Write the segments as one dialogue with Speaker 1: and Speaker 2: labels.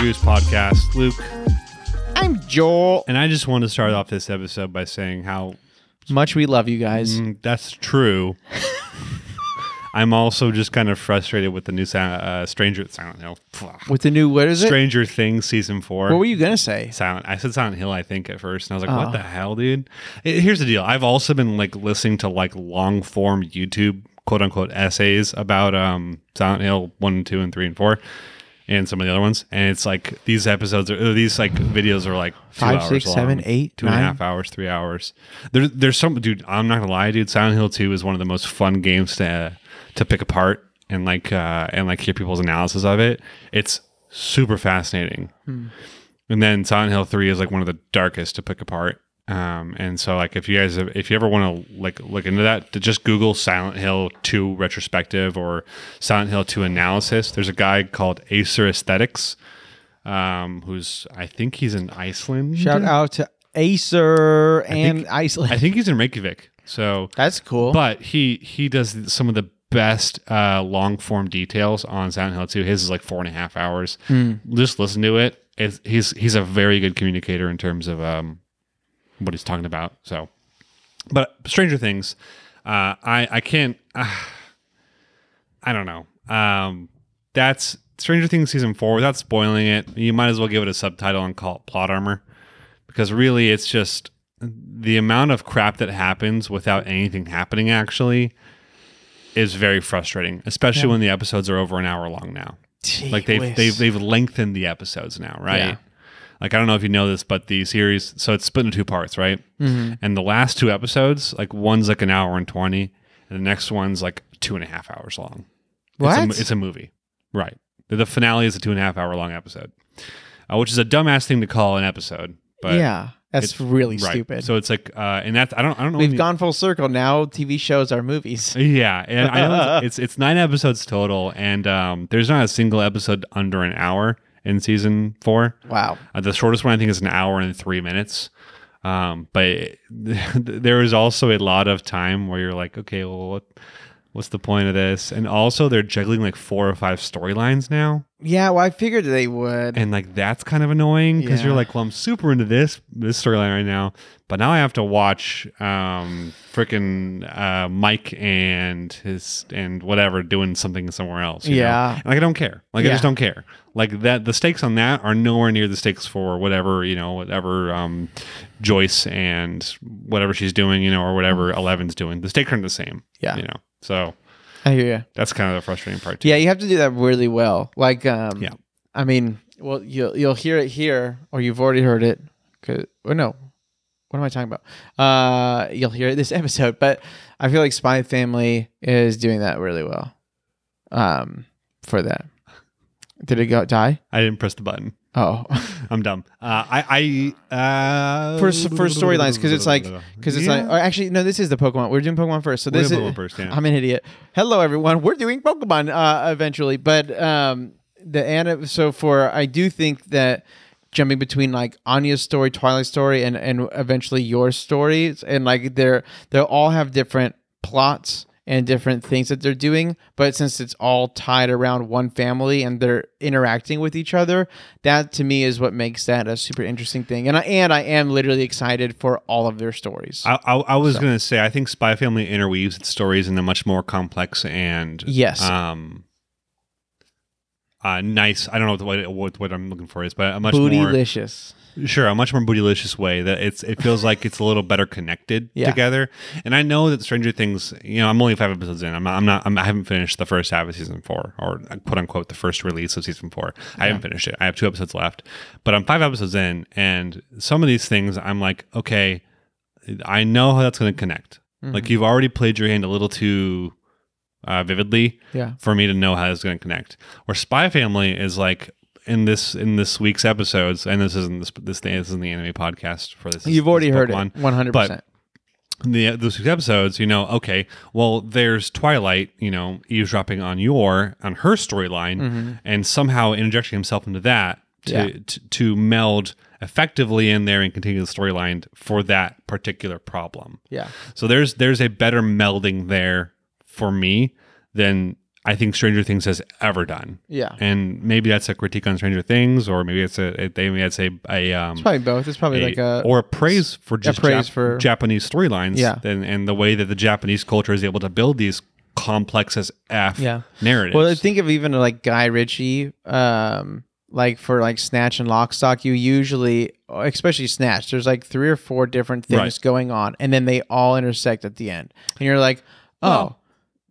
Speaker 1: podcast. Luke,
Speaker 2: I'm Joel.
Speaker 1: and I just want to start off this episode by saying how
Speaker 2: Much we love you guys.
Speaker 1: mm, that's true. I'm also just kind of frustrated with the new Sa- uh, Stranger Silent Hill.
Speaker 2: With the new, what is it?
Speaker 1: Stranger Things season four.
Speaker 2: What were you gonna say?
Speaker 1: Silent. I said Silent Hill, I think, at first, and I was like, "What
Speaker 2: Ah.
Speaker 1: the hell, dude?" Eh, Here's the deal. I've also been like listening to like long form YouTube quote unquote essays about um Silent Hill one, two, and three, and four, and some of the other ones. And it's like these episodes are or these like videos are like two
Speaker 2: Five,
Speaker 1: hours
Speaker 2: six,
Speaker 1: long,
Speaker 2: seven, eight,
Speaker 1: two and a half
Speaker 2: nine.
Speaker 1: hours, three hours. There, there's some dude. I'm not gonna lie, dude. Silent Hill two is one of the most fun games to to pick apart and like uh and like hear people's analysis of it. It's super fascinating. And then Silent Hill 3 is like one of the darkest to pick apart. Um, and so like if you guys have, if you ever want to like look into that, to just Google Silent Hill 2 retrospective or Silent Hill 2 analysis. There's a guy called Acer Aesthetics, um, who's I think he's in Iceland.
Speaker 2: Shout out to Acer and Iceland.
Speaker 1: I think he's in Reykjavik. So
Speaker 2: That's cool.
Speaker 1: but he he does some of the best uh, long form details on Silent Hill 2. His is like four and a half hours. Just listen to it. It's, he's he's a very good communicator in terms of um, what he's talking about. So, but Stranger Things, uh, I I can't. Uh, I don't know. Um, that's Stranger Things season four. Without spoiling it, you might as well give it a subtitle and call it plot armor, because really it's just the amount of crap that happens without anything happening actually is very frustrating, especially when the episodes are over an hour long now.
Speaker 2: Gee
Speaker 1: Like they've
Speaker 2: whiz.
Speaker 1: they've they've lengthened the episodes now, right?
Speaker 2: Yeah.
Speaker 1: Like I don't know if you know this, but the series so it's split into two parts, right?
Speaker 2: Mm-hmm.
Speaker 1: And the last two episodes, like one's like an hour and twenty, and the next one's like two and a half hours long. It's a
Speaker 2: what?
Speaker 1: mo- It's a, movie. Right. The, the finale is a two and a half hour long episode, uh, which is a dumbass thing to call an episode. But
Speaker 2: yeah, that's
Speaker 1: it's-
Speaker 2: really
Speaker 1: right.
Speaker 2: stupid.
Speaker 1: So it's like, uh, and that's, I don't, I don't know.
Speaker 2: We've
Speaker 1: if you-
Speaker 2: gone full circle. Now TV shows are movies.
Speaker 1: Yeah. And I know it's, it's, it's nine episodes total. And um, there's not a single episode under an hour in season four.
Speaker 2: Wow.
Speaker 1: Uh, the shortest one I think is an hour and three minutes. Um, but it- there is also a lot of time where you're like, okay, well, what, what's the point of this? And also, they're juggling like four or five storylines now,
Speaker 2: Yeah. Well, I figured they would.
Speaker 1: and like that's kind of annoying because you're
Speaker 2: Yeah.
Speaker 1: like, well, I'm super into this this storyline right now, but now I have to watch um, freaking uh, Mike and his and whatever doing something somewhere else. you know?
Speaker 2: Yeah.
Speaker 1: like I don't care. Like I
Speaker 2: Yeah.
Speaker 1: just don't care. Like that, the stakes on that are nowhere near the stakes for whatever you know, whatever um, Joyce and whatever she's doing, you know, or whatever Eleven's doing. The stakes aren't the same.
Speaker 2: Mm. Yeah.
Speaker 1: you know, so
Speaker 2: I hear you.
Speaker 1: that's kind of the frustrating part too.
Speaker 2: Yeah, you have to do that really well. Like, um,
Speaker 1: Yeah.
Speaker 2: I mean, well, you'll you'll hear it here, or you've already heard it. 'cause- or no, what am I talking about? Uh, you'll hear it this episode, but I feel like Spy Family is doing that really well. Um, for that, did it go die?
Speaker 1: I didn't press the button.
Speaker 2: Oh,
Speaker 1: I'm dumb. Uh, I, I uh,
Speaker 2: for for storylines because it's like because it's
Speaker 1: Yeah.
Speaker 2: like or actually no, this is the Pokemon. We're doing Pokemon first, so
Speaker 1: We're
Speaker 2: this
Speaker 1: doing
Speaker 2: is
Speaker 1: Pokemon first, yeah.
Speaker 2: I'm an idiot. Hello everyone, we're doing Pokemon uh, eventually, but um the anime. So for I do think that jumping between like Anya's story, Twilight story, and and eventually your stories, and like they're they all have different plots and different things that they're doing but since it's all tied around one family and they're interacting with each other that to me is what makes that a super interesting thing and I, and I am literally excited for all of their stories
Speaker 1: I, I, I was gonna say I think Spy Family interweaves its stories in a much more complex and
Speaker 2: Yes.
Speaker 1: um, uh, nice. I don't know what the way- what, what I'm looking for is, but a much more
Speaker 2: bootylicious
Speaker 1: sure a much more bootylicious way that it's it feels like it's a little better connected
Speaker 2: Yeah.
Speaker 1: together. And I know that Stranger Things, you know, I'm only five episodes in. I'm not, I'm not I'm, I haven't finished the first half of season four or uh, quote unquote the first release of season four. I haven't finished it. I have two episodes left, but I'm five episodes in, and some of these things I'm like, okay, I know how that's going to connect.
Speaker 2: Mm-hmm.
Speaker 1: Like you've already played your hand a little too uh, vividly
Speaker 2: Yeah.
Speaker 1: for me to know how it's going to connect. Where Spy Family is like in this in this week's episodes, and this isn't this this, thing- this isn't the anime podcast for this.
Speaker 2: You've already
Speaker 1: this
Speaker 2: heard
Speaker 1: Pokemon.
Speaker 2: it, one hundred percent.
Speaker 1: But the those week's episodes, you know, okay, well, there's Twilight, you know, eavesdropping on your on her storyline, and somehow injecting himself into that to,
Speaker 2: Mm-hmm. Yeah.
Speaker 1: to to meld effectively in there and continue the storyline for that particular problem.
Speaker 2: Yeah,
Speaker 1: So there's there's a better melding there for me than I think Stranger Things has ever done.
Speaker 2: Yeah.
Speaker 1: And maybe that's a critique on Stranger Things, or maybe it's a they maybe that's a a um
Speaker 2: It's probably both. It's probably
Speaker 1: a-
Speaker 2: like a
Speaker 1: or a praise for just
Speaker 2: praise
Speaker 1: Jap-
Speaker 2: for-
Speaker 1: Japanese storylines,
Speaker 2: Yeah.
Speaker 1: and, and the way that the Japanese culture is able to build these complex as f
Speaker 2: Yeah.
Speaker 1: narratives.
Speaker 2: Well, think of even like Guy Ritchie, um, like for like Snatch and Lock, Stock. You usually, especially Snatch, there's like three or four different things
Speaker 1: Right.
Speaker 2: going on, and then they all intersect at the end, and you're like, oh,
Speaker 1: Well,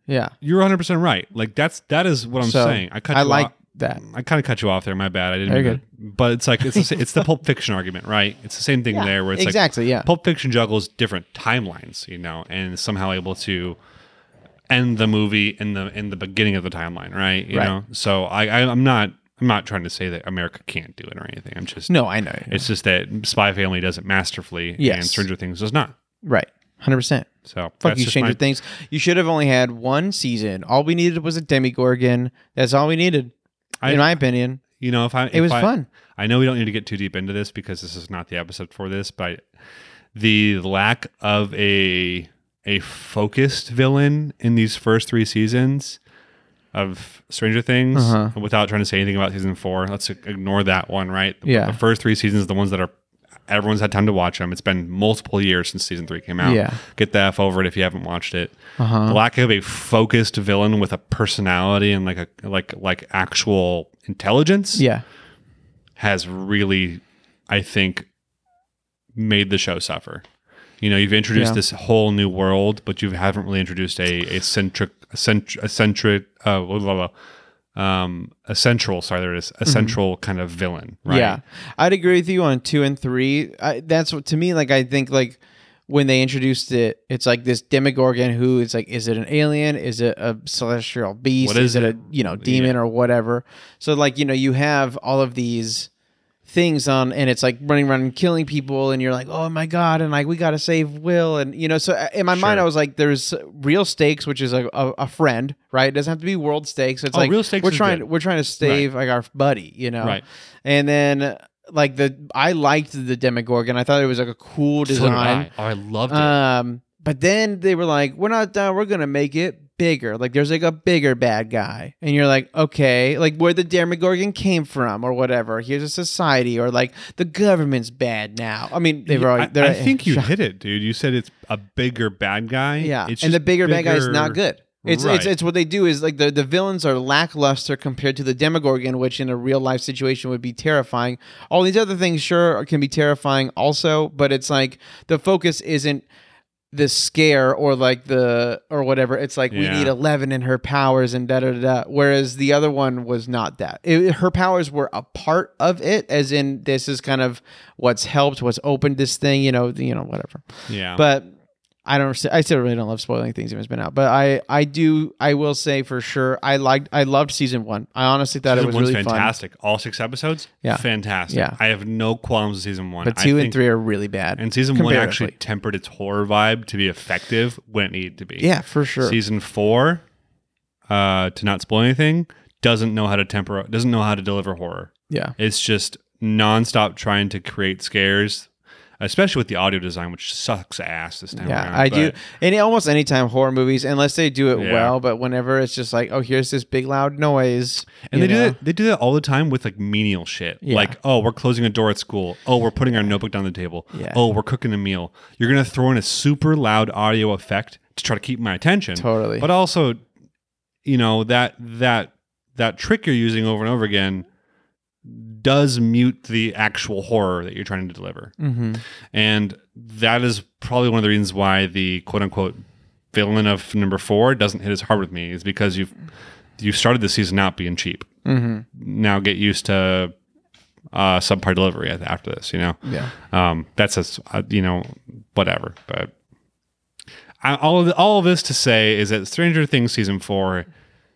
Speaker 2: yeah.
Speaker 1: You're 100 percent right. Like that's that is what I'm
Speaker 2: So,
Speaker 1: saying. I cut.
Speaker 2: I
Speaker 1: you
Speaker 2: like
Speaker 1: off-
Speaker 2: that.
Speaker 1: I kind of cut you off there. My bad. I didn't.
Speaker 2: Very
Speaker 1: mean to- But it's like it's the, sa- it's the Pulp Fiction argument, right? It's the same thing there, where it's like
Speaker 2: exactly, yeah.
Speaker 1: Pulp Fiction juggles different timelines, you know, and is somehow able to end the movie in the in the beginning of the timeline, right? You
Speaker 2: Right.
Speaker 1: know, so I, I I'm not I'm not trying to say that America can't do it or anything. I'm just
Speaker 2: no, I know.
Speaker 1: It's just that Spy Family does it masterfully, and
Speaker 2: Yes.
Speaker 1: Stranger Things does not.
Speaker 2: right, hundred percent.
Speaker 1: So
Speaker 2: Fuck you,
Speaker 1: just
Speaker 2: Stranger
Speaker 1: my-
Speaker 2: Things. You should have only had one season. All we needed was a Demigorgon. That's all we needed,
Speaker 1: I-
Speaker 2: in my opinion.
Speaker 1: You know, if I
Speaker 2: It was
Speaker 1: I,
Speaker 2: fun.
Speaker 1: I know we don't need to get too deep into this because this is not the episode for this, but the lack of a a focused villain in these first three seasons of Stranger Things,
Speaker 2: Uh-huh.
Speaker 1: without trying to say anything about season four, let's ignore that one, right? The-
Speaker 2: Yeah.
Speaker 1: The first three seasons, the ones that are everyone's had time to watch them. It's been multiple years since season three came out.
Speaker 2: Yeah.
Speaker 1: Get the F over it if you haven't watched it.
Speaker 2: Uh-huh.
Speaker 1: The lack of a focused villain with a personality and like a like like actual intelligence
Speaker 2: Yeah,
Speaker 1: has really, I think, made the show suffer. You know, you've introduced
Speaker 2: Yeah.
Speaker 1: this whole new world, but you haven't really introduced a a centric a centric a centric uh, blah, blah, blah, um a central sorry there it is a central kind of villain right
Speaker 2: Mm-hmm. Yeah, I'd agree with you on two and three. I, that's what to me like. I think like when they introduced it, it's like this Demogorgon who is like, is it an alien? Is it a celestial beast?
Speaker 1: What is
Speaker 2: it?
Speaker 1: it?
Speaker 2: a you know demon or whatever? So like you know you have all of these things on and it's like running around and killing people and you're like oh my god and like we gotta save will and you know so uh, in my mind
Speaker 1: Sure.
Speaker 2: i was like there's real stakes which is like a, a friend right it doesn't have to be world stakes it's
Speaker 1: Oh,
Speaker 2: like
Speaker 1: real stakes
Speaker 2: we're
Speaker 1: is
Speaker 2: trying
Speaker 1: good.
Speaker 2: we're trying to save like our buddy you know
Speaker 1: Right.
Speaker 2: and then like the I liked the Demogorgon. I thought it was like a cool
Speaker 1: So did
Speaker 2: design.
Speaker 1: I. oh I loved it
Speaker 2: Um, but then they were like, "We're not done. We're gonna make it bigger. Like there's like a bigger bad guy." And you're like, "Okay, like where the Demogorgon came from, or whatever. Here's a society, or like the government's bad now." I mean, they've
Speaker 1: I,
Speaker 2: already. they're-
Speaker 1: I think you hit it dude you said it's a bigger bad guy
Speaker 2: yeah,
Speaker 1: it's
Speaker 2: and the
Speaker 1: just
Speaker 2: bigger, bad guy is
Speaker 1: bigger-
Speaker 2: not good. It's, it's
Speaker 1: Right.
Speaker 2: it's what they do is like the, the villains are lackluster compared to the Demogorgon, which in a real life situation would be terrifying. All these other things sure can be terrifying also, but it's like the focus isn't the scare or like the or whatever. It's like we
Speaker 1: Yeah.
Speaker 2: need Eleven and her powers and da da da. da. Whereas the other one was not that. It, her powers were a part of it, as in this is kind of what's helped, what's opened this thing, you know, you know, whatever
Speaker 1: yeah
Speaker 2: but I don't. I still really don't love spoiling things even if it's been out. But I, I do. I will say for sure. I liked. I loved season one. I honestly thought
Speaker 1: Season
Speaker 2: it was
Speaker 1: one's
Speaker 2: really
Speaker 1: fantastic. All six episodes,
Speaker 2: Yeah.
Speaker 1: fantastic.
Speaker 2: Yeah.
Speaker 1: I have no qualms with season one.
Speaker 2: fun. But
Speaker 1: I
Speaker 2: two
Speaker 1: think-
Speaker 2: and three are really bad.
Speaker 1: And season one actually
Speaker 2: comparatively.
Speaker 1: tempered its horror vibe to be effective when it needed to be.
Speaker 2: Yeah, for sure.
Speaker 1: Season four, uh, to not spoil anything, doesn't know how to temper doesn't know how to deliver horror.
Speaker 2: yeah.
Speaker 1: It's just nonstop trying to create scares, especially with the audio design, which sucks ass this time
Speaker 2: Yeah,
Speaker 1: around.
Speaker 2: I do.
Speaker 1: but-
Speaker 2: Any almost anytime horror movies, unless they do it
Speaker 1: Yeah.
Speaker 2: well. But whenever it's just like, oh, here's this big loud noise,
Speaker 1: And
Speaker 2: you
Speaker 1: they do
Speaker 2: know?
Speaker 1: that they do that all the time with like menial shit.
Speaker 2: Yeah.
Speaker 1: Like, oh, we're closing a door at school. Oh, we're putting our notebook down on the table.
Speaker 2: Yeah.
Speaker 1: Oh, we're cooking a meal. You're gonna throw in a super loud audio effect to try to keep my attention.
Speaker 2: Totally.
Speaker 1: But also, you know, that that that trick you're using over and over again does mute the actual horror that you're trying to deliver.
Speaker 2: Mhm.
Speaker 1: And that is probably one of the reasons why the quote unquote villain of number four doesn't hit as hard with me is because you've you've started the season out being cheap. Now get used to uh, subpar delivery at- after this. You know,
Speaker 2: Yeah.
Speaker 1: um, that's a s- uh, you know whatever. But I, all of all of this to say is that Stranger Things season four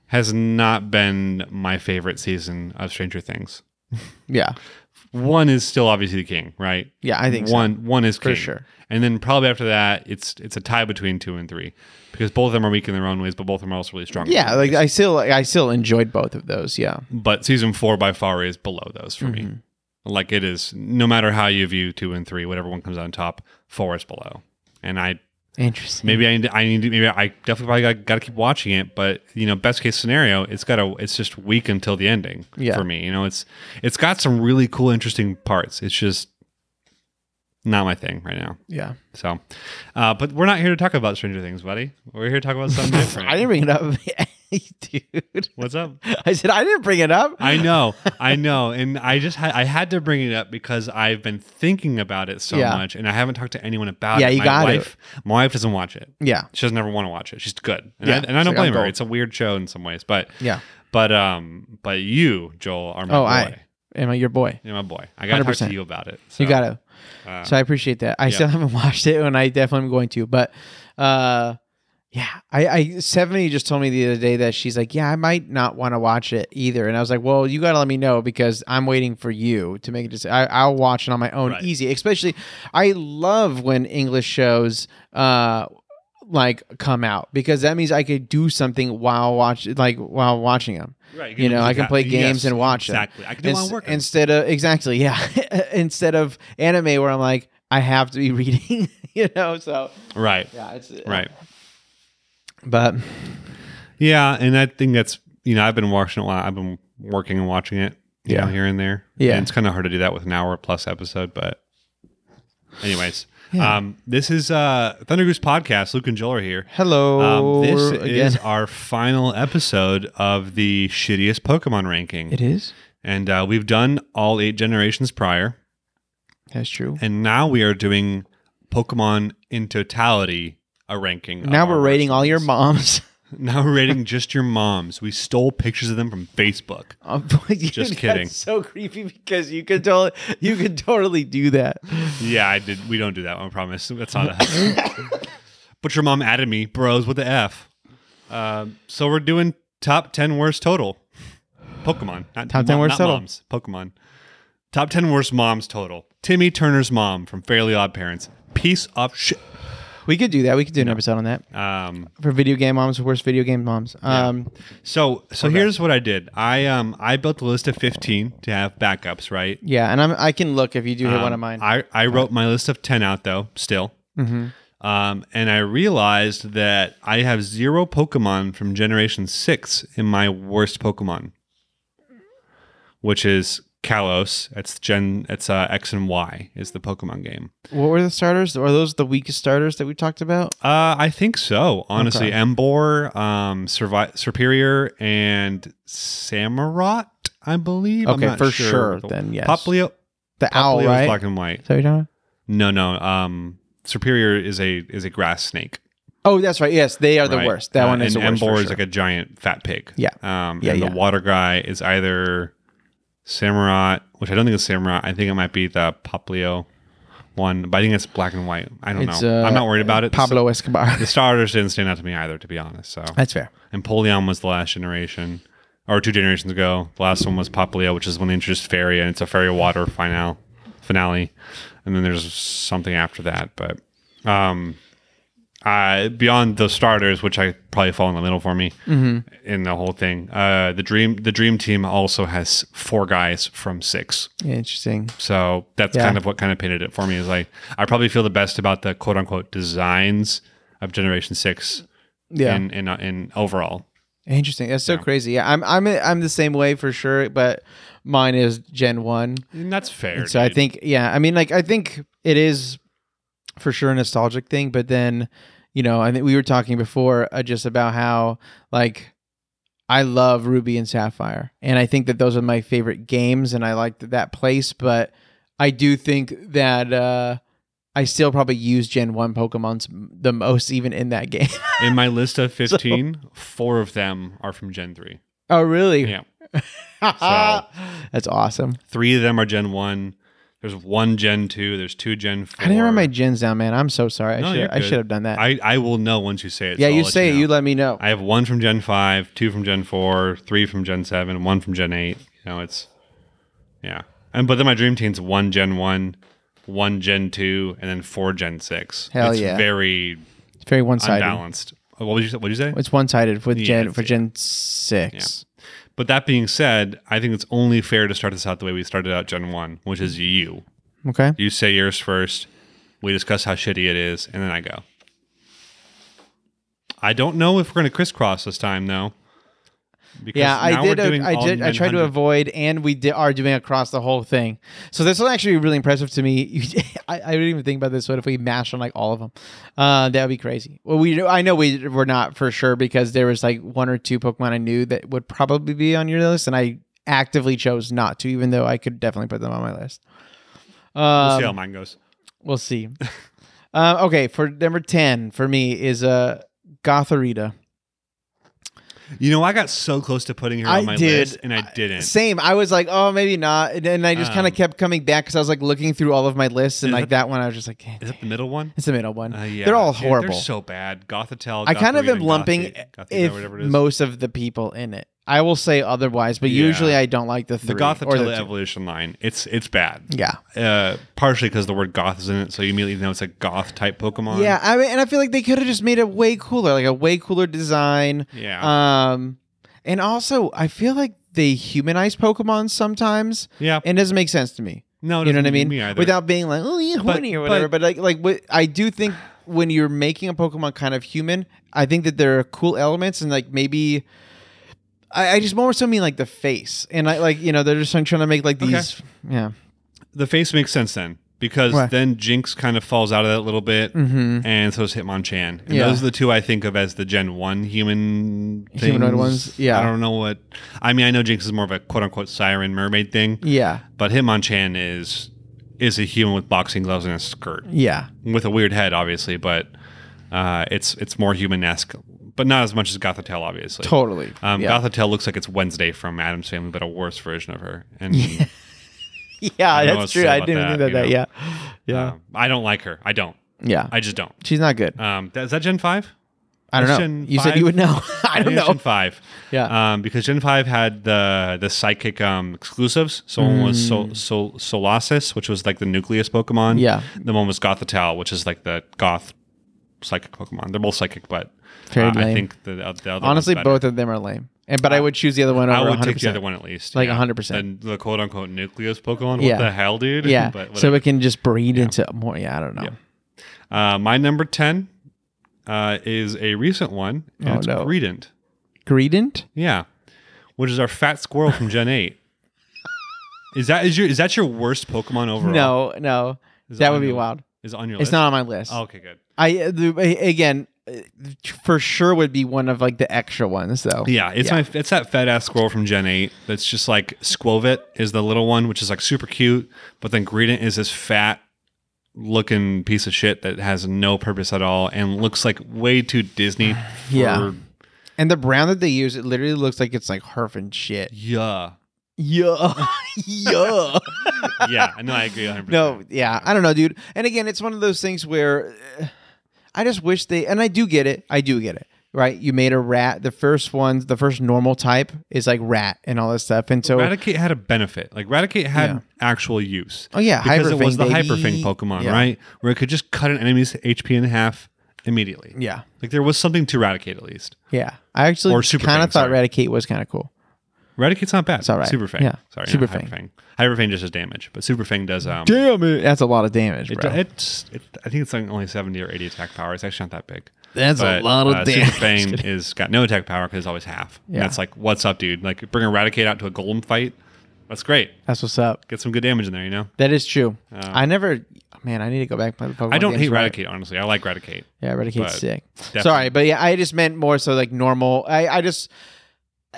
Speaker 1: has not been my favorite season of Stranger Things.
Speaker 2: Yeah.
Speaker 1: One is still obviously the king, right?
Speaker 2: Yeah. I think so.
Speaker 1: one one is king.
Speaker 2: sure.
Speaker 1: And then probably after that, it's it's a tie between two and three because both of them are weak in their own ways, but both of them are also really strong. in their
Speaker 2: Yeah.
Speaker 1: own
Speaker 2: Like
Speaker 1: ways.
Speaker 2: I still, I still enjoyed both of those. Yeah.
Speaker 1: but season four by far is below those for me.
Speaker 2: Mm-hmm.
Speaker 1: Like it is, no matter how you view two and three, whatever one comes on top, four is below, and I
Speaker 2: Interesting.
Speaker 1: Maybe I need to, I need to, maybe I definitely probably got, got to keep watching it, but you know, best case scenario, it's got to it's just weak until the ending
Speaker 2: Yeah.
Speaker 1: for me. You know, it's it's got some really cool interesting parts. It's just not my thing right now.
Speaker 2: Yeah.
Speaker 1: So, uh, but we're not here to talk about Stranger Things, buddy. We're here to talk about something different.
Speaker 2: I didn't bring it up, dude.
Speaker 1: What's up?
Speaker 2: I said I didn't bring it up.
Speaker 1: I know, I know, and I just had I had to bring it up because I've been thinking about it so
Speaker 2: Yeah.
Speaker 1: much, and I haven't talked to anyone about
Speaker 2: Yeah,
Speaker 1: it.
Speaker 2: you
Speaker 1: my
Speaker 2: got it.
Speaker 1: wife, my wife doesn't watch it.
Speaker 2: yeah.
Speaker 1: She doesn't ever want to watch it. She's good, and, I,
Speaker 2: Yeah,
Speaker 1: and I don't
Speaker 2: it's like, I'm
Speaker 1: blame her.
Speaker 2: bored.
Speaker 1: It's a weird show in some ways, but
Speaker 2: Yeah.
Speaker 1: but um, but you, Joel, are my
Speaker 2: Oh,
Speaker 1: boy.
Speaker 2: I- Am I your boy?
Speaker 1: You're my boy. I gotta talk
Speaker 2: 100%.
Speaker 1: to you about it. So,
Speaker 2: You got to.
Speaker 1: uh,
Speaker 2: So I appreciate that. I still haven't watched it, and I definitely am going to. But uh, yeah, I, I Stephanie just told me the other day that she's like, yeah, I might not want to watch it either. And I was like, well, you got to let me know because I'm waiting for you to make a decision. I, I'll watch it on my own,
Speaker 1: Right.
Speaker 2: easy. Especially, I love when English shows. Uh, like come out because that means I could do something while watch like while watching them.
Speaker 1: right,
Speaker 2: you know, I can play
Speaker 1: Yes,
Speaker 2: games and watch them.
Speaker 1: exactly. I can do my
Speaker 2: Ins-
Speaker 1: work.
Speaker 2: instead of exactly yeah instead of anime where i'm like i have to be reading you know so
Speaker 1: right,
Speaker 2: yeah it's uh,
Speaker 1: right.
Speaker 2: but
Speaker 1: Yeah, and I think that's you know I've been watching it a lot. I've been working and watching it, you
Speaker 2: Yeah.
Speaker 1: know, here and there.
Speaker 2: Yeah.
Speaker 1: and it's kind of hard to do that with an hour plus episode, but anyways,
Speaker 2: Yeah.
Speaker 1: um, this is uh, Thunder Goose podcast. Luke and Joel are here.
Speaker 2: hello
Speaker 1: Um, this
Speaker 2: again.
Speaker 1: is our final episode of the shittiest Pokemon ranking,
Speaker 2: it is
Speaker 1: and uh, we've done all eight generations prior,
Speaker 2: that's true
Speaker 1: and now we are doing Pokemon in totality. A ranking. of
Speaker 2: now
Speaker 1: our
Speaker 2: we're rating all your
Speaker 1: versions.
Speaker 2: moms
Speaker 1: Now we're rating just your moms. We stole pictures of them from Facebook.
Speaker 2: Oh, boy, dude,
Speaker 1: Just
Speaker 2: that's
Speaker 1: kidding.
Speaker 2: so creepy because you could totally you could totally do that
Speaker 1: Yeah, I did. We don't do that. one, I promise. That's not us. but your mom added me, bros. What the f? Um, so we're doing top ten worst total Pokemon. Not,
Speaker 2: Top 10
Speaker 1: mo-
Speaker 2: worst
Speaker 1: not
Speaker 2: total.
Speaker 1: moms, Pokemon. Top ten worst moms total. Timmy Turner's mom from Fairly Odd Parents. Piece of shit.
Speaker 2: we could do that we could do an episode on that
Speaker 1: Um,
Speaker 2: for video game moms worst video game moms um
Speaker 1: so so here's what I did. I um I built a list of fifteen to have backups. Right.
Speaker 2: yeah and i'm i can look if you do hit one
Speaker 1: Um,
Speaker 2: of mine Mm-hmm.
Speaker 1: I, I wrote my list of 10 out though, still. Um, and I realized that I have zero Pokemon from Generation 6 in my worst Pokemon, which is Kalos. That's Gen, that's uh, X and Y is the Pokemon game.
Speaker 2: what were the starters are those the weakest starters that we talked about
Speaker 1: Uh, I think so, honestly.
Speaker 2: Okay.
Speaker 1: Embor, um, Servi- Superior, and Samurott, I believe. I'm
Speaker 2: Okay,
Speaker 1: not
Speaker 2: for
Speaker 1: sure.
Speaker 2: sure, then, yes.
Speaker 1: Popplio,
Speaker 2: the owl
Speaker 1: Popplio is
Speaker 2: right
Speaker 1: black and white.
Speaker 2: Is that what you're talking about?
Speaker 1: No, no. Um, Superior is a is a grass snake.
Speaker 2: Oh, that's right. Yes, they are the
Speaker 1: right?
Speaker 2: worst. That
Speaker 1: Uh,
Speaker 2: one is
Speaker 1: and
Speaker 2: the worst.
Speaker 1: Embor
Speaker 2: for
Speaker 1: is
Speaker 2: sure.
Speaker 1: like a giant fat pig.
Speaker 2: Yeah.
Speaker 1: Um,
Speaker 2: Yeah,
Speaker 1: and
Speaker 2: yeah.
Speaker 1: the water guy is either Samurott, which I don't think is Samurott. I think it might be the Poplio one, but I think it's black and white. I don't
Speaker 2: It's,
Speaker 1: know.
Speaker 2: uh,
Speaker 1: I'm not worried about it.
Speaker 2: Pablo Escobar.
Speaker 1: The starters didn't stand out to me either, to be honest. So
Speaker 2: that's fair.
Speaker 1: Empoleon was the last generation, or two generations ago. The last one was Popplio, which is when they introduced Fairy, and it's a Fairy Water final finale. And then there's something after that, but um, uh, beyond the starters, which I probably fall in the middle for me
Speaker 2: Mm-hmm.
Speaker 1: in the whole thing. Uh, the dream the dream team also has four guys from six,
Speaker 2: Interesting.
Speaker 1: so that's
Speaker 2: Yeah.
Speaker 1: kind of what kind of painted it for me. Is like I probably feel the best about the quote unquote designs of Generation Six.
Speaker 2: Yeah.
Speaker 1: In, in in overall,
Speaker 2: Interesting. That's so crazy. Yeah, I'm I'm I'm the same way for sure, but mine is Gen 1.
Speaker 1: And that's fair.
Speaker 2: So I
Speaker 1: dude.
Speaker 2: think yeah, I mean like I think it is for sure a nostalgic thing, but then you know, I think we were talking before uh, just about how like I love Ruby and Sapphire, and I think that those are my favorite games, and I like that place. But I do think that uh, I still probably use Gen One Pokemon's m- the most, even in that game.
Speaker 1: in my list of 15, four of them are from Gen 3.
Speaker 2: oh, really?
Speaker 1: Yeah. So-
Speaker 2: That's awesome.
Speaker 1: Three of them are Gen 1. There's one Gen 2. There's two Gen 4.
Speaker 2: I didn't write my gens down, man. I'm so sorry. I
Speaker 1: No,
Speaker 2: should
Speaker 1: you're
Speaker 2: I
Speaker 1: good.
Speaker 2: should have done that.
Speaker 1: I, I will know once you say it.
Speaker 2: yeah,
Speaker 1: so I'll
Speaker 2: you
Speaker 1: let
Speaker 2: say it.
Speaker 1: know.
Speaker 2: You let me know.
Speaker 1: I have one from Gen 5, two from Gen 4, three from Gen 7, one from Gen 8. You know, it's, yeah. And But then my dream team's one Gen 1, one Gen 2, and then four Gen 6.
Speaker 2: Hell
Speaker 1: it's
Speaker 2: yeah.
Speaker 1: very
Speaker 2: it's very one sided.
Speaker 1: unbalanced. What would you say? What would you say?
Speaker 2: It's one sided with Gen
Speaker 1: it's-
Speaker 2: for Gen six.
Speaker 1: But that being said, I think it's only fair to start this out the way we started out Gen 1, which is
Speaker 2: Mm-hmm.
Speaker 1: you.
Speaker 2: Okay.
Speaker 1: You say yours first. We discuss how shitty it is, and then I go. I don't know if we're going to crisscross this time though. Because
Speaker 2: Yeah, I
Speaker 1: now
Speaker 2: did.
Speaker 1: we're
Speaker 2: a-
Speaker 1: doing
Speaker 2: I did. I
Speaker 1: Alderman
Speaker 2: tried to
Speaker 1: 100.
Speaker 2: avoid, and we did, are doing across the whole thing. So this was actually really impressive to me. I, I didn't even think about this. What if we mash on like all of them? Uh, that would be crazy. Well, we I know we were not for sure because there was like one or two Pokemon I knew that would probably be on your list, and I actively chose not to, even though I could definitely put them on my list.
Speaker 1: We'll
Speaker 2: Um,
Speaker 1: see how mine goes.
Speaker 2: We'll see. um, okay, for number ten for me is uh, Gotharita.
Speaker 1: You know, I got so close to putting her
Speaker 2: I
Speaker 1: on my
Speaker 2: did.
Speaker 1: list, and I didn't.
Speaker 2: Same. I was like, oh, maybe not, and, and I just kind
Speaker 1: Um,
Speaker 2: of kept coming back because I was like looking through all of my lists, and
Speaker 1: Is
Speaker 2: like
Speaker 1: it-
Speaker 2: that one, I was just like, eh,
Speaker 1: Is that the middle one?
Speaker 2: it's the middle one.
Speaker 1: Uh, yeah,
Speaker 2: They're all
Speaker 1: dude,
Speaker 2: horrible.
Speaker 1: They're so bad. Gothitelle.
Speaker 2: I kind of
Speaker 1: Gotharita,
Speaker 2: am lumping
Speaker 1: Gothi- Gothita,
Speaker 2: if
Speaker 1: whatever it is.
Speaker 2: most of the people in it. I will say otherwise, but
Speaker 1: Yeah.
Speaker 2: usually I don't like the three
Speaker 1: the
Speaker 2: or
Speaker 1: Gothitelle
Speaker 2: the two.
Speaker 1: evolution line. It's it's bad.
Speaker 2: Yeah,
Speaker 1: Uh, partially because the word goth is in it, so you immediately know it's a goth type Pokemon.
Speaker 2: yeah. I mean, and I feel like they could have just made it way cooler, like a way cooler design.
Speaker 1: yeah,
Speaker 2: Um, and also I feel like they humanize Pokemon sometimes,
Speaker 1: yeah.
Speaker 2: and it doesn't make sense to me.
Speaker 1: No, it
Speaker 2: you
Speaker 1: doesn't
Speaker 2: know what I mean?
Speaker 1: Me either.
Speaker 2: Without being like, oh, yeah,
Speaker 1: But-
Speaker 2: horny or whatever. But, like, like what I do think when you're making a Pokemon kind of human, I think that there are cool elements and like maybe. I, I just more so mean like the face and I like you know they're just trying to make like
Speaker 1: Okay.
Speaker 2: these yeah
Speaker 1: the face makes sense then because
Speaker 2: Right.
Speaker 1: then Jinx kind of falls out of that a little bit,
Speaker 2: mm-hmm.
Speaker 1: and so does Hitmonchan. And
Speaker 2: Yeah.
Speaker 1: Those are the two I think of as the Gen One human things.
Speaker 2: Humanoid ones, yeah.
Speaker 1: I don't know what. I mean, I know Jinx is more of a quote unquote siren mermaid thing,
Speaker 2: yeah
Speaker 1: but Hitmonchan is is a human with boxing gloves and a skirt
Speaker 2: yeah
Speaker 1: with a weird head, obviously, but uh, it's it's more human esque, but not as much as Gothitelle, obviously.
Speaker 2: totally
Speaker 1: Um,
Speaker 2: yeah,
Speaker 1: Gothitelle looks like it's Wednesday from Adam's Family, but a worse version of her. And
Speaker 2: yeah
Speaker 1: don't know what
Speaker 2: that's
Speaker 1: to
Speaker 2: true
Speaker 1: say
Speaker 2: I
Speaker 1: about
Speaker 2: didn't think
Speaker 1: that,
Speaker 2: about that
Speaker 1: you
Speaker 2: yeah yeah
Speaker 1: um, I don't like her. I don't.
Speaker 2: yeah
Speaker 1: I just don't.
Speaker 2: she's not good
Speaker 1: Um, that, is that Gen Five?
Speaker 2: I don't know
Speaker 1: Gen
Speaker 2: you said
Speaker 1: five?
Speaker 2: you would know
Speaker 1: I
Speaker 2: I don't
Speaker 1: think it's
Speaker 2: know
Speaker 1: Gen Five.
Speaker 2: yeah
Speaker 1: Um, because Gen Five had the the psychic um, exclusives. So one was Sol, Sol, Solasis, which was like the nucleus Pokemon.
Speaker 2: Mm. Yeah.
Speaker 1: The one was Gothitelle, which is like the Goth psychic Pokemon. They're both psychic, but uh,
Speaker 2: Very
Speaker 1: I
Speaker 2: lame.
Speaker 1: think the, the other one's
Speaker 2: honestly
Speaker 1: better.
Speaker 2: both of them are lame and but I would choose the other one over
Speaker 1: I would
Speaker 2: 100%.
Speaker 1: take the other one at least.
Speaker 2: Like
Speaker 1: yeah.
Speaker 2: 100%.
Speaker 1: The, the quote unquote nucleus Pokemon.
Speaker 2: Yeah.
Speaker 1: What the hell, dude?
Speaker 2: Yeah.
Speaker 1: but
Speaker 2: so
Speaker 1: whatever.
Speaker 2: it can just breed into more. Yeah, I don't know.
Speaker 1: uh, my number 10 uh, is a recent one. And
Speaker 2: Oh,
Speaker 1: it's
Speaker 2: no.
Speaker 1: Greedent.
Speaker 2: Greedent?
Speaker 1: Yeah. Which is our fat squirrel from Gen 8. Is that is your is that your worst Pokemon overall?
Speaker 2: No, no.
Speaker 1: Is it
Speaker 2: that
Speaker 1: on
Speaker 2: would be
Speaker 1: your-
Speaker 2: wild.
Speaker 1: Is it on your
Speaker 2: It's
Speaker 1: list?
Speaker 2: not on my list.
Speaker 1: Oh, okay, good.
Speaker 2: I uh, the, a- again uh, for sure would be one of like the extra ones though.
Speaker 1: Yeah, it's
Speaker 2: Yeah.
Speaker 1: my it's that fat ass squirrel from Gen 8 that's just like Squovit is the little one, which is like super cute, but then Greedent is this fat looking piece of shit that has no purpose at all and looks like way too Disney for
Speaker 2: Yeah. And the brown that they use, it literally looks like it's like herf and shit.
Speaker 1: yeah.
Speaker 2: Yeah. yeah.
Speaker 1: Yeah, I know I agree 100%.
Speaker 2: No, yeah, I don't know, dude. And again, it's one of those things where uh, I just wish they, and I do get it, I do get it, right? You made a rat. The first ones, the first normal type is like rat and all this stuff, and so
Speaker 1: Raticate had a benefit. Like Raticate had
Speaker 2: Yeah.
Speaker 1: actual use.
Speaker 2: Oh, yeah,
Speaker 1: because it was
Speaker 2: Hyperfang,
Speaker 1: the
Speaker 2: baby.
Speaker 1: Hyperfang Pokemon,
Speaker 2: Yeah.
Speaker 1: right? Where it could just cut an enemy's HP in half immediately.
Speaker 2: yeah,
Speaker 1: Like there was something to Raticate at least.
Speaker 2: yeah. I actually
Speaker 1: Or Super
Speaker 2: kind of
Speaker 1: Fang,
Speaker 2: thought
Speaker 1: sorry.
Speaker 2: Raticate was kind of cool.
Speaker 1: Raticate's not bad. It's
Speaker 2: all right.
Speaker 1: Superfang.
Speaker 2: Yeah.
Speaker 1: Sorry.
Speaker 2: Super
Speaker 1: not
Speaker 2: Fang.
Speaker 1: Hyperfang. Hyperfang just does damage, but Superfang does um.
Speaker 2: Damn it, that's a lot of damage,
Speaker 1: It,
Speaker 2: bro.
Speaker 1: it's it, I think it's like only seventy or eighty attack power. It's actually not that big.
Speaker 2: that's
Speaker 1: But,
Speaker 2: a lot of
Speaker 1: uh,
Speaker 2: damage.
Speaker 1: Superfang is got no attack power because it's always half.
Speaker 2: Yeah.
Speaker 1: Yeah. That's like what's up, dude. Like bring Eradicate out to a golem fight. That's great.
Speaker 2: That's what's up.
Speaker 1: Get some good damage in there, you know.
Speaker 2: That is true. I never, man, I need to go back and play the Pokemon.
Speaker 1: Oh. I don't
Speaker 2: games,
Speaker 1: hate
Speaker 2: right?
Speaker 1: Raticate, honestly. I like Raticate.
Speaker 2: Yeah,
Speaker 1: but
Speaker 2: Eradicate's sick.
Speaker 1: definitely-
Speaker 2: Sorry, but yeah, I just meant more so like normal. I, I just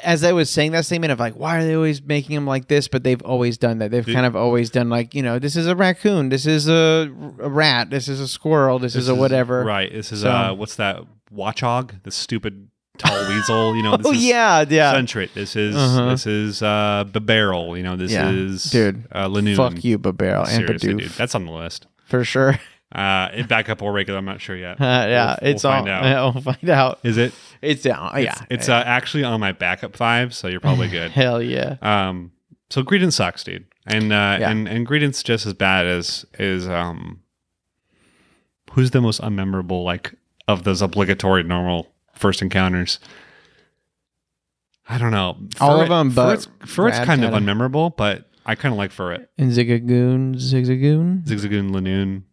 Speaker 2: as I was saying that statement of like, why are they always making him like this? But they've always done that. They've kind of always done like, you know, this is a raccoon, this is a, a rat, this is a squirrel, this, is a whatever.
Speaker 1: Right. This is
Speaker 2: So-
Speaker 1: uh what's that watchog? The stupid tall weasel, you know, this
Speaker 2: Oh
Speaker 1: is
Speaker 2: yeah, yeah.
Speaker 1: Centret. This is
Speaker 2: Uh-huh.
Speaker 1: this is uh Bebarrel, you know, this
Speaker 2: Yeah.
Speaker 1: is
Speaker 2: Dude,
Speaker 1: uh Lanoon.
Speaker 2: Fuck you, Babarel and
Speaker 1: Seriously,
Speaker 2: Bidoof
Speaker 1: dude. That's on the list.
Speaker 2: for sure.
Speaker 1: Uh it back up or regular, I'm not sure yet.
Speaker 2: Uh, yeah,
Speaker 1: We'll-
Speaker 2: it's
Speaker 1: we'll
Speaker 2: on.
Speaker 1: find out.
Speaker 2: We'll find out.
Speaker 1: Is it?
Speaker 2: It's down. yeah,
Speaker 1: It's uh, actually on my backup five, so you're probably good.
Speaker 2: hell yeah.
Speaker 1: Um, so Greedence sucks, dude, and uh,
Speaker 2: Yeah.
Speaker 1: and and Greedence just as bad as is um. Who's the most unmemorable like of those obligatory normal first encounters? I don't know.
Speaker 2: All of 'em, but
Speaker 1: Furret's, Furret's
Speaker 2: Rad
Speaker 1: kind of
Speaker 2: kinda-
Speaker 1: unmemorable, but I kind of like Furret.
Speaker 2: And Zigagoon, Zigzagoon.
Speaker 1: Zigzagoon, Lanoon,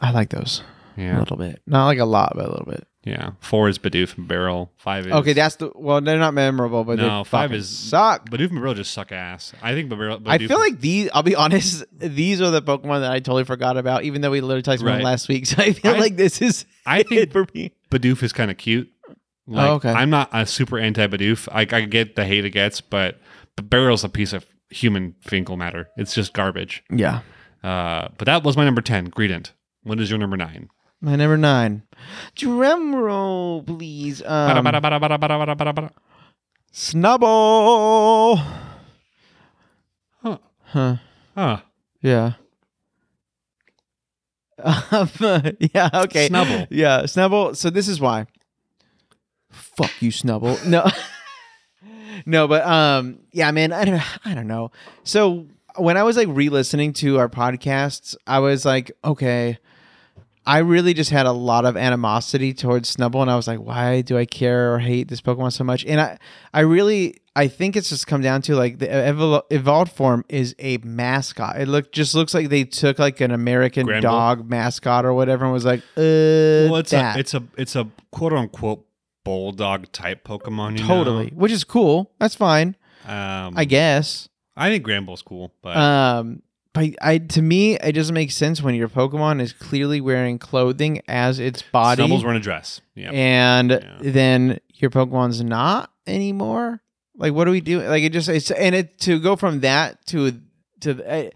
Speaker 2: I like those
Speaker 1: yeah,
Speaker 2: a little bit, not like a lot, but a little bit.
Speaker 1: Yeah, four is Bidoof and Barrel. Five is
Speaker 2: Okay, that's the well. They're not memorable, but
Speaker 1: no
Speaker 2: they
Speaker 1: five
Speaker 2: fucking
Speaker 1: is
Speaker 2: suck.
Speaker 1: Bidoof and Barrel just suck ass. I think Barrel.
Speaker 2: I feel like these. I'll be honest. These are the Pokemon that I totally forgot about, even though we literally talked about
Speaker 1: Right.
Speaker 2: them last week. So I feel
Speaker 1: I-
Speaker 2: like this is
Speaker 1: I
Speaker 2: it
Speaker 1: think
Speaker 2: for me.
Speaker 1: Bidoof is kind of cute. Like,
Speaker 2: Oh, okay.
Speaker 1: I'm not a super anti Bidoof. I, I get the hate it gets, but but Barrel's a piece of human finkel matter. It's just garbage.
Speaker 2: Yeah.
Speaker 1: Uh, but that was my number ten. Greedent. What is your number nine?
Speaker 2: My number nine. Drum roll, please.
Speaker 1: Bada,
Speaker 2: Um,
Speaker 1: bada, bada, bada, bada, bada, bada.
Speaker 2: Snubble.
Speaker 1: Huh.
Speaker 2: Huh.
Speaker 1: Huh.
Speaker 2: Yeah. Um, yeah. Okay.
Speaker 1: Snubble.
Speaker 2: Yeah, Snubble. So this is why. Fuck you, Snubble. No, no, but um, yeah, man. I don't. I don't know. So when I was like re-listening to our podcasts, I was like, okay, I really just had a lot of animosity towards Snubble, and I was like, why do I care or hate this Pokemon so much? And I, I really, I think it's just come down to like the evol- evolved form is a mascot. It look just looks like they took like an American
Speaker 1: Granville?
Speaker 2: dog mascot or whatever, and was like, uh,
Speaker 1: Well, it's
Speaker 2: that.
Speaker 1: a it's a it's a quote unquote bulldog type Pokemon. You
Speaker 2: totally, which is cool. That's fine,
Speaker 1: Know? Um,
Speaker 2: I guess.
Speaker 1: I think Granbull's cool, but
Speaker 2: Um, but I, to me, it doesn't make sense when your Pokemon is clearly wearing clothing as its body.
Speaker 1: Snubble's wearing a dress. Yeah.
Speaker 2: and
Speaker 1: Yeah.
Speaker 2: then your Pokemon's not anymore. Like, what do we do? Like, it just it's and it to go from that to to uh,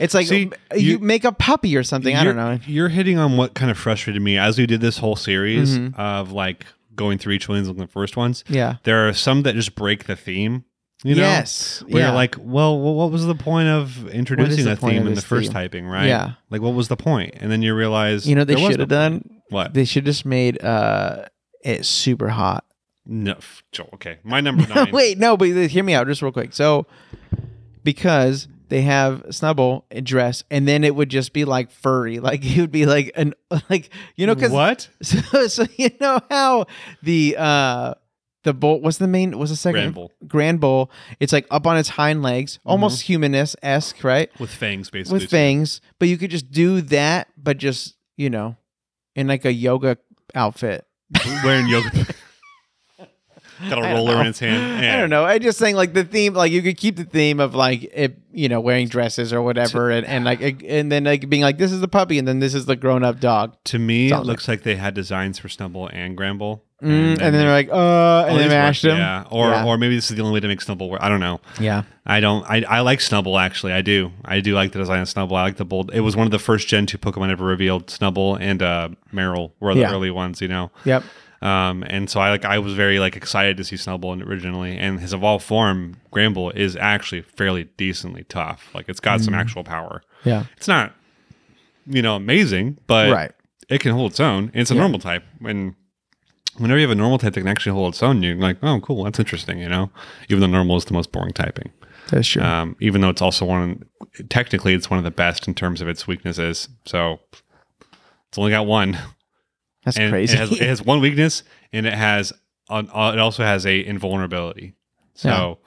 Speaker 2: it's like
Speaker 1: See,
Speaker 2: um, you,
Speaker 1: you-
Speaker 2: make a puppy or something. I
Speaker 1: you're,
Speaker 2: don't know.
Speaker 1: You're hitting on what kind of frustrated me as we did this whole series
Speaker 2: Mhm.
Speaker 1: of like going through each one and the first ones.
Speaker 2: Yeah.
Speaker 1: There are some that just break the theme. You know,
Speaker 2: yes.
Speaker 1: where
Speaker 2: yeah.
Speaker 1: you're like, well, wh- what was the point of introducing
Speaker 2: the
Speaker 1: that
Speaker 2: point
Speaker 1: theme
Speaker 2: of
Speaker 1: in the
Speaker 2: this
Speaker 1: first
Speaker 2: theme?
Speaker 1: typing, right?
Speaker 2: Yeah.
Speaker 1: Like, what was the point? And then you realize,
Speaker 2: you know, they
Speaker 1: there was
Speaker 2: should have
Speaker 1: no point.
Speaker 2: done.
Speaker 1: what?
Speaker 2: They should just made uh it super hot.
Speaker 1: No, f- Joel, okay. My number nine.
Speaker 2: Wait, no, but uh, hear me out just real quick. So, because they have Snubble and dress, and then it would just be like furry, like it would be like an like you know because
Speaker 1: what?
Speaker 2: So, so you know how the uh the bull what's the main what's the second
Speaker 1: Granville
Speaker 2: grand bull? It's like up on its hind legs,
Speaker 1: Mm-hmm.
Speaker 2: almost humanist esque, right?
Speaker 1: with fangs, basically.
Speaker 2: With fangs, but you could just do that, but just you know, in like a yoga outfit.
Speaker 1: wearing yoga. Got
Speaker 2: I
Speaker 1: a
Speaker 2: don't
Speaker 1: roller in
Speaker 2: know.
Speaker 1: its hand.
Speaker 2: I
Speaker 1: Yeah.
Speaker 2: don't know. I just think like the theme, like you could keep the theme of like it, you know, wearing dresses or whatever, and, and like it- and then like being like this is the puppy, and then this is the grown up dog,
Speaker 1: To me, it
Speaker 2: Sounds
Speaker 1: looks like they had designs for Snubble and Gramble.
Speaker 2: mm, and, then they're like uh, and
Speaker 1: Oh,
Speaker 2: then
Speaker 1: these
Speaker 2: mashed
Speaker 1: work,
Speaker 2: him.
Speaker 1: Yeah. Or
Speaker 2: Yeah.
Speaker 1: or maybe this is the only way to make Snubble work. I don't know.
Speaker 2: yeah.
Speaker 1: I don't. I, I like Snubble actually. I do. I do like the design of Snubble. I like the bold. It was one of the first Gen two Pokemon ever revealed. Snubble and uh, Meryl were the
Speaker 2: Yeah.
Speaker 1: early ones. You know.
Speaker 2: Yep.
Speaker 1: Um, and so I like I was very like excited to see Snubble in- originally, and his evolved form Gramble is actually fairly decently tough. Like it's got some
Speaker 2: Mm.
Speaker 1: actual power.
Speaker 2: Yeah.
Speaker 1: It's not, you know, amazing, but
Speaker 2: Right.
Speaker 1: it can hold its own. And it's a normal type. And whenever you have a normal type that can actually hold its own, you're like, oh, cool, that's interesting. You know, even though normal is the most boring typing.
Speaker 2: That's true.
Speaker 1: Um, even though it's also one, technically, it's one of the best in terms of its weaknesses. So it's only got one.
Speaker 2: That's
Speaker 1: and
Speaker 2: crazy.
Speaker 1: It has, it has one weakness, and it has an, uh, it also has a invulnerability. So,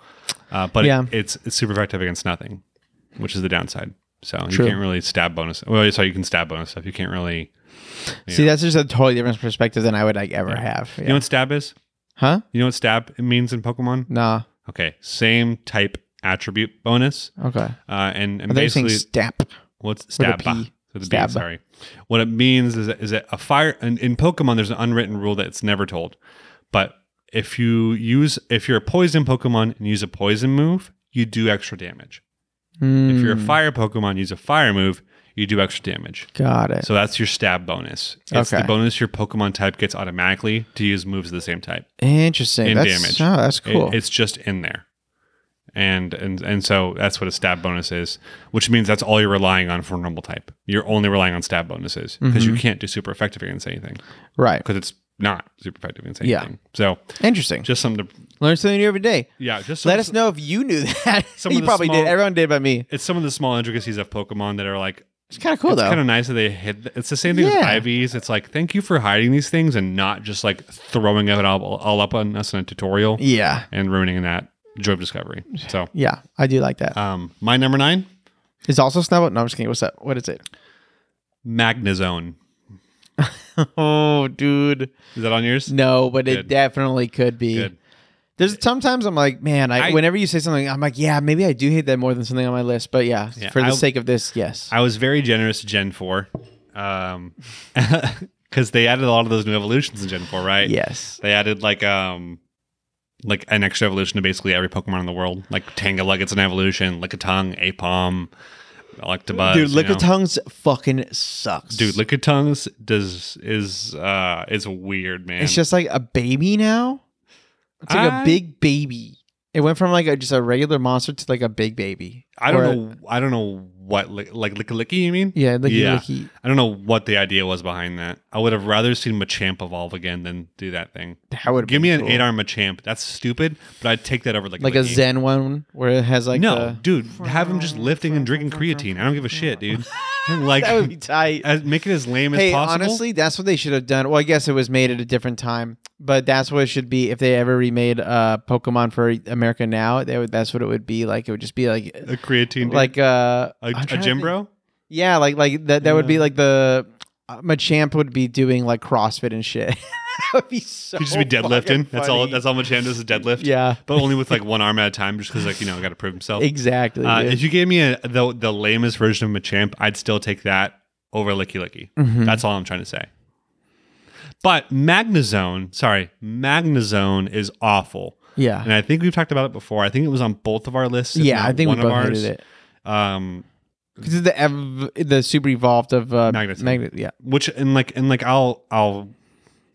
Speaker 1: uh, but it-
Speaker 2: Yeah.
Speaker 1: it's it's super effective against nothing, which is the downside. So
Speaker 2: True.
Speaker 1: you can't really stab bonus. Well, sorry, you can stab bonus stuff. You can't really.
Speaker 2: See, that's just a totally different perspective than I would like ever have.
Speaker 1: You know
Speaker 2: Yeah.
Speaker 1: what stab is?
Speaker 2: huh?
Speaker 1: You know what stab means in Pokemon?
Speaker 2: Nah.
Speaker 1: Okay, same type attribute bonus,
Speaker 2: Okay.
Speaker 1: uh, and and
Speaker 2: Are they saying
Speaker 1: basically
Speaker 2: step?
Speaker 1: What's
Speaker 2: With a
Speaker 1: stab?
Speaker 2: P.
Speaker 1: With a B,
Speaker 2: Stab.
Speaker 1: sorry. What it means is that, is that a fire in, in Pokemon there's an unwritten rule that it's never told. But if you use if you're a poison Pokemon and use a poison move, you do extra damage. If you're a
Speaker 2: Hmm.
Speaker 1: fire Pokemon, use a fire move, you do extra damage.
Speaker 2: Got it.
Speaker 1: So that's your stab bonus. It's
Speaker 2: Okay.
Speaker 1: the bonus your Pokemon type gets automatically to use moves of the same type.
Speaker 2: Interesting.
Speaker 1: And
Speaker 2: That's,
Speaker 1: damage.
Speaker 2: Oh, that's
Speaker 1: It-
Speaker 2: cool.
Speaker 1: it's just in there. And and and so that's what a stab bonus is, which means that's all you're relying on for a normal type. You're only relying on stab bonuses because
Speaker 2: Mm-hmm.
Speaker 1: you can't do super effective against anything
Speaker 2: right.
Speaker 1: because it's not super effective against
Speaker 2: Yeah.
Speaker 1: anything. So
Speaker 2: Interesting.
Speaker 1: just something to
Speaker 2: Learn something new every day.
Speaker 1: yeah, just some,
Speaker 2: Let us know if you knew that.
Speaker 1: Some of
Speaker 2: you
Speaker 1: the
Speaker 2: probably did.
Speaker 1: small-
Speaker 2: Everyone did but me.
Speaker 1: It's some of the small intricacies of Pokemon that are like
Speaker 2: It's kind of cool
Speaker 1: it's
Speaker 2: though.
Speaker 1: kind of nice that they hid. th- It's the same thing
Speaker 2: Yeah.
Speaker 1: with IVs. It's like thank you for hiding these things and not just like throwing it all, all up on us in a tutorial
Speaker 2: yeah.
Speaker 1: and ruining that joy of discovery. So
Speaker 2: Yeah. I do like that.
Speaker 1: um, my number nine.
Speaker 2: It's also Snubble. No, I'm just kidding. What's up? What is it?
Speaker 1: Magnezone.
Speaker 2: oh, dude.
Speaker 1: Is that on yours?
Speaker 2: No, but it
Speaker 1: Good.
Speaker 2: definitely could be.
Speaker 1: Good.
Speaker 2: There's sometimes I'm like, man, I,
Speaker 1: I-
Speaker 2: whenever you say something, I'm like, yeah, maybe I do hate that more than something on my list. But yeah,
Speaker 1: Yeah,
Speaker 2: for the
Speaker 1: I-
Speaker 2: sake of this, yes.
Speaker 1: I was very generous to Gen 4. Um, because they added a lot of those new evolutions in Gen 4, right?
Speaker 2: yes.
Speaker 1: They added like um like an extra evolution to basically every Pokemon in the world. Like Tangaluggets an evolution, Lickitung, Apom, Electabuzz.
Speaker 2: Dude,
Speaker 1: you know?
Speaker 2: Lickitungs fucking sucks.
Speaker 1: Dude, Lickitungs does is uh is weird, man.
Speaker 2: it's just like a baby now. It's like a
Speaker 1: I-
Speaker 2: big baby. It went from like a, just a regular monster to like a big baby.
Speaker 1: I don't
Speaker 2: Or-
Speaker 1: know I don't know what li- like Licky Licky you mean?
Speaker 2: Yeah, licky
Speaker 1: Yeah.
Speaker 2: licky.
Speaker 1: I don't know what the idea was behind that. I would have rather seen Machamp evolve again than do that thing.
Speaker 2: That would
Speaker 1: Give me an eight
Speaker 2: arm,
Speaker 1: arm Machamp. That's stupid, but I'd take that over like
Speaker 2: like a
Speaker 1: Licky.
Speaker 2: Zen one where it has like
Speaker 1: no,
Speaker 2: the-
Speaker 1: dude, have him just lifting and drinking creatine. I don't give a shit, dude. like,
Speaker 2: that would be tight.
Speaker 1: as, make it as lame
Speaker 2: Hey,
Speaker 1: as possible.
Speaker 2: honestly, that's what they should have done. Well, I guess it was made at a different time, but that's what it should be. If they ever remade uh, Pokemon for America now, they would, that's what it would be like. It would just be like,
Speaker 1: a creatine, dude.
Speaker 2: like uh,
Speaker 1: a,
Speaker 2: I'm
Speaker 1: a
Speaker 2: trying to
Speaker 1: gym
Speaker 2: think.
Speaker 1: bro.
Speaker 2: Yeah, like like that. That would be
Speaker 1: Yeah.
Speaker 2: like the uh, Machamp would be doing like CrossFit and shit. that would be so.
Speaker 1: He'd just be
Speaker 2: fucking
Speaker 1: deadlifting. That's all.
Speaker 2: funny.
Speaker 1: That's all Machamp does is deadlift.
Speaker 2: Yeah,
Speaker 1: but only with like one arm at a time, just because like you know, got to prove himself.
Speaker 2: exactly.
Speaker 1: Uh,
Speaker 2: dude.
Speaker 1: if you gave me a, the the lamest version of Machamp, I'd still take that over Licky Licky.
Speaker 2: Mhm.
Speaker 1: That's all I'm trying to say. But Magnazone, sorry, Magnazone is awful,
Speaker 2: yeah,
Speaker 1: and I think we've talked about it before. I think it was on both of our lists. if
Speaker 2: yeah.
Speaker 1: not
Speaker 2: I think we
Speaker 1: one
Speaker 2: both
Speaker 1: of ours.
Speaker 2: hated it
Speaker 1: Um,
Speaker 2: because it's the ev- the super evolved of uh,
Speaker 1: Magneton.
Speaker 2: Magnet. Yeah,
Speaker 1: which and like and like I'll I'll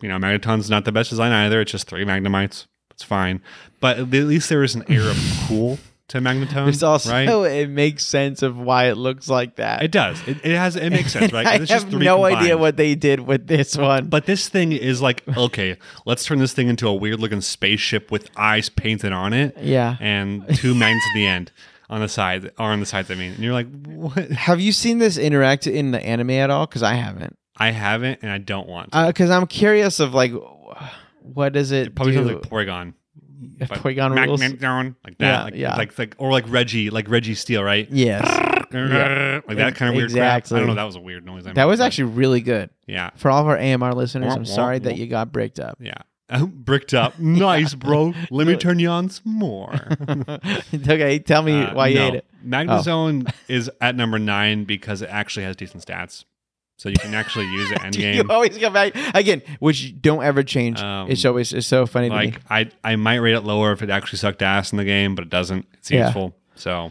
Speaker 1: you know Magneton's not the best design either. It's just three Magnemites. It's fine, but at least there is an air of cool to Magneton.
Speaker 2: There's also
Speaker 1: right.
Speaker 2: it makes sense of why it looks like that.
Speaker 1: It does. It, it has. It makes sense, right? 'Cause
Speaker 2: I have
Speaker 1: it's just three
Speaker 2: no idea
Speaker 1: combined.
Speaker 2: what they did with this one.
Speaker 1: But this thing is like okay. Let's turn this thing into a weird looking spaceship with eyes painted on it,
Speaker 2: yeah.
Speaker 1: and two magnets at the end on the side or on the sides. I mean, and you're like, what?
Speaker 2: Have you seen this interact in the anime at all? Because I haven't.
Speaker 1: I haven't, and I don't want. To.
Speaker 2: Because I'm curious of like, what does it,
Speaker 1: Probably
Speaker 2: do?
Speaker 1: sounds like Porygon.
Speaker 2: If
Speaker 1: but
Speaker 2: Porygon rules.
Speaker 1: Magneton, like that,
Speaker 2: Yeah,
Speaker 1: like,
Speaker 2: yeah.
Speaker 1: like like or like Reggie, like Reggie Steel, right?
Speaker 2: yes,
Speaker 1: Like that kind of weird crap. I
Speaker 2: Exactly.
Speaker 1: don't know. That was a weird noise. I
Speaker 2: that
Speaker 1: made,
Speaker 2: was
Speaker 1: but
Speaker 2: actually really good
Speaker 1: yeah,
Speaker 2: for all of our AMR listeners.
Speaker 1: Wah,
Speaker 2: I'm
Speaker 1: wah,
Speaker 2: sorry that
Speaker 1: wah.
Speaker 2: you got bricked up.
Speaker 1: yeah. Bricked up, nice, bro. Let me turn you on some more.
Speaker 2: okay, tell me
Speaker 1: Uh,
Speaker 2: why you
Speaker 1: no.
Speaker 2: ate it. Oh.
Speaker 1: Magnezone is at number nine because it actually has decent stats. So you can actually use it end
Speaker 2: Do you
Speaker 1: game.
Speaker 2: always come back again? Which don't ever change.
Speaker 1: Um,
Speaker 2: it's always it's so funny to me.
Speaker 1: Like I, I might rate it lower if it actually sucked ass in the game, but it doesn't. It's
Speaker 2: Yeah.
Speaker 1: useful. So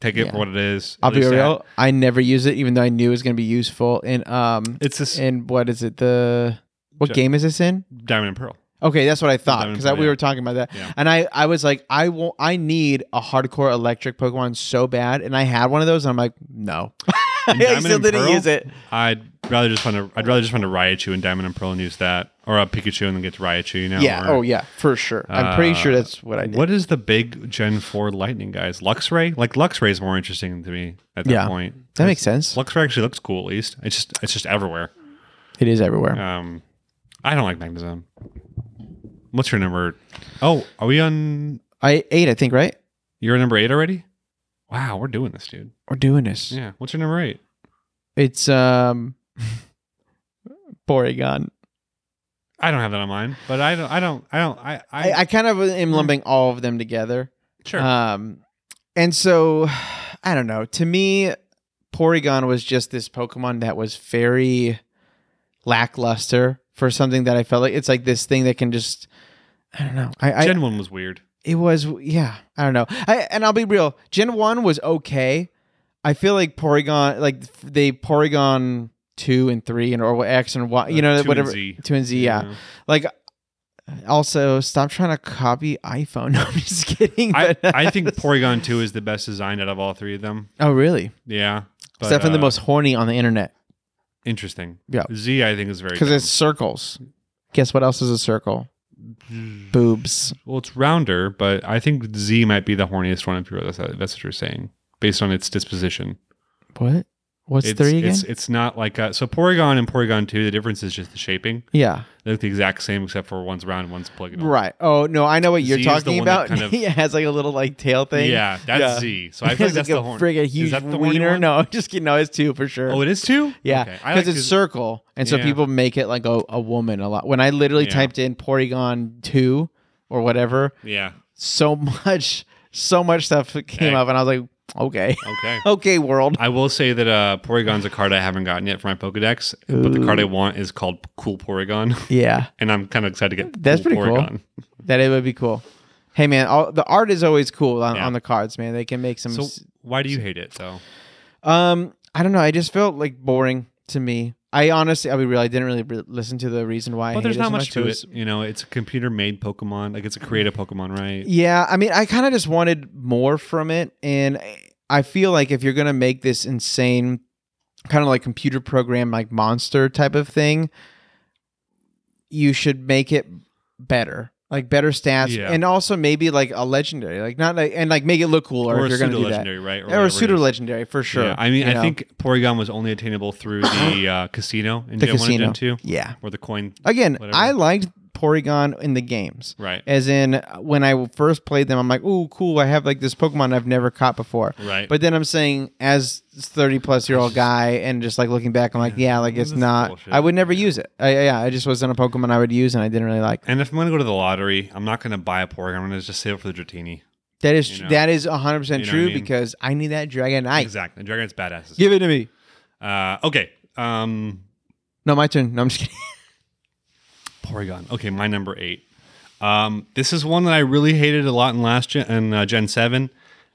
Speaker 1: take it
Speaker 2: Yeah.
Speaker 1: for what it is.
Speaker 2: I'll
Speaker 1: At
Speaker 2: be
Speaker 1: least
Speaker 2: real. I never use it, even though I knew it was going to be useful. In um,
Speaker 1: that- It's this
Speaker 2: in what is it? The what
Speaker 1: Ju-
Speaker 2: game is this in?
Speaker 1: diamond and pearl.
Speaker 2: Okay, that's what I thought because
Speaker 1: Diamond,
Speaker 2: we
Speaker 1: yeah.
Speaker 2: were talking about that,
Speaker 1: Yeah.
Speaker 2: and I I was like, I will I need a hardcore electric Pokemon so bad, and I had one of those, and I'm like, no, I
Speaker 1: Diamond
Speaker 2: still
Speaker 1: and
Speaker 2: didn't
Speaker 1: Pearl?
Speaker 2: use it.
Speaker 1: I'd rather just find a. I'd rather just find a Raichu in diamond and pearl and use that, or a Pikachu and then get to Raichu. You know.
Speaker 2: yeah.
Speaker 1: or-
Speaker 2: Oh yeah, for sure. I'm pretty sure
Speaker 1: Uh,
Speaker 2: that's what I did.
Speaker 1: What is the big Gen Four Lightning guys? Luxray. Like Luxray is more interesting to me at that
Speaker 2: Yeah.
Speaker 1: point.
Speaker 2: That makes sense.
Speaker 1: Luxray actually looks cool. At least it's just it's just everywhere.
Speaker 2: It is everywhere.
Speaker 1: Um, I don't like Magnezone. What's your number? Oh, are we on?
Speaker 2: I eight, I think, right?
Speaker 1: You're number eight already. Wow, we're doing this, dude.
Speaker 2: We're doing this.
Speaker 1: Yeah. What's your number eight?
Speaker 2: It's um, Porygon.
Speaker 1: I don't have that on mine, but I don't. I don't. I don't. I. I, Hmm.
Speaker 2: I, I kind of am lumping all of them together.
Speaker 1: sure.
Speaker 2: Um, and so I don't know. To me, Porygon was just this Pokemon that was very lackluster for something that I felt like it's like this thing that can just I don't know. I, I
Speaker 1: Gen one was weird.
Speaker 2: it was yeah. I don't know. I and I'll be real. Gen one was okay. I feel like Porygon like they Porygon two and three and or X and Y. You
Speaker 1: Uh,
Speaker 2: know
Speaker 1: two and
Speaker 2: whatever
Speaker 1: Z.
Speaker 2: two and Z. Yeah.
Speaker 1: You know?
Speaker 2: Like also stop trying to copy iPhone. No, I'm just kidding.
Speaker 1: I,
Speaker 2: but-
Speaker 1: I think Porygon two is the best designed out of all three of them.
Speaker 2: Oh, really?
Speaker 1: Yeah.
Speaker 2: it's definitely
Speaker 1: uh,
Speaker 2: the most horny on the internet
Speaker 1: interesting.
Speaker 2: Yeah.
Speaker 1: Z I think is very
Speaker 2: because
Speaker 1: dumb.
Speaker 2: it's circles. Guess what else is a circle? Boobs.
Speaker 1: Well, it's rounder, but I think Z might be the horniest one if you're that's, that's what you're saying, based on its disposition.
Speaker 2: What? What's
Speaker 1: It's,
Speaker 2: three again?
Speaker 1: it's it's not like uh so Porygon and Porygon two. The difference is just the shaping.
Speaker 2: yeah.
Speaker 1: They look the exact same except for one's round and one's polygonal.
Speaker 2: Right. Oh no, I know what you're
Speaker 1: Z is the
Speaker 2: talking
Speaker 1: one that
Speaker 2: about.
Speaker 1: kind of-
Speaker 2: he has like a little like tail thing.
Speaker 1: Yeah, that's
Speaker 2: Yeah.
Speaker 1: Z. So I feel like
Speaker 2: It's
Speaker 1: that's
Speaker 2: like
Speaker 1: the
Speaker 2: a
Speaker 1: horn.
Speaker 2: friggin' huge
Speaker 1: is that the horny
Speaker 2: wiener.
Speaker 1: one?
Speaker 2: No, just kidding. No, it's two for sure.
Speaker 1: Oh, it is two.
Speaker 2: yeah,
Speaker 1: Okay.
Speaker 2: because
Speaker 1: I like
Speaker 2: it's circle, and so
Speaker 1: Yeah.
Speaker 2: people make it like a, a woman a lot. When I literally
Speaker 1: Yeah.
Speaker 2: typed in Porygon two or whatever,
Speaker 1: Yeah.
Speaker 2: so much, so much stuff came
Speaker 1: Okay.
Speaker 2: up, and I was like, okay,
Speaker 1: Okay.
Speaker 2: okay, world.
Speaker 1: I will say that uh, Porygon's a card I haven't gotten yet for my Pokedex, but the card I want is called Cool Porygon,
Speaker 2: Yeah,
Speaker 1: and I'm kind of excited to get.
Speaker 2: That's
Speaker 1: cool
Speaker 2: pretty cool.
Speaker 1: Porygon.
Speaker 2: that it would be cool. Hey man, all, the art is always cool on,
Speaker 1: Yeah.
Speaker 2: on the cards, man. They can make some. s-
Speaker 1: So why do you hate it though?
Speaker 2: Um, I don't know. I just felt like boring to me. I honestly, I'll be real. I didn't really re- listen to the reason why. I
Speaker 1: But there's
Speaker 2: hate it
Speaker 1: not
Speaker 2: so
Speaker 1: much to
Speaker 2: but
Speaker 1: it. You know, it's a computer-made Pokemon. Like it's a creative Pokemon, right?
Speaker 2: Yeah, I mean, I kind of just wanted more from it, and I- I feel like if you're gonna make this insane, kind of like computer program, like monster type of thing, you should make it better, like better stats,
Speaker 1: Yeah.
Speaker 2: and also maybe like a legendary, like not like and like make it look cooler
Speaker 1: Or,
Speaker 2: if
Speaker 1: a
Speaker 2: you're gonna do that,
Speaker 1: pseudo-legendary, right?
Speaker 2: or,
Speaker 1: whatever it
Speaker 2: a
Speaker 1: is.
Speaker 2: pseudo legendary for sure.
Speaker 1: Yeah, I mean,
Speaker 2: you
Speaker 1: I
Speaker 2: know?
Speaker 1: think Porygon was only attainable through the uh, casino in
Speaker 2: The
Speaker 1: Gen One and Gen
Speaker 2: casino.
Speaker 1: Two,
Speaker 2: yeah.
Speaker 1: or the coin.
Speaker 2: Again,
Speaker 1: Whatever.
Speaker 2: I liked Porygon in the games.
Speaker 1: Right.
Speaker 2: As in, when I first played them, I'm like, "Ooh, cool! I have like this Pokemon I've never caught before."
Speaker 1: Right.
Speaker 2: But then I'm saying, as 30 plus year old guy, and just like looking back, I'm like, "Yeah, like it's
Speaker 1: This is
Speaker 2: not.
Speaker 1: bullshit.
Speaker 2: I would never use it. I, yeah, I just wasn't a Pokemon I would use, and I didn't really like.
Speaker 1: And if I'm gonna go to the lottery, I'm not gonna buy a Porygon. I'm gonna just save it for the Dratini.
Speaker 2: That is
Speaker 1: You know.
Speaker 2: that is 100 percent
Speaker 1: You know
Speaker 2: true
Speaker 1: what I mean?
Speaker 2: because I need that Dragonite.
Speaker 1: Exactly. And Dragonite's badass.
Speaker 2: Give it to me.
Speaker 1: Uh, okay. Um,
Speaker 2: No, my turn. No, I'm just kidding.
Speaker 1: Porygon. Okay, my number eight. Um, this is one that I really hated a lot in last gen, in uh, Gen Seven,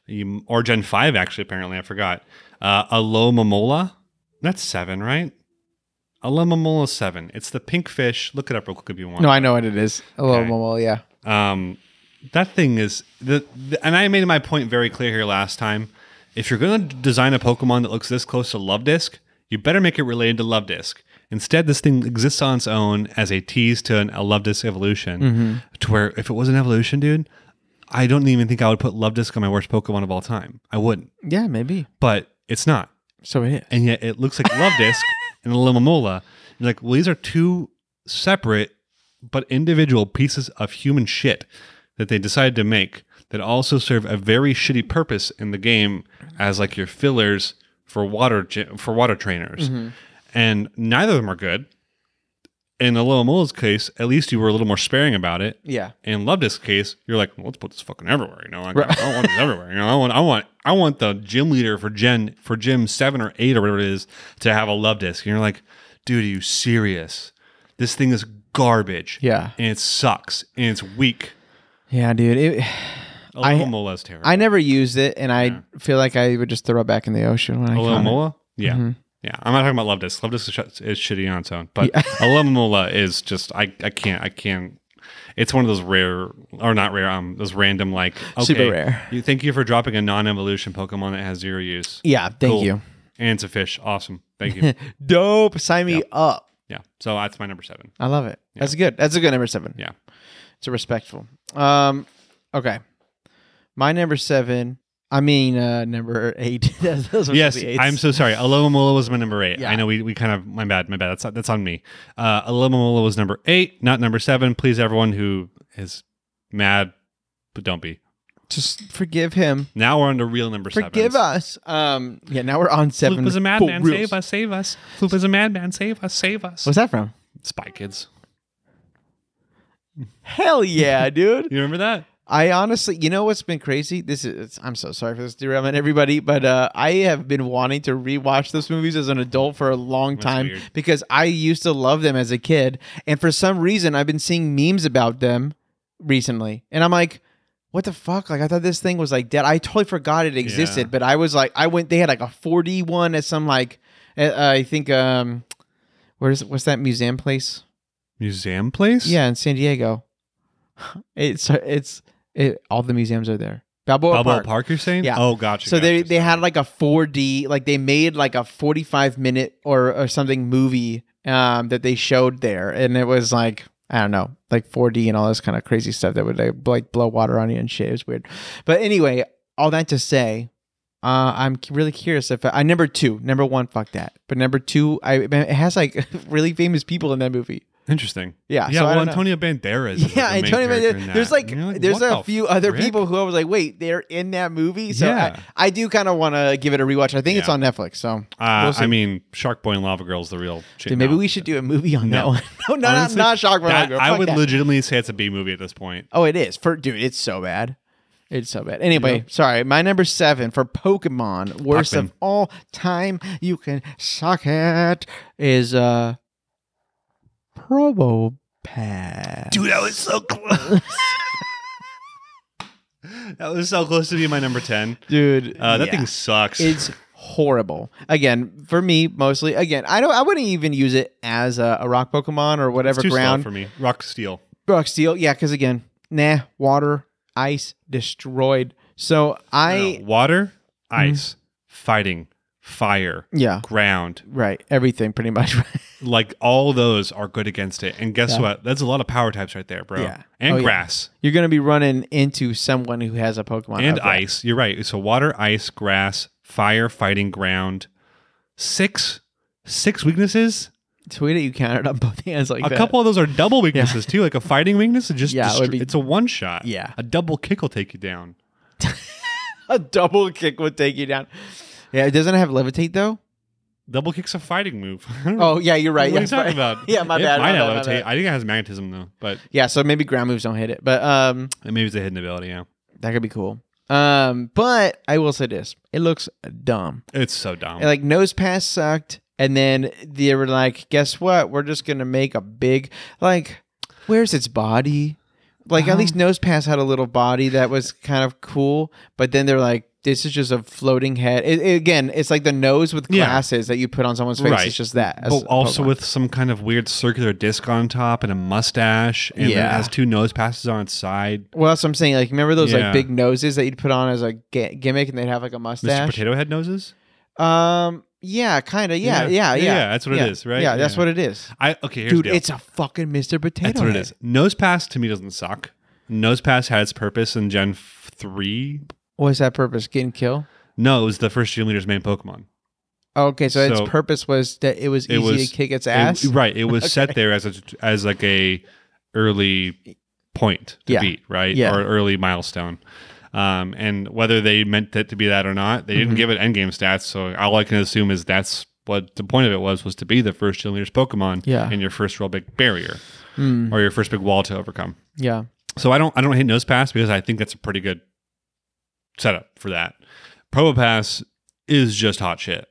Speaker 1: you, or Gen Five actually. Apparently, I forgot. Uh, Alomomola. That's seven, right? Alomomola seven. It's the pink fish. Look it up real quick if you want.
Speaker 2: no, I know what it is. A little
Speaker 1: Okay.
Speaker 2: Momo, yeah.
Speaker 1: Um, that thing is the, the- and I made my point very clear here last time. If you're going to design a Pokemon that looks this close to Love Disc, you better make it related to Love Disc. Instead, this thing exists on its own as a tease to an, a Love Disc evolution. To where, if it was an evolution, dude, I don't even think I would put Love Disc on my worst Pokemon of all time. I wouldn't,
Speaker 2: Yeah, maybe.
Speaker 1: but it's not,
Speaker 2: So it is.
Speaker 1: and yet it looks like Love Disc and Limamola. You're like, well, these are two separate but individual pieces of human shit that they decided to make that also serve a very shitty purpose in the game as like your fillers for water ge- for water trainers. And neither of them are good. In Alamola's case, at least you were a little more sparing about it.
Speaker 2: Yeah.
Speaker 1: In Love Disc's case, you're like, well, let's put this fucking everywhere. You know, like, I don't want this everywhere. You know, I want, I want, I want the gym leader for Gen for Gym Seven or Eight or whatever it is to have a Love Disc. And you're like, dude, are you serious? This thing is garbage.
Speaker 2: Yeah.
Speaker 1: and it sucks and it's weak.
Speaker 2: Yeah, dude. It, I-
Speaker 1: Alomola is terrible.
Speaker 2: I never used it, and I feel like I would just throw it back in the ocean when I caught it.
Speaker 1: Alomola, yeah.
Speaker 2: Mm-hmm.
Speaker 1: Yeah, I'm not talking about Love Disc. Love Disc is, sh- is shitty on its own, but
Speaker 2: Yeah.
Speaker 1: Alomola is just I, I can't I can't. It's one of those rare or not rare um those random like okay,
Speaker 2: Super rare.
Speaker 1: You thank you for dropping a non-evolution Pokemon that has zero use.
Speaker 2: Yeah, thank
Speaker 1: Cool.
Speaker 2: you.
Speaker 1: And it's a fish. Awesome. Thank you.
Speaker 2: Dope. Sign me up.
Speaker 1: yeah. So that's my number seven.
Speaker 2: I love it. That's good. That's a good number seven.
Speaker 1: Yeah.
Speaker 2: It's a respectful. Um, okay. My number seven. I mean, uh, number eight. Those- those are
Speaker 1: Yes,
Speaker 2: the eights.
Speaker 1: I'm so sorry. Alomomola was my number eight.
Speaker 2: Yeah.
Speaker 1: I know we, we kind of my bad, my bad. That's that's on me. Uh, Alomomola was number eight, not number seven. Please, everyone who is mad, but don't be.
Speaker 2: just forgive him.
Speaker 1: Now we're on to real number seven.
Speaker 2: Forgive us. Um, yeah. Now we're on seven.
Speaker 1: Floop is a madman.
Speaker 2: for reals.
Speaker 1: Save us. Save us. Floop is a madman. Save us. Save us.
Speaker 2: What's that from?
Speaker 1: Spy Kids.
Speaker 2: Hell yeah, dude.
Speaker 1: You remember that?
Speaker 2: I honestly, you know what's been crazy? This is, I'm so sorry for this derailment, everybody, but uh, I have been wanting to rewatch those movies as an adult for a long time
Speaker 1: weird.
Speaker 2: because I used to love them as a kid. And for some reason, I've been seeing memes about them recently. And I'm like, what the fuck? Like, I thought this thing was like dead. I totally forgot it existed,
Speaker 1: Yeah.
Speaker 2: but I was like, I went, they had like a 41 at some, like, uh, I think, um, where's, what's that museum place?
Speaker 1: Museum place.
Speaker 2: Yeah, in San Diego. It's it's it, all the museums are there. Balboa,
Speaker 1: Bubble Park.
Speaker 2: Park.
Speaker 1: You're saying?
Speaker 2: Yeah.
Speaker 1: Oh, gotcha.
Speaker 2: So they
Speaker 1: gotcha.
Speaker 2: they had like a 4D, like they made like a 45 minute or or something movie um that they showed there, and it was like I don't know, like 4D and all this kind of crazy stuff that would like, like blow water on you and shit. It was weird, but anyway, all that to say, Uh, I'm cu- really curious if I, I- number two, number one, fuck that, but number two, I it has like really famous people in that movie.
Speaker 1: Interesting.
Speaker 2: Yeah,
Speaker 1: Yeah.
Speaker 2: so I
Speaker 1: well,
Speaker 2: don't know.
Speaker 1: Antonio Banderas. Is
Speaker 2: Yeah,
Speaker 1: like the main
Speaker 2: Antonio.
Speaker 1: character
Speaker 2: Banderas-
Speaker 1: in
Speaker 2: There's
Speaker 1: that.
Speaker 2: like,
Speaker 1: And you're like,
Speaker 2: there's
Speaker 1: what
Speaker 2: a
Speaker 1: the
Speaker 2: few other
Speaker 1: frick?
Speaker 2: people who I was like, wait, they're in that movie. So
Speaker 1: Yeah.
Speaker 2: I, I do kind of want to give it a rewatch. I think it's
Speaker 1: Yeah.
Speaker 2: on Netflix. So
Speaker 1: Uh,
Speaker 2: we'll see.
Speaker 1: I mean, Shark Boy and Lava Girl is the real. Shit.
Speaker 2: Dude, maybe we should do a movie on that
Speaker 1: No.
Speaker 2: one. no, no, not
Speaker 1: Honestly,
Speaker 2: not Shock
Speaker 1: that-
Speaker 2: Girl.
Speaker 1: I
Speaker 2: Fuck
Speaker 1: would
Speaker 2: that.
Speaker 1: legitimately say it's a B movie at this point.
Speaker 2: Oh, it is for dude. It's so bad. It's so bad. Anyway, sorry. My number seven for Pokemon, worst of
Speaker 1: Puckman.
Speaker 2: all time. You can suck it. Is uh, Probopass.
Speaker 1: Dude, that was so close. that was so close to be my number ten.
Speaker 2: dude,
Speaker 1: Uh, that
Speaker 2: yeah.
Speaker 1: thing sucks.
Speaker 2: It's horrible. Again, for me mostly. Again, I don't. I wouldn't even use it as a, a rock Pokemon or
Speaker 1: It's
Speaker 2: whatever
Speaker 1: too
Speaker 2: ground.
Speaker 1: slow for me. Rock steel.
Speaker 2: Rock steel, yeah, because again, nah, water, ice, destroyed. So I, Mm-hmm.
Speaker 1: No, water, ice, fighting, fire,
Speaker 2: yeah,
Speaker 1: ground.
Speaker 2: right, everything pretty much.
Speaker 1: Like all those are good against it. And guess
Speaker 2: Yeah.
Speaker 1: what? That's a lot of power types right there, bro.
Speaker 2: Yeah.
Speaker 1: And
Speaker 2: Oh, yeah.
Speaker 1: grass
Speaker 2: You're gonna be running into someone who has a Pokemon
Speaker 1: and
Speaker 2: of that.
Speaker 1: ice. You're right. So water, ice, grass, fire, fighting, ground. Six, six weaknesses.
Speaker 2: Tweet it. You counted on both hands like
Speaker 1: a
Speaker 2: that.
Speaker 1: couple of those are double weaknesses too. Like a fighting weakness, it just
Speaker 2: Yeah, it would
Speaker 1: destro-
Speaker 2: be-
Speaker 1: it's a one shot.
Speaker 2: Yeah.
Speaker 1: a double kick will take you down.
Speaker 2: a double kick would take you down. Yeah, it doesn't have levitate though.
Speaker 1: Double kick's a fighting move. I don't know
Speaker 2: Oh yeah, you're right.
Speaker 1: What are you
Speaker 2: yes,
Speaker 1: talking
Speaker 2: right.
Speaker 1: about?
Speaker 2: Yeah, my
Speaker 1: It
Speaker 2: bad,
Speaker 1: might
Speaker 2: my bad,
Speaker 1: have
Speaker 2: my
Speaker 1: levita-
Speaker 2: bad.
Speaker 1: I think it has magnetism though, but
Speaker 2: Yeah, so maybe ground moves don't hit it, but um,
Speaker 1: maybe it's a hidden ability. Yeah,
Speaker 2: that could be cool. Um, but I will say this: it looks dumb.
Speaker 1: it's so dumb.
Speaker 2: And, like nose pass sucked and then they were like guess what we're just gonna make a big like where's its body like at
Speaker 1: Um,
Speaker 2: least nose pass had a little body that was kind of cool but then they're like this is just a floating head it, it- again it's like the nose with
Speaker 1: Yeah.
Speaker 2: glasses that you put on someone's face
Speaker 1: Right.
Speaker 2: it's just that as
Speaker 1: but
Speaker 2: a
Speaker 1: also
Speaker 2: Pokemon.
Speaker 1: with some kind of weird circular disc on top and a mustache, and then it
Speaker 2: Yeah.
Speaker 1: has two nose passes on its side.
Speaker 2: well that's what i'm saying like remember those
Speaker 1: Yeah.
Speaker 2: like big noses that you'd put on as a ga- gimmick and they'd have like a
Speaker 1: Mr.
Speaker 2: mustache
Speaker 1: Potato Head noses.
Speaker 2: um yeah kind of yeah yeah yeah
Speaker 1: that's what it is, right?
Speaker 2: yeah that's what it is
Speaker 1: I okay. Here's
Speaker 2: dude
Speaker 1: the deal.
Speaker 2: it's a fucking mr potato
Speaker 1: That's what
Speaker 2: Head.
Speaker 1: it is. Nose pass to me doesn't suck. Nose pass had its purpose in Gen f- three.
Speaker 2: What's that purpose? Getting kill?
Speaker 1: No, it was the first gym leader's main Pokemon.
Speaker 2: Okay, so,
Speaker 1: So-
Speaker 2: its purpose was that it was
Speaker 1: It
Speaker 2: easy
Speaker 1: was-
Speaker 2: to kick its ass.
Speaker 1: It- right. It was set there as a as like a early point to
Speaker 2: Yeah.
Speaker 1: beat, right?
Speaker 2: Yeah.
Speaker 1: Or early milestone. Um, and whether they meant it to be that or not, they didn't
Speaker 2: Mm-hmm.
Speaker 1: give it endgame stats. So all I can assume is that's what the point of it was was to be the first gym leader's Pokemon
Speaker 2: Yeah.
Speaker 1: and your first real big barrier
Speaker 2: Mm,
Speaker 1: or your first big wall to overcome.
Speaker 2: yeah.
Speaker 1: So I don't I don't hate nose pass because I think that's a pretty good setup for that. Probopass is just hot shit.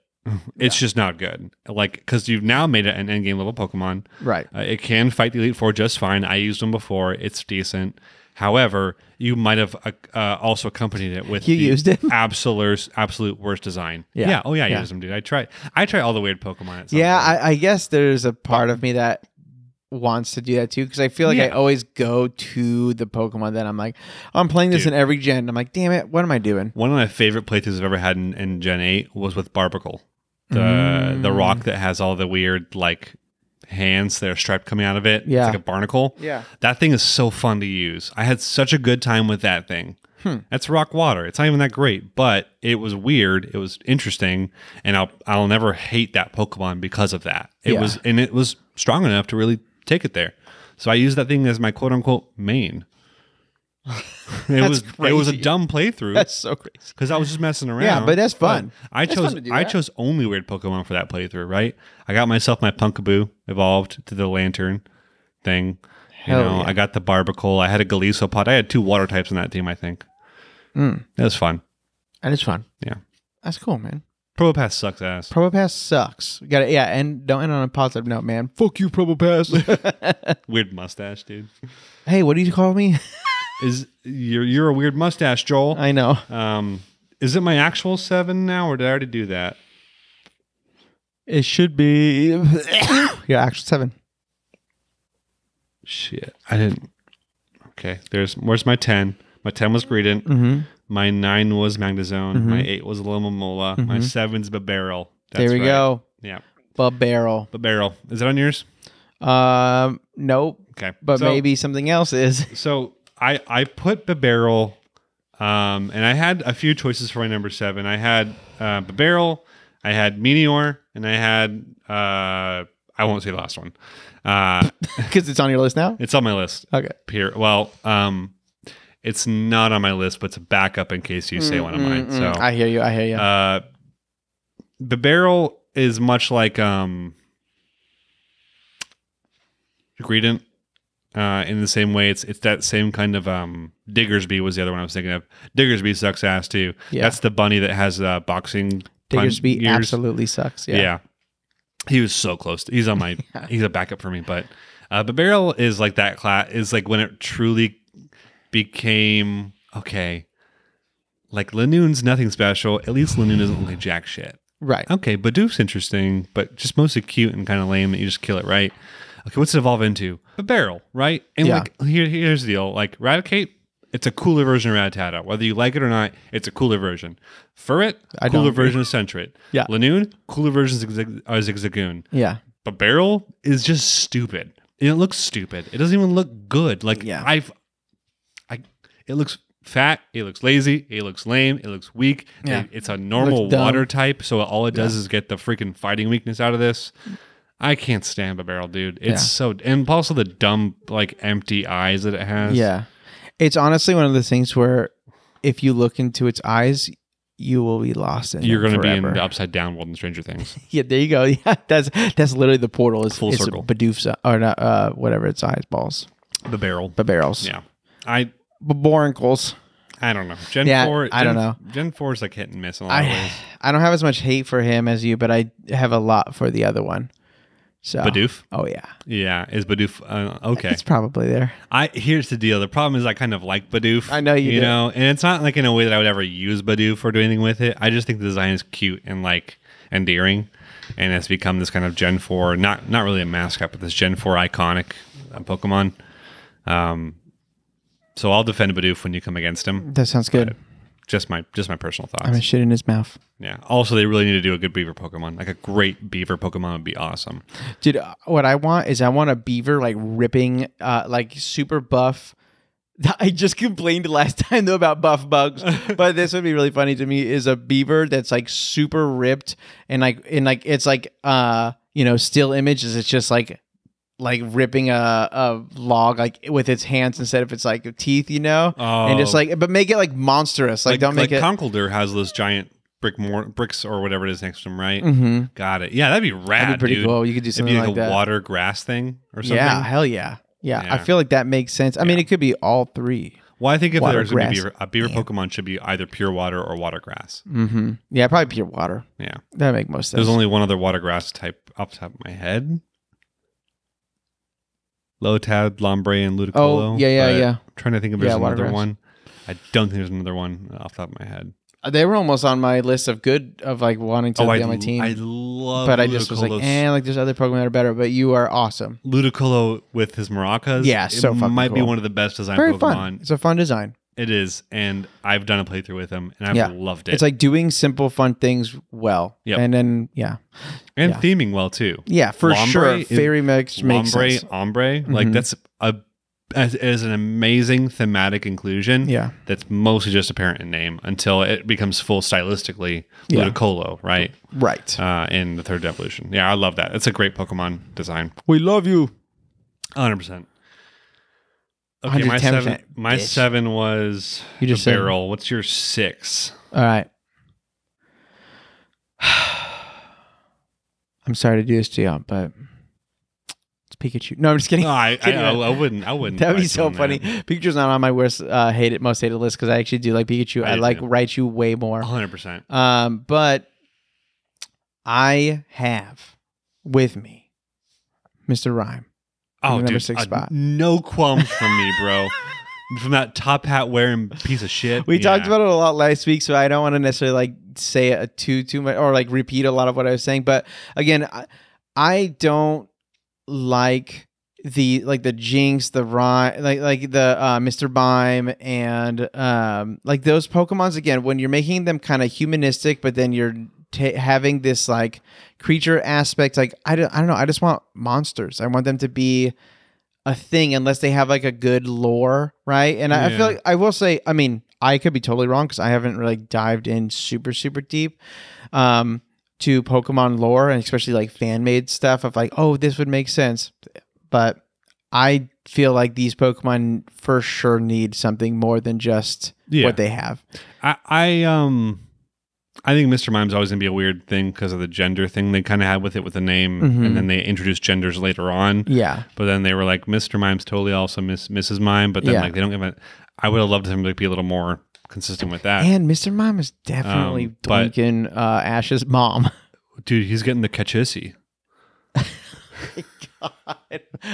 Speaker 1: It's just not good. Like because you've now made it an end game level Pokemon.
Speaker 2: Right.
Speaker 1: Uh, it can fight the Elite Four just fine. I used them before. It's decent. However, you might have uh, uh, also accompanied it with
Speaker 2: You
Speaker 1: the
Speaker 2: used it?
Speaker 1: absolute absolute worst design.
Speaker 2: Yeah.
Speaker 1: Oh yeah, I
Speaker 2: Yeah.
Speaker 1: used them, dude. I try. I try all the weird Pokemon. At some
Speaker 2: Yeah,
Speaker 1: point.
Speaker 2: I, I guess there's a part of me that wants to do that too because I feel like I
Speaker 1: Yeah.
Speaker 2: always go to the Pokemon that I'm like, I'm playing this
Speaker 1: Dude.
Speaker 2: in every gen. I'm like, damn it, what am I doing?
Speaker 1: One of my favorite playthroughs I've ever had in, in Gen 8 was with Barbacle, the the
Speaker 2: Mm.
Speaker 1: rock that has all the weird like hands that are striped coming out of it.
Speaker 2: Yeah.
Speaker 1: It's like a barnacle.
Speaker 2: Yeah.
Speaker 1: That thing is so fun to use. I had such a good time with that thing.
Speaker 2: Hmm.
Speaker 1: That's rock water. It's not even that great, but it was weird. It was interesting, and I'll I'll never hate that Pokemon because of that. It
Speaker 2: Yeah.
Speaker 1: was and it was strong enough to really take it there. So I used that thing as my quote unquote main. it
Speaker 2: That's
Speaker 1: was it was a
Speaker 2: crazy.
Speaker 1: dumb playthrough
Speaker 2: That's so crazy.
Speaker 1: because I was just messing around.
Speaker 2: Yeah, but that's fun.
Speaker 1: I
Speaker 2: That's
Speaker 1: chose
Speaker 2: fun to do
Speaker 1: I
Speaker 2: that.
Speaker 1: chose only weird Pokemon for that playthrough. Right, I got myself my Punkaboo evolved to the Lantern thing. You
Speaker 2: Hell
Speaker 1: know,
Speaker 2: yeah.
Speaker 1: I got the Barbacle. I had a Galiso pod. I had two water types in that team. I think
Speaker 2: Mm,
Speaker 1: that was fun.
Speaker 2: and it's fun.
Speaker 1: Yeah.
Speaker 2: That's cool, man.
Speaker 1: Probopass sucks ass.
Speaker 2: Probopass sucks. Got it. Yeah, and don't end on a positive note, man. Fuck you, Probopass.
Speaker 1: Weird mustache, dude.
Speaker 2: hey, what do you call me?
Speaker 1: Is you're you're a weird mustache, Joel?
Speaker 2: I know.
Speaker 1: Um, is it my actual seven now, or did I already do that?
Speaker 2: It should be yeah, actual seven.
Speaker 1: Shit, I didn't. Okay, there's where's my ten? My ten was Greedent.
Speaker 2: Mm-hmm.
Speaker 1: My nine was Magnezone.
Speaker 2: Mhm.
Speaker 1: My eight was Lomamola. My
Speaker 2: Mhm.
Speaker 1: seven's Babarrel.
Speaker 2: There we
Speaker 1: right.
Speaker 2: go.
Speaker 1: Yeah.
Speaker 2: Bub barrel.
Speaker 1: Babarrel. Is that on yours?
Speaker 2: Um, nope,
Speaker 1: Okay.
Speaker 2: but
Speaker 1: So-
Speaker 2: maybe something else is.
Speaker 1: So I I put Babarrel Um, and I had a few choices for my number seven. I had uh, Barrel, I had Meteor, and I had uh, I won't say the last one. Uh,
Speaker 2: because it's on your list now.
Speaker 1: it's on my list.
Speaker 2: Okay.
Speaker 1: Here, well, um, it's not on my list, but it's a backup in case you say one of mine. So
Speaker 2: Mm, I hear you. I hear you.
Speaker 1: uh, the barrel is much like um Greedent, uh, in the same way it's it's that same kind of um Diggersby was the other one I was thinking of. Diggersby sucks ass too.
Speaker 2: Yeah.
Speaker 1: That's the bunny that has uh boxing pun-
Speaker 2: Diggersby
Speaker 1: ears.
Speaker 2: absolutely sucks.
Speaker 1: Yeah.
Speaker 2: Yeah.
Speaker 1: He was so close. To, he's on my he's a backup for me, but uh but barrel is like that class is like when it truly became okay. Like Lanoon's nothing special. At least Lanoon doesn't look like jack shit.
Speaker 2: Right.
Speaker 1: Okay, Badoof's interesting, but just mostly cute and kind of lame that you just kill it, right? Okay, what's it evolve into? A barrel, right? And
Speaker 2: Yeah.
Speaker 1: like here here's the deal. Like Raticate, it's a cooler version of Rattata. Whether you like it or not, it's a cooler version. Furret,
Speaker 2: I don't
Speaker 1: cooler
Speaker 2: agree.
Speaker 1: version of Sentret.
Speaker 2: Yeah.
Speaker 1: Lanoon, cooler version of Zig- uh, Zigzagoon.
Speaker 2: Yeah.
Speaker 1: But Barrel is just stupid. And it looks stupid. It doesn't even look good. Like
Speaker 2: Yeah.
Speaker 1: I've I it looks fat, it looks lazy, it looks lame, it looks weak.
Speaker 2: Yeah.
Speaker 1: It- it's a normal
Speaker 2: Looks dumb.
Speaker 1: water type, so all it does is get the freaking fighting weakness out of this. I can't stand the barrel, dude. It's
Speaker 2: Yeah.
Speaker 1: so and also the dumb, like empty eyes that it has.
Speaker 2: Yeah. It's honestly one of those things where if you look into its eyes, you will be lost in
Speaker 1: You're
Speaker 2: them
Speaker 1: gonna be in
Speaker 2: forever.
Speaker 1: the upside down world in Stranger Things.
Speaker 2: Yeah, there you go. Yeah, that's that's literally the portal. Is
Speaker 1: Full
Speaker 2: is
Speaker 1: circle.
Speaker 2: Bidoof's or not uh, whatever its eyes balls,
Speaker 1: the barrel.
Speaker 2: but barrels,
Speaker 1: Yeah. I
Speaker 2: B- borincles.
Speaker 1: I don't know. Gen
Speaker 2: Yeah,
Speaker 1: four
Speaker 2: I don't
Speaker 1: Gen-
Speaker 2: know.
Speaker 1: Gen four is like hit and miss in a lot of
Speaker 2: I
Speaker 1: ways.
Speaker 2: I don't have as much hate for him as you, but I have a lot for the other one. So
Speaker 1: Badoof.
Speaker 2: Oh yeah,
Speaker 1: Yeah, is Badoof uh, okay?
Speaker 2: it's probably there.
Speaker 1: I here's the deal. The problem is I kind of like Badoof.
Speaker 2: I know you do.
Speaker 1: know, and it's not like in a way that I would ever use Badoof or do anything with it. I just think the design is cute and like endearing, and it's become this kind of Gen four not not really a mascot, but this Gen four iconic uh, Pokemon. Um, so I'll defend Badoof when you come against him.
Speaker 2: That sounds good.
Speaker 1: Just my just my personal thoughts.
Speaker 2: I'm gonna shit in his mouth,
Speaker 1: yeah. Also, they really need to do a good Beaver Pokemon. Like a great Beaver Pokemon would be awesome.
Speaker 2: dude. uh, What I want is I want a beaver like ripping, uh, like super buff. I just complained last time though about buff bugs, but this would be really funny to me is a beaver that's like super ripped and like and like it's like uh you know still images it's just like like ripping a, a log like with its hands instead of its like teeth you know and just
Speaker 1: Oh.
Speaker 2: like but make it like monstrous like, don't make it
Speaker 1: Conkeldurr has those giant brick mor- bricks or whatever it is next to him, right?
Speaker 2: hmm
Speaker 1: Got it. Yeah, that'd be rad.
Speaker 2: that'd be pretty
Speaker 1: dude.
Speaker 2: cool you could do
Speaker 1: It'd
Speaker 2: something
Speaker 1: be like,
Speaker 2: like,
Speaker 1: a
Speaker 2: that
Speaker 1: water grass thing or something.
Speaker 2: yeah hell yeah. yeah I
Speaker 1: Yeah.
Speaker 2: feel like that makes sense I mean it could be all three
Speaker 1: Well, I think if
Speaker 2: Water
Speaker 1: there's going to be
Speaker 2: grass.
Speaker 1: beaver, a beaver
Speaker 2: Yeah.
Speaker 1: Pokemon, should be either pure water or water grass.
Speaker 2: mm-hmm. yeah probably pure water
Speaker 1: Yeah.
Speaker 2: that make most sense
Speaker 1: There's only one other water grass type off the top of my head. Lotad, Lombre, and Ludicolo.
Speaker 2: oh yeah yeah
Speaker 1: but
Speaker 2: yeah.
Speaker 1: I'm trying to think if
Speaker 2: Yeah,
Speaker 1: there's
Speaker 2: water
Speaker 1: another
Speaker 2: grass.
Speaker 1: one. I don't think there's another one off the top of my head.
Speaker 2: They were almost on my list of good of like wanting to
Speaker 1: oh,
Speaker 2: be
Speaker 1: I,
Speaker 2: on my
Speaker 1: l-
Speaker 2: team,
Speaker 1: I love
Speaker 2: but I just was like,
Speaker 1: Ludicolo's-
Speaker 2: eh, like there's other Pokemon that are better. But you are awesome.
Speaker 1: Ludicolo with his maracas.
Speaker 2: Yeah,
Speaker 1: it
Speaker 2: so fucking
Speaker 1: might be
Speaker 2: cool.
Speaker 1: one of the best design
Speaker 2: Very
Speaker 1: Pokemon.
Speaker 2: fun. It's a fun design.
Speaker 1: It is, and I've done a playthrough with him, and I've
Speaker 2: Yeah.
Speaker 1: loved it.
Speaker 2: It's like doing simple, fun things well,
Speaker 1: Yep.
Speaker 2: and then yeah,
Speaker 1: and
Speaker 2: yeah.
Speaker 1: theming well too.
Speaker 2: yeah, for
Speaker 1: Lombre
Speaker 2: sure.
Speaker 1: is-
Speaker 2: Fairy mix makes
Speaker 1: Ombre,
Speaker 2: sense.
Speaker 1: ombre, like
Speaker 2: Mhm.
Speaker 1: that's a as, is an amazing thematic inclusion.
Speaker 2: Yeah,
Speaker 1: that's mostly just apparent in name until it becomes full stylistically
Speaker 2: Yeah.
Speaker 1: Ludicolo, right?
Speaker 2: right.
Speaker 1: Uh, in the third evolution. Yeah, I love that. It's a great Pokemon design.
Speaker 2: we love you.
Speaker 1: Hundred percent. Okay, my
Speaker 2: 110%,
Speaker 1: seven. My
Speaker 2: bitch.
Speaker 1: seven was
Speaker 2: You just
Speaker 1: the
Speaker 2: said-
Speaker 1: barrel. What's your six?
Speaker 2: All right. I'm sorry to do this to you, but it's Pikachu. No, I'm just kidding.
Speaker 1: No, I, I,
Speaker 2: Kidding,
Speaker 1: I,
Speaker 2: man.
Speaker 1: I wouldn't. I wouldn't.
Speaker 2: That'd be
Speaker 1: fight
Speaker 2: so
Speaker 1: doing
Speaker 2: funny. Pikachu's not on my worst uh, hated most hated list because I actually do like Pikachu.
Speaker 1: I
Speaker 2: I,
Speaker 1: do
Speaker 2: like
Speaker 1: too.
Speaker 2: Raichu way more.
Speaker 1: hundred percent.
Speaker 2: Um, but I have with me Mr. Rhyme.
Speaker 1: Oh,
Speaker 2: the number
Speaker 1: dude,
Speaker 2: six
Speaker 1: uh,
Speaker 2: spot.
Speaker 1: No qualms from me, bro. from that top hat wearing piece of shit.
Speaker 2: We
Speaker 1: Yeah.
Speaker 2: talked about it a lot last week, so I don't want to necessarily like say a too too much or like repeat a lot of what I was saying. But again, I, I don't like the like the jinx the rhyme like like the uh mr Bime and um like those pokemons again when you're making them kind of humanistic but then you're ta having this like creature aspect like I don't, I don't know i just want monsters i want them to be a thing unless they have like a good lore right and I, I
Speaker 1: Yeah.
Speaker 2: feel like i will say i mean I could be totally wrong because I haven't really dived in super super deep um, to Pokemon lore and especially like fan made stuff of like oh this would make sense, but I feel like these Pokemon for sure need something more than just
Speaker 1: Yeah.
Speaker 2: what they have.
Speaker 1: I, I um I think Mr. Mime's always gonna be a weird thing because of the gender thing they kind of had with it with the name,
Speaker 2: Mhm.
Speaker 1: and then they introduced genders later on.
Speaker 2: Yeah,
Speaker 1: But then they were like, Mr. Mime's totally also Miss Mrs. Mime, but then
Speaker 2: Yeah.
Speaker 1: like they don't give a. I would have loved them to be a little more consistent with that.
Speaker 2: and Mr. Mime is definitely
Speaker 1: Um, but-
Speaker 2: Lincoln uh, Ash's mom.
Speaker 1: Dude, he's getting the Kachisi.
Speaker 2: God,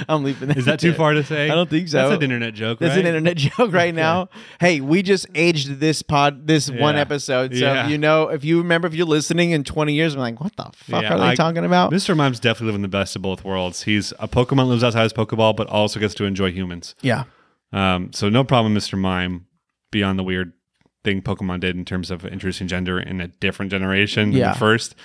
Speaker 2: I'm leaving. That
Speaker 1: Is that too
Speaker 2: there.
Speaker 1: far to say?
Speaker 2: I don't think so.
Speaker 1: That's an internet joke,
Speaker 2: That's
Speaker 1: right?
Speaker 2: an internet joke right now. Hey, we just aged this pod, this one
Speaker 1: Yeah.
Speaker 2: episode. So
Speaker 1: Yeah.
Speaker 2: you know, if you remember, if you're listening in 20 years, I'm like, what the fuck
Speaker 1: Yeah,
Speaker 2: are they
Speaker 1: I-
Speaker 2: talking about?
Speaker 1: Mr. Mime's definitely living the best of both worlds. He's a Pokemon lives outside his Pokeball, but also gets to enjoy humans.
Speaker 2: yeah,
Speaker 1: Um, so no problem, Mr. Mime, beyond the weird thing Pokemon did in terms of introducing gender in a different generation than
Speaker 2: Yeah.
Speaker 1: the first.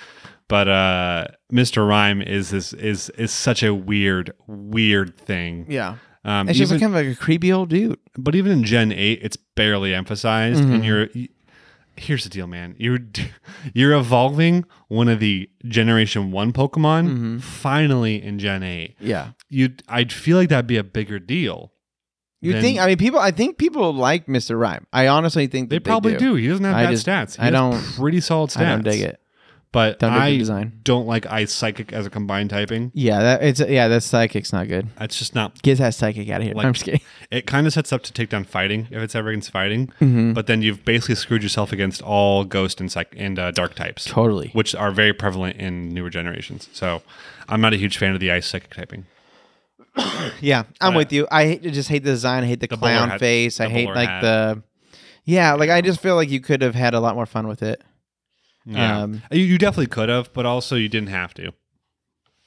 Speaker 1: But uh, Mr. Rhyme is this is is such a weird, weird thing.
Speaker 2: yeah.
Speaker 1: Um,
Speaker 2: It's just
Speaker 1: even-
Speaker 2: like kind of like a creepy old dude.
Speaker 1: but even in Gen Eight, it's barely emphasized.
Speaker 2: Mm-hmm.
Speaker 1: And you're y- here's the deal, man. You're you're evolving one of the Generation One Pokemon
Speaker 2: Mm-hmm.
Speaker 1: finally in Gen Eight.
Speaker 2: Yeah,
Speaker 1: You, I'd feel like that'd be a bigger deal.
Speaker 2: you
Speaker 1: Then-
Speaker 2: think? I mean, people. I think people like Mr. Rhyme. I honestly think
Speaker 1: They
Speaker 2: that
Speaker 1: probably
Speaker 2: do.
Speaker 1: do. He doesn't have
Speaker 2: I
Speaker 1: bad
Speaker 2: just-
Speaker 1: stats. He
Speaker 2: I
Speaker 1: has
Speaker 2: don't-
Speaker 1: Pretty solid stats.
Speaker 2: I don't dig it.
Speaker 1: But
Speaker 2: Don't dig the
Speaker 1: I
Speaker 2: design.
Speaker 1: don't like Ice Psychic as a combined typing.
Speaker 2: Yeah, that it's yeah. That psychic's not good.
Speaker 1: That's just not.
Speaker 2: Get that psychic out of here.
Speaker 1: Like-
Speaker 2: I'm just kidding.
Speaker 1: It kind of sets up to take down fighting if it's ever against fighting.
Speaker 2: Mm-hmm.
Speaker 1: But then you've basically screwed yourself against all ghost and psych and uh, dark types.
Speaker 2: Totally.
Speaker 1: which are very prevalent in newer generations. So I'm not a huge fan of the ice psychic typing.
Speaker 2: Yeah, I'm with you. I hate, I just hate the design. I hate the,
Speaker 1: bowler
Speaker 2: clown
Speaker 1: hat-
Speaker 2: face. I
Speaker 1: the
Speaker 2: hate
Speaker 1: bowler
Speaker 2: like
Speaker 1: hat.
Speaker 2: the. Yeah, like I just feel like you could have had a lot more fun with it.
Speaker 1: Yeah.
Speaker 2: Um,
Speaker 1: you, you definitely could have, but also you didn't have to.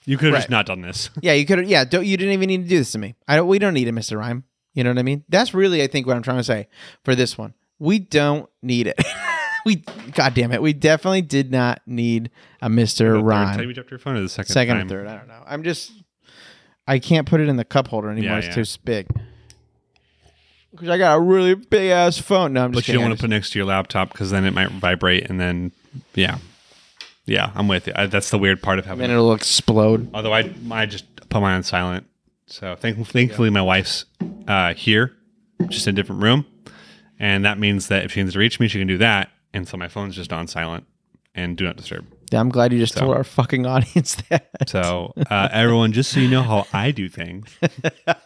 Speaker 1: You could have just
Speaker 2: Right.
Speaker 1: not done this.
Speaker 2: Yeah, you could. have Yeah, don't you didn't even need to do this to me. I don't. We don't need it, Mister Rhyme. You know what I mean? That's really, I think, what I'm trying to say for this one. We don't need it. we, God damn it, we definitely did not need a Mister
Speaker 1: The third time
Speaker 2: Rhyme.
Speaker 1: you dropped your phone or the second,
Speaker 2: Second
Speaker 1: time?
Speaker 2: or third, I don't know. I'm just, I can't put it in the cup holder anymore.
Speaker 1: Yeah,
Speaker 2: it's
Speaker 1: yeah.
Speaker 2: too big. Because I got a really big ass phone. No, I'm just
Speaker 1: But you don't
Speaker 2: kidding. I
Speaker 1: want to
Speaker 2: just-
Speaker 1: put it next to your laptop because then it might vibrate and then, yeah, yeah, I'm with you. I, that's the weird part of having.
Speaker 2: and it'll explode.
Speaker 1: Although I, I just put mine on silent. So thank, thankfully, my wife's uh, here, just in a different room, and that means that if she needs to reach me, she can do that. And so my phone's just on silent and do not disturb.
Speaker 2: Yeah, I'm glad you just told our fucking audience that.
Speaker 1: So uh, everyone, just so you know how I do things. uh,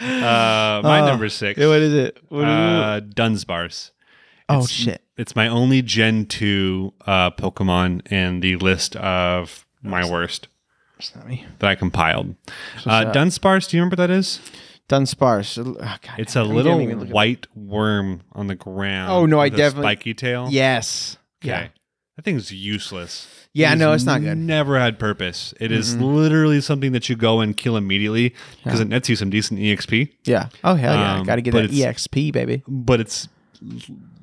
Speaker 1: my number six,
Speaker 2: Yeah, what is it? What is it?
Speaker 1: uh, Dunsparce.
Speaker 2: Oh shit!
Speaker 1: It's my only Gen two uh, Pokemon in the list of my worst
Speaker 2: It's not me.
Speaker 1: that I compiled. Uh, Dunsparce, do you remember what that is?
Speaker 2: Dunsparce. Oh, God,
Speaker 1: It's
Speaker 2: I
Speaker 1: a
Speaker 2: didn't
Speaker 1: little
Speaker 2: even look it up.
Speaker 1: white worm on the ground.
Speaker 2: Oh, no, I
Speaker 1: with a
Speaker 2: definitely-
Speaker 1: spiky tail.
Speaker 2: Yes.
Speaker 1: Okay.
Speaker 2: Yeah.
Speaker 1: That thing's useless.
Speaker 2: Yeah,
Speaker 1: It
Speaker 2: no,
Speaker 1: has
Speaker 2: it's not good.
Speaker 1: Never had purpose. It is literally something that you go and kill immediately because it nets you some decent E EXP,
Speaker 2: Yeah. Oh hell yeah!
Speaker 1: Um,
Speaker 2: Got to get
Speaker 1: but
Speaker 2: that
Speaker 1: it's-
Speaker 2: exp, baby.
Speaker 1: but it's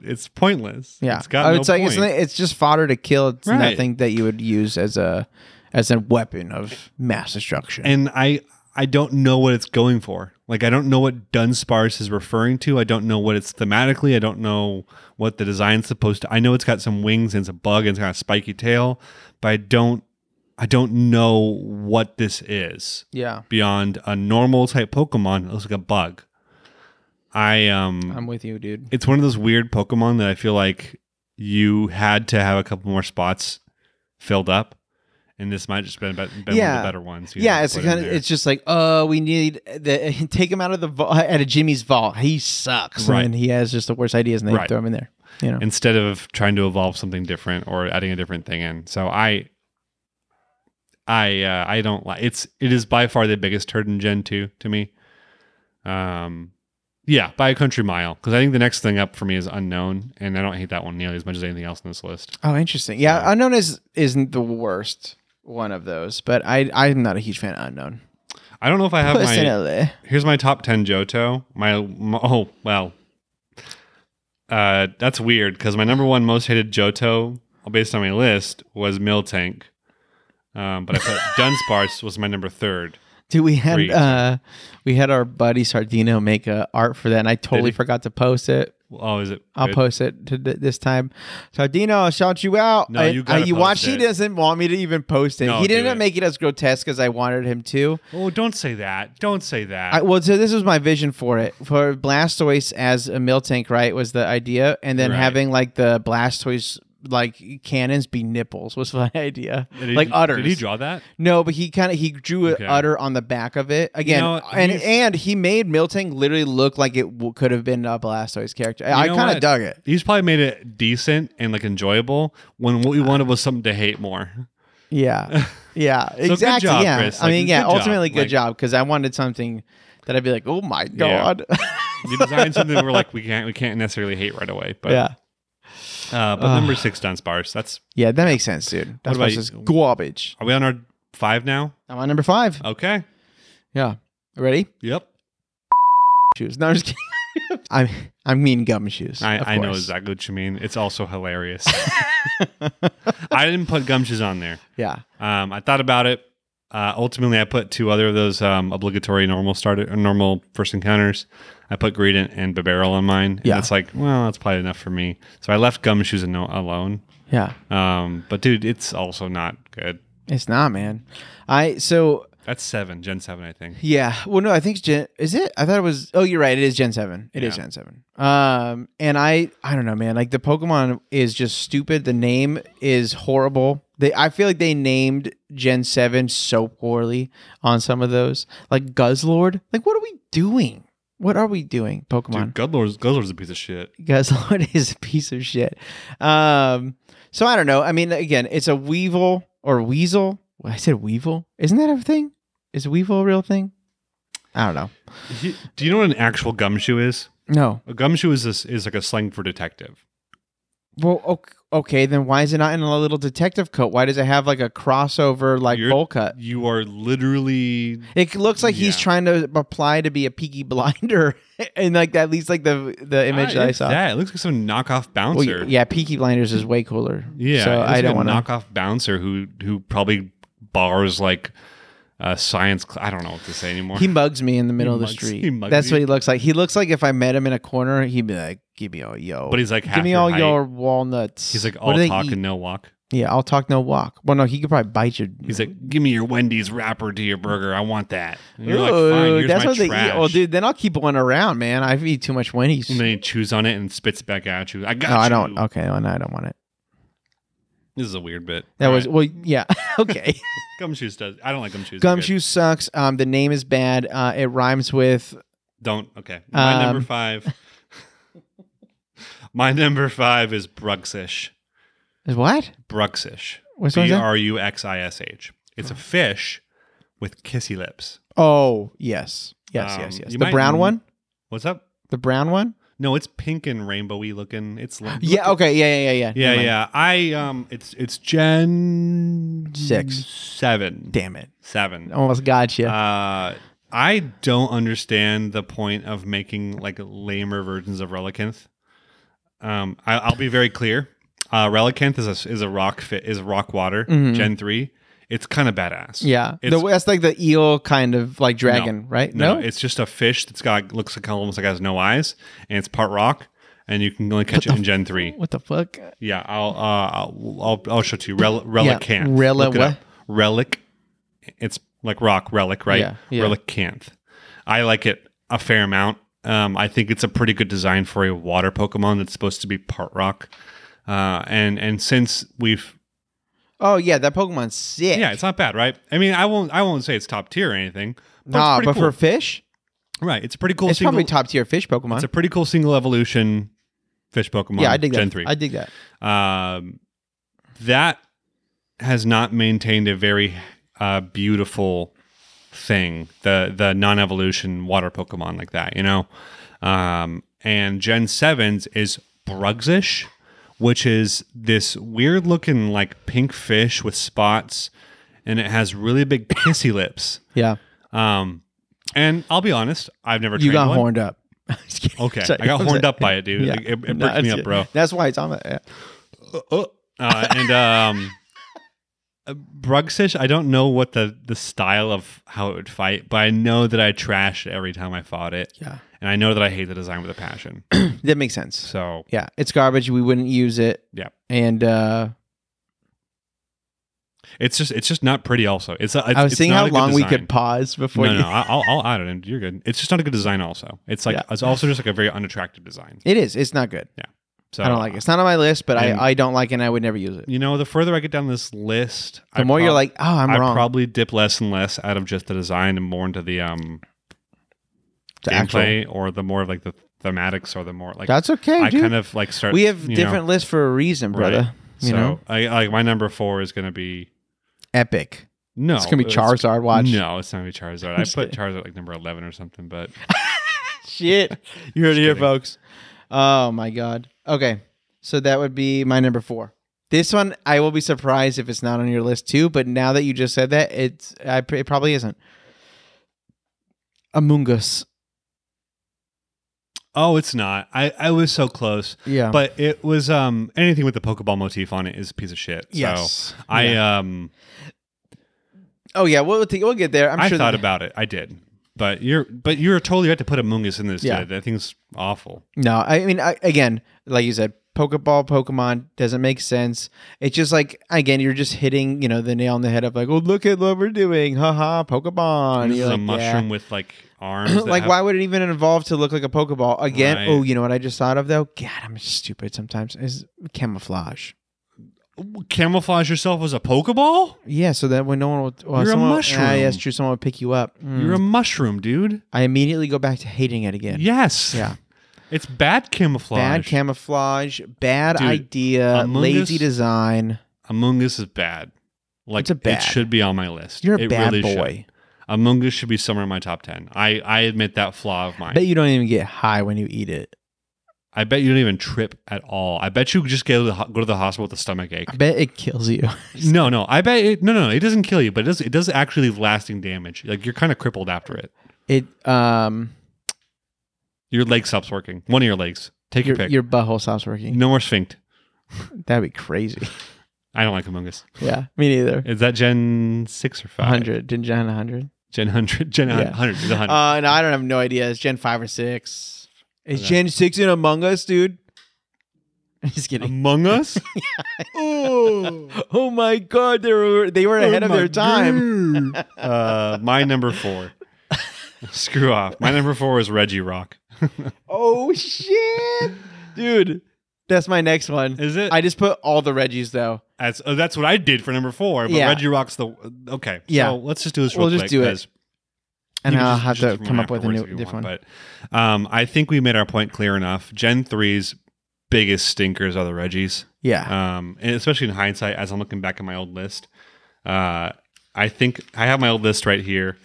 Speaker 1: it's pointless.
Speaker 2: Yeah.
Speaker 1: It's got
Speaker 2: oh,
Speaker 1: no
Speaker 2: it's like it's,
Speaker 1: point.
Speaker 2: not- it's just fodder to kill. It's
Speaker 1: Right.
Speaker 2: nothing that you would use as a as a weapon of mass destruction.
Speaker 1: and I I don't know what it's going for. Like I don't know what Dunsparce is referring to. I don't know what it's thematically. I don't know what the design's supposed to. I know it's got some wings and it's a bug and it's got a spiky tail, but I don't I don't know what this is
Speaker 2: yeah,
Speaker 1: beyond a normal type Pokemon. It looks like a bug. I um
Speaker 2: I'm with you, dude.
Speaker 1: it's one of those weird Pokemon that I feel like you had to have a couple more spots filled up. And this might just been, been one of
Speaker 2: Yeah.
Speaker 1: the better ones. you
Speaker 2: yeah,
Speaker 1: know,
Speaker 2: it's
Speaker 1: to put in
Speaker 2: kind of
Speaker 1: there.
Speaker 2: it's just like, oh, we need the take him out of the vault out of Jimmy's vault. He sucks,
Speaker 1: Right.
Speaker 2: and then he has just the worst ideas, and they
Speaker 1: Right.
Speaker 2: throw him in there. You know,
Speaker 1: instead of trying to evolve something different or adding a different thing in. So I, I, uh, I don't like it's. It is by far the biggest turd in Gen two to me. Um, yeah, by a country mile because I think the next thing up for me is unknown, and I don't hate that one nearly as much as anything else in this list.
Speaker 2: Oh, interesting. Yeah, unknown is isn't the worst one of those, but I I'm not a huge fan of unknown
Speaker 1: I don't know if I have my.
Speaker 2: personally.
Speaker 1: Here's my top ten Johto. My, my oh well. Uh, that's weird because my number one most hated Johto based on my list was Miltank. Um, but I put Dunsparce was my number third.
Speaker 2: Do we had
Speaker 1: Three,
Speaker 2: uh we had our buddy Sardino make a art for that, and I totally
Speaker 1: he?
Speaker 2: forgot to post it.
Speaker 1: Oh, is it?
Speaker 2: I'll
Speaker 1: good?
Speaker 2: post it to th- this time. Sardino, I'll shout you out.
Speaker 1: No,
Speaker 2: I-
Speaker 1: you
Speaker 2: I,
Speaker 1: gotta
Speaker 2: you
Speaker 1: post
Speaker 2: watch. He
Speaker 1: it.
Speaker 2: doesn't want me to even post it.
Speaker 1: No,
Speaker 2: he
Speaker 1: do
Speaker 2: didn't
Speaker 1: it.
Speaker 2: make it as grotesque as I wanted him to.
Speaker 1: Oh, don't say that. Don't say that.
Speaker 2: I, well, so this was my vision for it for Blastoise as a mill tank, right? Was the idea, and then
Speaker 1: Right.
Speaker 2: having like the Blastoise like cannons be nipples was my idea,
Speaker 1: Did he-
Speaker 2: like udders.
Speaker 1: Did he draw that?
Speaker 2: No, but he kind of he drew an
Speaker 1: Okay.
Speaker 2: udder on the back of it again,
Speaker 1: know,
Speaker 2: and
Speaker 1: he's-
Speaker 2: and he made Miltank literally look like it w- could have been a Blastoise character. I
Speaker 1: know
Speaker 2: kind of
Speaker 1: what?
Speaker 2: dug it.
Speaker 1: He's probably made it decent and like enjoyable when what we wanted was something to hate more.
Speaker 2: Yeah, yeah, exactly.
Speaker 1: job,
Speaker 2: yeah,
Speaker 1: Chris.
Speaker 2: I mean,
Speaker 1: Like,
Speaker 2: yeah,
Speaker 1: good job.
Speaker 2: ultimately good
Speaker 1: Like-
Speaker 2: job because I wanted something that I'd be like, oh my god,
Speaker 1: You designed something we're like we can't we can't necessarily hate right away. But
Speaker 2: yeah,
Speaker 1: uh, but
Speaker 2: Ugh.
Speaker 1: number six done sparse. That's
Speaker 2: yeah, that makes sense, dude. That's
Speaker 1: about
Speaker 2: what's
Speaker 1: you?
Speaker 2: just garbage.
Speaker 1: are we on our five now?
Speaker 2: I'm on number five.
Speaker 1: Okay.
Speaker 2: Yeah, ready?
Speaker 1: Yep.
Speaker 2: Shoes. No, I'm just kidding. I'm I mean gum shoes. of
Speaker 1: I, I know
Speaker 2: course.
Speaker 1: exactly what you mean. It's also hilarious. I didn't put gumshoes on there.
Speaker 2: Yeah,
Speaker 1: Um, I thought about it. Uh, ultimately, I put two other of those um, obligatory normal starter, or normal first encounters. I put Greed and, and Barbarel on mine.
Speaker 2: Yeah.
Speaker 1: And it's like, well, that's probably enough for me. So I left Gumshoes and no, alone.
Speaker 2: yeah.
Speaker 1: Um, but dude, it's also not good.
Speaker 2: It's not, man. I so
Speaker 1: That's seven, Gen seven, I think.
Speaker 2: Yeah. Well, no, I think it's Gen. Is it? I thought it was. Oh, you're right. It is Gen Seven. It is
Speaker 1: Yeah.
Speaker 2: Gen Seven. Um, and I, I don't know, man. Like the Pokemon is just stupid. The name is horrible. They, I feel like they named Gen Seven so poorly on some of those, like Guzzlord. Like, what are we doing? What are we doing, Pokemon?
Speaker 1: Dude, Guzzlord's, Guzzlord's a piece of shit.
Speaker 2: Guzzlord is a piece of shit. Um, so I don't know. I mean, again, it's a Weevil or Weasel. I said Weevil. Isn't that a thing? Is Weevil a real thing? I don't know.
Speaker 1: He- Do you know what an actual gumshoe is?
Speaker 2: No.
Speaker 1: A gumshoe is this is like a slang for detective.
Speaker 2: Well, ok- okay, then why is it not in a little detective coat? Why does it have like a crossover like
Speaker 1: You're-
Speaker 2: bowl cut?
Speaker 1: You are literally
Speaker 2: It looks like he's
Speaker 1: Yeah.
Speaker 2: trying to apply to be a Peaky Blinder, and like at least like the the image
Speaker 1: Ah,
Speaker 2: that I
Speaker 1: it's
Speaker 2: saw.
Speaker 1: That. It looks like some knockoff
Speaker 2: Well,
Speaker 1: bouncer.
Speaker 2: yeah, Peaky Blinders is way cooler.
Speaker 1: Yeah,
Speaker 2: so
Speaker 1: it's
Speaker 2: I
Speaker 1: like
Speaker 2: don't want
Speaker 1: a
Speaker 2: to.
Speaker 1: knockoff bouncer who who probably bars like uh, science. Cl- I don't know what to say anymore.
Speaker 2: He mugs me in the middle of the
Speaker 1: mugs-
Speaker 2: street.
Speaker 1: he mugs
Speaker 2: That's what
Speaker 1: you.
Speaker 2: he looks like. He looks like if I met him in a corner, he'd be like, "Give me all yo."
Speaker 1: but he's like half
Speaker 2: give me
Speaker 1: your
Speaker 2: all
Speaker 1: height.
Speaker 2: your walnuts.
Speaker 1: He's like
Speaker 2: What
Speaker 1: all
Speaker 2: do they
Speaker 1: talk
Speaker 2: eat?
Speaker 1: and no walk.
Speaker 2: yeah, I'll talk, no walk. Well, no, he could probably bite you.
Speaker 1: He's like, give me your Wendy's wrapper to your burger. I want that. And you're
Speaker 2: Ooh,
Speaker 1: like, fine. Here's
Speaker 2: that's
Speaker 1: my
Speaker 2: what
Speaker 1: trash.
Speaker 2: they eat. Well, dude, then I'll keep one around, man. I eat too much Wendy's.
Speaker 1: And then he chews on it and spits it back at you. I got
Speaker 2: No,
Speaker 1: you.
Speaker 2: I don't. Okay, well, no, I don't want it.
Speaker 1: This is a weird bit.
Speaker 2: That
Speaker 1: All
Speaker 2: was
Speaker 1: right.
Speaker 2: well, yeah. okay.
Speaker 1: gumshoes. Does I don't like gumshoes. They're good.
Speaker 2: Gumshoe sucks. Um, the name is bad. Uh, it rhymes with
Speaker 1: Don't. Okay. My number
Speaker 2: Um,
Speaker 1: five. my number five is Bruxish.
Speaker 2: is what?
Speaker 1: Bruxish.
Speaker 2: What's
Speaker 1: B
Speaker 2: that?
Speaker 1: R U X I S H. It's a fish with kissy lips.
Speaker 2: Oh, yes, yes,
Speaker 1: Um,
Speaker 2: yes, yes.
Speaker 1: you
Speaker 2: The
Speaker 1: might
Speaker 2: brown
Speaker 1: n-
Speaker 2: one.
Speaker 1: What's up?
Speaker 2: The brown one.
Speaker 1: No, it's pink and rainbowy looking. It's li-
Speaker 2: Yeah. Okay. Yeah. Yeah. Yeah. Yeah.
Speaker 1: yeah,
Speaker 2: Never mind.
Speaker 1: yeah. I um, it's it's Gen
Speaker 2: Six.
Speaker 1: seven,
Speaker 2: Damn it!
Speaker 1: seven.
Speaker 2: Almost got you.
Speaker 1: Uh, I don't understand the point of making like lamer versions of Relicanth. Um, I, I'll be very clear. Uh, Relicanth is a is a rock fit is rock water
Speaker 2: Mhm.
Speaker 1: Gen three. It's kind of badass.
Speaker 2: yeah. The,
Speaker 1: it's-
Speaker 2: that's like the eel kind of like dragon, right?
Speaker 1: No, it's just a fish that's got looks like almost like it has no eyes, and it's part rock, and you can only catch it in Gen three.
Speaker 2: what the fuck?
Speaker 1: Yeah, I'll uh, I'll, I'll I'll show it to you. Rel- relicanth.
Speaker 2: rela-
Speaker 1: Look it
Speaker 2: what?
Speaker 1: up. Relic. It's like rock relic, right?
Speaker 2: Yeah, yeah.
Speaker 1: Relicanth. I like it a fair amount. Um, I think it's a pretty good design for a water Pokemon that's supposed to be part rock. Uh, and and since we've
Speaker 2: Oh yeah, that Pokemon's sick.
Speaker 1: yeah, it's not bad, right? I mean, I won't I won't say it's top tier or anything. But
Speaker 2: Nah,
Speaker 1: it's pretty
Speaker 2: but
Speaker 1: cool.
Speaker 2: for fish,
Speaker 1: right, it's a pretty cool.
Speaker 2: it's
Speaker 1: single,
Speaker 2: probably top tier fish Pokemon.
Speaker 1: It's a pretty cool single evolution fish Pokemon.
Speaker 2: yeah, I dig
Speaker 1: Gen
Speaker 2: that.
Speaker 1: three.
Speaker 2: I dig that.
Speaker 1: um, that has not maintained a very uh, beautiful thing the the non-evolution water pokemon like that you know um, and gen 7's is brugsish which is this weird looking like pink fish with spots and it has really big kissy lips
Speaker 2: Yeah,
Speaker 1: um, and i'll be honest i've never
Speaker 2: you
Speaker 1: trained
Speaker 2: got
Speaker 1: one.
Speaker 2: horned up. Just kidding.
Speaker 1: okay
Speaker 2: Sorry,
Speaker 1: i got
Speaker 2: I'm
Speaker 1: horned
Speaker 2: sorry.
Speaker 1: up by it dude
Speaker 2: Yeah.
Speaker 1: Like, it, it
Speaker 2: No,
Speaker 1: breaks me
Speaker 2: that's
Speaker 1: up bro
Speaker 2: That's why it's on the. Yeah.
Speaker 1: uh, and um, uh, Brugsish, I don't know what the the style of how it would fight, but I know that I trashed every time I fought it,
Speaker 2: yeah.
Speaker 1: and I know that I hate the design with a passion.
Speaker 2: That makes sense.
Speaker 1: So
Speaker 2: Yeah, it's garbage. We wouldn't use it.
Speaker 1: Yeah.
Speaker 2: And uh,
Speaker 1: it's just it's just not pretty. Also, it's, it's
Speaker 2: I was
Speaker 1: it's
Speaker 2: seeing
Speaker 1: not
Speaker 2: how
Speaker 1: a good
Speaker 2: long we
Speaker 1: design.
Speaker 2: could pause before
Speaker 1: No,
Speaker 2: you.
Speaker 1: no, I- I'll, I'll add it. in. You're good. It's just not a good design. Also, it's like
Speaker 2: Yeah.
Speaker 1: it's also just like a very unattractive design.
Speaker 2: It is. It's not good.
Speaker 1: So
Speaker 2: I don't like it. It's not on my list, but
Speaker 1: and-
Speaker 2: I, I don't like it and I would never use it.
Speaker 1: You know, the further I get down this list,
Speaker 2: The
Speaker 1: I
Speaker 2: more you're
Speaker 1: prob-
Speaker 2: like, oh, I'm
Speaker 1: I
Speaker 2: wrong.
Speaker 1: probably dip less and less out of just the design and more into the um
Speaker 2: The actual-
Speaker 1: gameplay or the more of like the thematics or the more like
Speaker 2: That's okay,
Speaker 1: I
Speaker 2: dude.
Speaker 1: kind of like start.
Speaker 2: we have
Speaker 1: you know,
Speaker 2: different lists for a reason,
Speaker 1: Right.
Speaker 2: brother. You
Speaker 1: so
Speaker 2: know,
Speaker 1: I like my number four is gonna be
Speaker 2: epic.
Speaker 1: no.
Speaker 2: it's gonna be Charizard. Watch.
Speaker 1: No, it's not gonna be Charizard. I
Speaker 2: Just
Speaker 1: put Charizard at, like number eleven or something, but
Speaker 2: Shit, you heard
Speaker 1: Just
Speaker 2: it here,
Speaker 1: kidding.
Speaker 2: folks. Oh my god. Okay, so that would be my number four. This one, I will be surprised if it's not on your list too. But now that you just said that, it's I, pr- it probably isn't. Among Us.
Speaker 1: oh, it's not. I I was so close,
Speaker 2: Yeah.
Speaker 1: but it was um anything with the Pokeball motif on it is a piece of shit. So
Speaker 2: yes.
Speaker 1: I
Speaker 2: Yeah.
Speaker 1: um
Speaker 2: oh yeah. We'll take- we'll get there. I'm
Speaker 1: i
Speaker 2: sure.
Speaker 1: thought
Speaker 2: that-
Speaker 1: about it. I did. But you're but you're totally right to put Amoongus in this.
Speaker 2: Yeah.
Speaker 1: dude. That thing's awful.
Speaker 2: No, I mean, I, again, like you said, Pokeball, Pokemon doesn't make sense. It's just like again, you're just hitting, you know, the nail on the head of like, oh, look at what we're doing, haha, Pokemon.
Speaker 1: this
Speaker 2: You're
Speaker 1: is a
Speaker 2: like,
Speaker 1: mushroom with like arms.
Speaker 2: yeah.
Speaker 1: that
Speaker 2: like,
Speaker 1: have-
Speaker 2: why would it even evolve to look like a Pokeball again?
Speaker 1: Right.
Speaker 2: Oh, you know what I just thought of though? God, I'm stupid sometimes. Is camouflage?
Speaker 1: camouflage yourself as a Pokeball?
Speaker 2: Yeah, so that when no one will, well,
Speaker 1: You're a
Speaker 2: someone,
Speaker 1: mushroom.
Speaker 2: Ah, yes, true. Someone will pick you up. Mm.
Speaker 1: You're a mushroom, dude.
Speaker 2: I immediately go back to hating it again.
Speaker 1: Yes.
Speaker 2: Yeah.
Speaker 1: It's bad camouflage.
Speaker 2: Bad camouflage, bad
Speaker 1: Dude,
Speaker 2: idea,
Speaker 1: Among
Speaker 2: lazy
Speaker 1: Us-
Speaker 2: design.
Speaker 1: Among Us is bad. Like
Speaker 2: It's a bad.
Speaker 1: it should be on my list.
Speaker 2: You're a
Speaker 1: it
Speaker 2: bad
Speaker 1: really should.
Speaker 2: boy.
Speaker 1: Among Us should be somewhere in my top ten. I, I admit that flaw of mine.
Speaker 2: bet you don't even get high when you eat it.
Speaker 1: I bet you don't even trip at all. I bet you just go to the, ho- go to the hospital with a stomach ache.
Speaker 2: I bet it kills you.
Speaker 1: No, no. I bet it, no, no. It doesn't kill you, but it does. It does actually leave lasting damage. Like you're kind of crippled after it.
Speaker 2: It um
Speaker 1: Your leg stops working. One of your legs. Take your,
Speaker 2: your,
Speaker 1: pick.
Speaker 2: your butthole stops working.
Speaker 1: no more sphinct.
Speaker 2: That'd be crazy.
Speaker 1: I don't like Among Us.
Speaker 2: yeah, me neither.
Speaker 1: Is that Gen six or five?
Speaker 2: Hundred. Didn't Gen hundred?
Speaker 1: Gen hundred. Gen
Speaker 2: Yeah.
Speaker 1: hundred. It's a hundred.
Speaker 2: Uh no, I don't have no idea. It's Gen five or six. Is
Speaker 1: Okay.
Speaker 2: Gen six in Among Us, dude? I'm just kidding.
Speaker 1: Among Us. oh,
Speaker 2: oh my god, they were they were ahead of
Speaker 1: my
Speaker 2: their time.
Speaker 1: God. uh, my number four. Screw off. My number four is Reggie Rock.
Speaker 2: Oh shit. dude. That's my next one.
Speaker 1: Is it?
Speaker 2: I just put all the Reggies though.
Speaker 1: As, oh, that's what I did for number four. But
Speaker 2: Yeah.
Speaker 1: Reggie Rock's the okay.
Speaker 2: Yeah.
Speaker 1: So let's just do this real
Speaker 2: We'll just
Speaker 1: quick,
Speaker 2: do it.
Speaker 1: 'cause
Speaker 2: And
Speaker 1: you can
Speaker 2: I'll
Speaker 1: just-
Speaker 2: have
Speaker 1: just
Speaker 2: to
Speaker 1: run
Speaker 2: come up with a
Speaker 1: afterwards
Speaker 2: new
Speaker 1: if you
Speaker 2: different one.
Speaker 1: want, But um, I think we made our point clear enough. Gen 3's biggest stinkers are the Reggies,
Speaker 2: Yeah.
Speaker 1: um, and especially in hindsight, as I'm looking back at my old list, uh, I think I have my old list right here.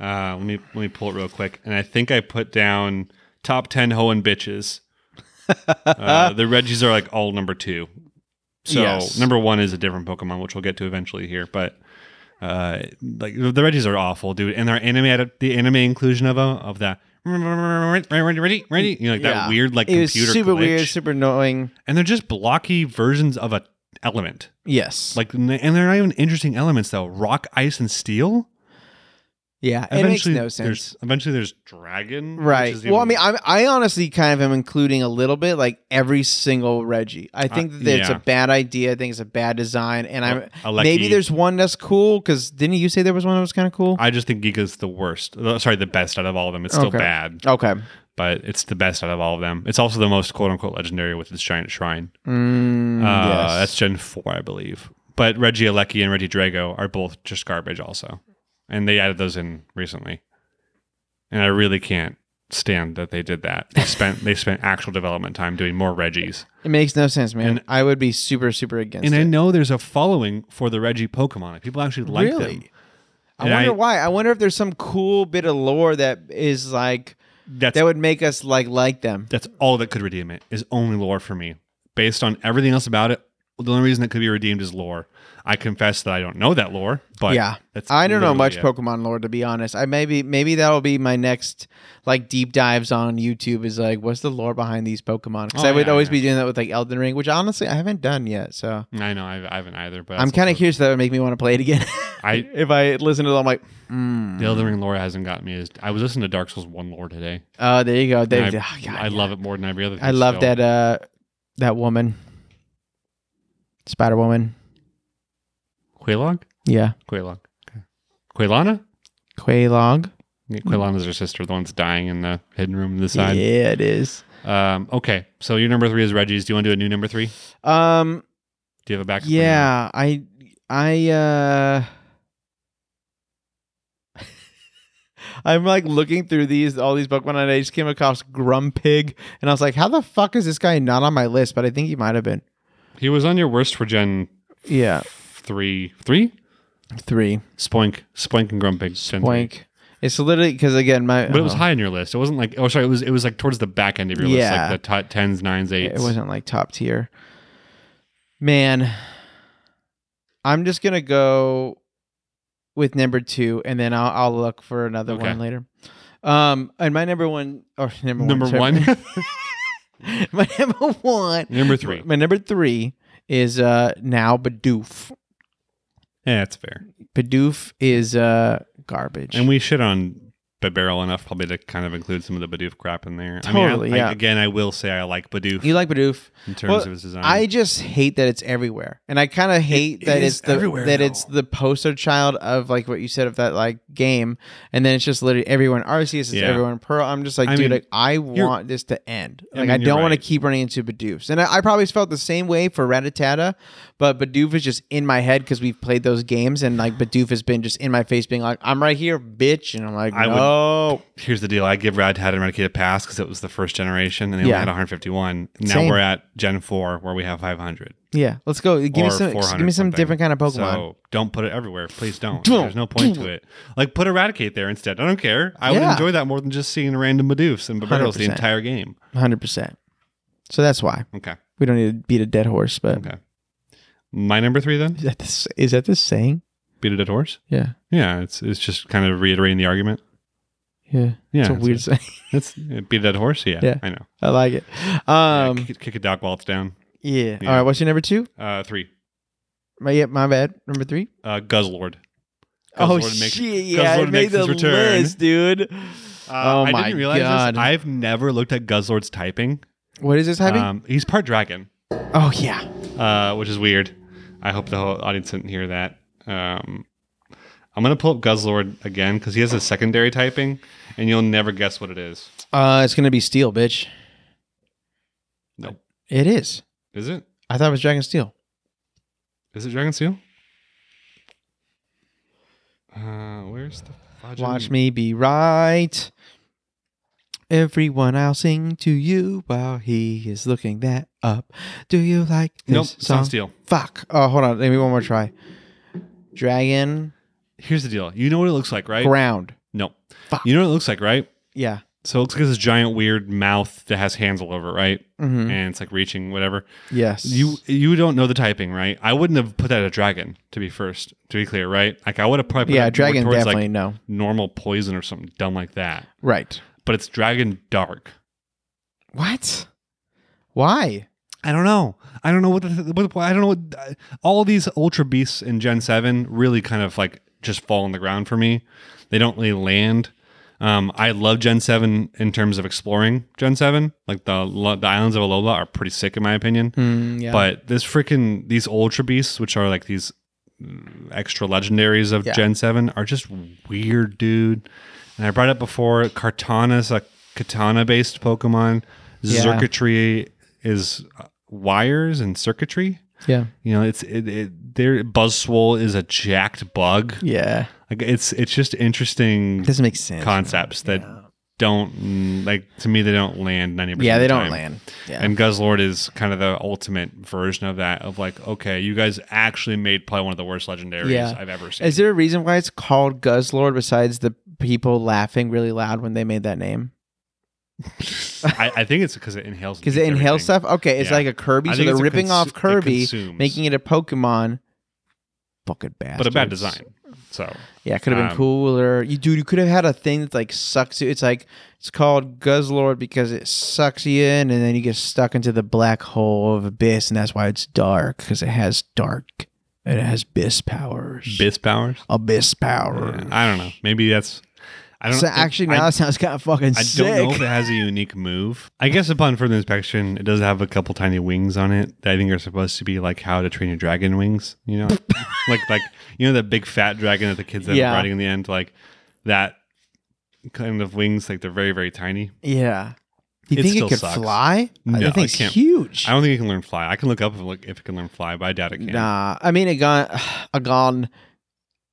Speaker 1: Uh, let me let me pull it real quick, and I think I put down top 10 hoeing bitches. Uh, the Reggies are like all number two. So
Speaker 2: Yes.
Speaker 1: number one is a different Pokemon, which we'll get to eventually here, but uh, like the Reggies are awful, dude, and their anime ad- the anime inclusion of them of that ready ready ready you know like
Speaker 2: Yeah.
Speaker 1: that weird like
Speaker 2: it was
Speaker 1: computer
Speaker 2: super
Speaker 1: glitch.
Speaker 2: weird, super annoying.
Speaker 1: and they're just blocky versions of a element
Speaker 2: Yes.
Speaker 1: like n- and they're not even interesting elements though rock ice and steel
Speaker 2: yeah, it makes no sense.
Speaker 1: there's eventually there's dragon which
Speaker 2: Right.
Speaker 1: is
Speaker 2: Well, I
Speaker 1: even-
Speaker 2: mean, I'm, I honestly kind of am including a little bit like every single Reggie. I
Speaker 1: Uh,
Speaker 2: think that it's
Speaker 1: yeah.
Speaker 2: a bad idea. I think it's a bad design. And I'm
Speaker 1: Alecki.
Speaker 2: maybe there's one that's cool because didn't you say there was one that was kind of cool?
Speaker 1: I just think Giga's the worst. Uh, Sorry, the best out of all of them. It's still
Speaker 2: Okay.
Speaker 1: bad,
Speaker 2: okay.
Speaker 1: but it's the best out of all of them. It's also the most quote unquote legendary with its giant shrine.
Speaker 2: Mm,
Speaker 1: Uh,
Speaker 2: yes.
Speaker 1: That's Gen 4, I believe. But Reggie Alecki and Reggie Drago are both just garbage, also. And they added those in recently. And I really can't stand that they did that. They spent they spent actual development time doing more Reggies.
Speaker 2: it makes no sense, man.
Speaker 1: and-
Speaker 2: I would be super, super against
Speaker 1: And I
Speaker 2: it.
Speaker 1: know there's a following for the Reggie Pokemon. Like, People actually like
Speaker 2: Really?
Speaker 1: them.
Speaker 2: I
Speaker 1: and
Speaker 2: wonder
Speaker 1: I-
Speaker 2: why. I wonder if there's some cool bit of lore that is like
Speaker 1: That's
Speaker 2: that would make us like like them.
Speaker 1: that's all that could redeem it is only lore for me. Based on everything else about it, the only reason that could be redeemed is lore. I confess that I don't know that lore, but
Speaker 2: yeah,
Speaker 1: that's
Speaker 2: I don't know
Speaker 1: literally
Speaker 2: much
Speaker 1: it.
Speaker 2: Pokemon lore to be honest. I maybe maybe that'll be my next like deep dives on YouTube is like what's the lore behind these Pokemon? Because
Speaker 1: Oh,
Speaker 2: I would
Speaker 1: yeah,
Speaker 2: always
Speaker 1: yeah.
Speaker 2: be doing that with like Elden Ring, which honestly I haven't done yet. So
Speaker 1: I know I, I haven't either, but
Speaker 2: I'm
Speaker 1: that's
Speaker 2: kind of
Speaker 1: also-
Speaker 2: curious. That would make me want to play it again.
Speaker 1: I-
Speaker 2: if I listen to them, I'm like, mm.
Speaker 1: The Elden Ring lore hasn't gotten me. As, I was listening to Dark Souls One lore today.
Speaker 2: oh, there you go. They,
Speaker 1: and I,
Speaker 2: oh, God,
Speaker 1: I
Speaker 2: yeah.
Speaker 1: love it more than every other. Thing
Speaker 2: I love
Speaker 1: still.
Speaker 2: that uh that woman, Spider Woman.
Speaker 1: Quaylog.
Speaker 2: Yeah,
Speaker 1: Quaylog. Quaylana.
Speaker 2: Quaylog.
Speaker 1: Yeah, Quaylana's her sister, the one's dying in the hidden room on the side.
Speaker 2: Mm. Yeah, it is.
Speaker 1: Um, okay, so your number three is Reggie's. Do you want to do a new number three?
Speaker 2: Um,
Speaker 1: Do you have a back?
Speaker 2: yeah, I, I, uh, I'm like looking through these, all these Pokemon, and I just came across Grumpig, and I was like, how the fuck is this guy not on my list? But I think he might have been.
Speaker 1: He was on your worst for Gen
Speaker 2: Yeah,
Speaker 1: three, three
Speaker 2: three.
Speaker 1: Spoink, Spoink, and Grumpig. Gen three.
Speaker 2: Boink. It's literally because again, my
Speaker 1: But it was
Speaker 2: oh,
Speaker 1: high on your list. It wasn't like oh sorry, it was it was like towards the back end of your list,
Speaker 2: Yeah.
Speaker 1: like the top tens, nines, eights.
Speaker 2: It wasn't like top tier. Man, I'm just gonna go with number two, and then I'll, I'll look for another
Speaker 1: Okay.
Speaker 2: one later. Um, and my number one or number
Speaker 1: number
Speaker 2: one, sorry.
Speaker 1: one,
Speaker 2: my number one,
Speaker 1: number three.
Speaker 2: my number three is uh now Bidoof.
Speaker 1: Yeah, that's fair.
Speaker 2: Bidoof is uh garbage.
Speaker 1: And we shit on the barrel enough probably to kind of include some of the Badoof crap in there.
Speaker 2: Totally,
Speaker 1: I mean, I, I-
Speaker 2: yeah.
Speaker 1: again, I will say I like Badoof
Speaker 2: you like Bidoof?
Speaker 1: in terms
Speaker 2: well,
Speaker 1: of his design.
Speaker 2: I just hate that it's everywhere, and I kind of hate that
Speaker 1: is
Speaker 2: it's the
Speaker 1: everywhere,
Speaker 2: that
Speaker 1: though.
Speaker 2: it's the poster child of like what you said of that like game, and then it's just literally everyone Arceus is
Speaker 1: Yeah.
Speaker 2: everyone Pearl. I'm just like,
Speaker 1: I
Speaker 2: dude,
Speaker 1: mean,
Speaker 2: like, I
Speaker 1: you're-
Speaker 2: want this to end.
Speaker 1: I
Speaker 2: Like I,
Speaker 1: mean, you're
Speaker 2: don't want to
Speaker 1: right.
Speaker 2: keep running into Bidoofs, and I, I probably felt the same way for Rattata, but Bidoof is just in my head because we've played those games, and like Bidoof has been just in my face, being like, I'm right here, bitch, and I'm like,
Speaker 1: I would-
Speaker 2: no,
Speaker 1: Here's the deal. I give Rad Hat and Raticate a pass because it was the first generation and they
Speaker 2: Yeah.
Speaker 1: only had 151. Now
Speaker 2: Same.
Speaker 1: we're at Gen 4 where we have 500.
Speaker 2: yeah, let's go. Give me
Speaker 1: or
Speaker 2: some,
Speaker 1: 400
Speaker 2: give me some
Speaker 1: something.
Speaker 2: different kind of Pokemon.
Speaker 1: So don't put it everywhere. Please don't.
Speaker 2: Don't.
Speaker 1: There's no point to it. Like put Eradicate there instead. I don't care. I would
Speaker 2: Yeah.
Speaker 1: enjoy that more than just seeing random Madoofs and Barbaros the
Speaker 2: 100%.
Speaker 1: entire game.
Speaker 2: Hundred percent. So that's why
Speaker 1: Okay.
Speaker 2: we don't need to beat a dead horse. But
Speaker 1: Okay. My number three then?
Speaker 2: is that this? Is that this saying?
Speaker 1: Beat a dead horse?
Speaker 2: Yeah,
Speaker 1: Yeah. It's it's just kind of reiterating the argument.
Speaker 2: yeah.
Speaker 1: Yeah.
Speaker 2: it's a weird saying.
Speaker 1: That's beat a dead horse. Yeah.
Speaker 2: Yeah.
Speaker 1: I know.
Speaker 2: I like it.
Speaker 1: Yeah,
Speaker 2: Um,
Speaker 1: kick, kick a dog while it's down.
Speaker 2: yeah.
Speaker 1: yeah.
Speaker 2: All right. What's your number two?
Speaker 1: Uh, three.
Speaker 2: My yeah, my bad. Number three.
Speaker 1: Uh, Guzzlord.
Speaker 2: Oh
Speaker 1: Guzzlord makes-
Speaker 2: shit! Yeah,
Speaker 1: Guzzlord
Speaker 2: it made
Speaker 1: makes
Speaker 2: the
Speaker 1: his return.
Speaker 2: list, dude.
Speaker 1: Uh,
Speaker 2: oh
Speaker 1: I
Speaker 2: my
Speaker 1: didn't realize
Speaker 2: god!
Speaker 1: This. I've never looked at Guzzlord's typing.
Speaker 2: what is this having?
Speaker 1: Um, he's part dragon,
Speaker 2: oh yeah.
Speaker 1: uh, which is weird. I hope the whole audience didn't hear that. Um, I'm gonna pull up Guzzlord again because he has a secondary typing, and you'll never guess what it is.
Speaker 2: Uh, it's gonna be steel, bitch.
Speaker 1: Nope.
Speaker 2: It is.
Speaker 1: Is it?
Speaker 2: I thought it was dragon steel.
Speaker 1: Is it Dragon Seal? Uh, where's the fudge?
Speaker 2: Watch me be right. Everyone, I'll sing to you while he is looking that up. Do you like this
Speaker 1: Nope, it's
Speaker 2: song?
Speaker 1: not Steel.
Speaker 2: Fuck. Oh, hold on. Let me one more try. Dragon
Speaker 1: Here's the deal. You know what it looks like, right?
Speaker 2: ground.
Speaker 1: Nope.
Speaker 2: Fuck.
Speaker 1: You know what it looks like, right?
Speaker 2: Yeah.
Speaker 1: So it looks like this giant weird mouth that has hands all over, it, right?
Speaker 2: hmm
Speaker 1: And it's like reaching whatever.
Speaker 2: Yes.
Speaker 1: You you don't know the typing, right? I wouldn't have put that at dragon to be first, to be clear, right? Like I would have probably put
Speaker 2: Yeah.
Speaker 1: it
Speaker 2: Dragon
Speaker 1: more towards
Speaker 2: definitely
Speaker 1: like
Speaker 2: no.
Speaker 1: normal poison or something dumb like that.
Speaker 2: Right.
Speaker 1: But it's dragon dark.
Speaker 2: What? Why?
Speaker 1: I don't know. I don't know what the, what the point. I don't know. What, all these ultra beasts in Gen Seven really kind of like just fall on the ground for me. They don't really land. Um, I love Gen Seven in terms of exploring Gen Seven. Like the lo- the islands of Alola are pretty sick in my opinion.
Speaker 2: Mm, yeah.
Speaker 1: But this freaking these ultra beasts, which are like these mm, extra legendaries of
Speaker 2: Yeah.
Speaker 1: Gen Seven, are just weird, dude. And I brought up before Kartana's a katana based Pokemon.
Speaker 2: Yeah.
Speaker 1: Circuitry is uh, wires and circuitry.
Speaker 2: yeah.
Speaker 1: You know, it's it, it there. Buzzswole is a jacked bug.
Speaker 2: Yeah.
Speaker 1: Like it's it's just interesting
Speaker 2: Doesn't make sense.
Speaker 1: concepts that don't mm, like to me. They don't land ninety percent.
Speaker 2: yeah. They don't land. Yeah.
Speaker 1: And Guzzlord is kind of the ultimate version of that of like, okay, you guys actually made probably one of the worst legendaries
Speaker 2: Yeah.
Speaker 1: I've ever seen.
Speaker 2: Is there a reason why it's called Guzzlord besides the people laughing really loud when they made that name?
Speaker 1: I, I think it's because it inhales. and
Speaker 2: because
Speaker 1: eats
Speaker 2: it inhales
Speaker 1: everything.
Speaker 2: stuff. Okay, it's
Speaker 1: Yeah.
Speaker 2: like a Kirby,
Speaker 1: I
Speaker 2: so
Speaker 1: think
Speaker 2: they're
Speaker 1: it's a
Speaker 2: ripping
Speaker 1: cons-
Speaker 2: off
Speaker 1: it
Speaker 2: Kirby,
Speaker 1: consumes.
Speaker 2: making it a Pokemon. Fucking bad,
Speaker 1: but a bad design. So
Speaker 2: Yeah, it could have been
Speaker 1: Um,
Speaker 2: cooler. You dude, you could have had a thing that like sucks you. It's like it's called Guzzlord because it sucks you in, and then you get stuck into the black hole of abyss, and that's why it's dark because it has dark and it has abyss powers.
Speaker 1: Biz powers.
Speaker 2: Abyss power.
Speaker 1: Yeah, I don't know. Maybe that's. I don't
Speaker 2: So
Speaker 1: it-
Speaker 2: actually, now
Speaker 1: I,
Speaker 2: that sounds kind of fucking
Speaker 1: I
Speaker 2: sick.
Speaker 1: don't know if it has a unique move. I guess upon further inspection, it does have a couple tiny wings on it that I think are supposed to be like how to train your dragon wings. You know, like like you know that big fat dragon that the kids end
Speaker 2: Yeah.
Speaker 1: up riding in the end, like that kind of wings. Like they're very very tiny.
Speaker 2: yeah, you
Speaker 1: It
Speaker 2: think
Speaker 1: still
Speaker 2: it could
Speaker 1: sucks.
Speaker 2: fly?
Speaker 1: No,
Speaker 2: I
Speaker 1: it
Speaker 2: think
Speaker 1: can't.
Speaker 2: it's huge.
Speaker 1: I don't think it can learn fly. I can look up if, look, if it can learn fly, but I doubt it can.
Speaker 2: Nah, I mean a gun, a gun,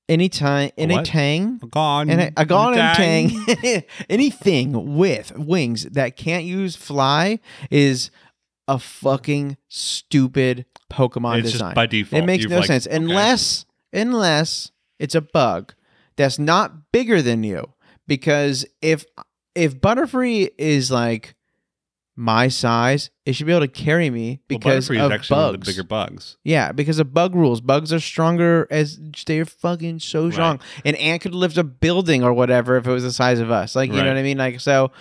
Speaker 2: any time, any
Speaker 1: what?
Speaker 2: tang,
Speaker 1: Gone
Speaker 2: and a, a gun and
Speaker 1: Dang.
Speaker 2: tang, anything with wings that can't use fly is a fucking stupid Pokemon
Speaker 1: It's
Speaker 2: design.
Speaker 1: just by default.
Speaker 2: it makes
Speaker 1: You've,
Speaker 2: no
Speaker 1: like,
Speaker 2: sense
Speaker 1: okay.
Speaker 2: unless unless it's a bug that's not bigger than you. Because if if Butterfree is like my size, it should be able to carry me
Speaker 1: Well,
Speaker 2: because
Speaker 1: Butterfree is
Speaker 2: of
Speaker 1: actually one of
Speaker 2: bugs.
Speaker 1: the bigger bugs.
Speaker 2: Yeah, because of bug rules. Bugs are stronger as they're fucking so
Speaker 1: Right.
Speaker 2: strong. An ant could lift a building or whatever if it was the size of us. Like, you know
Speaker 1: Right.
Speaker 2: what I mean? Like, so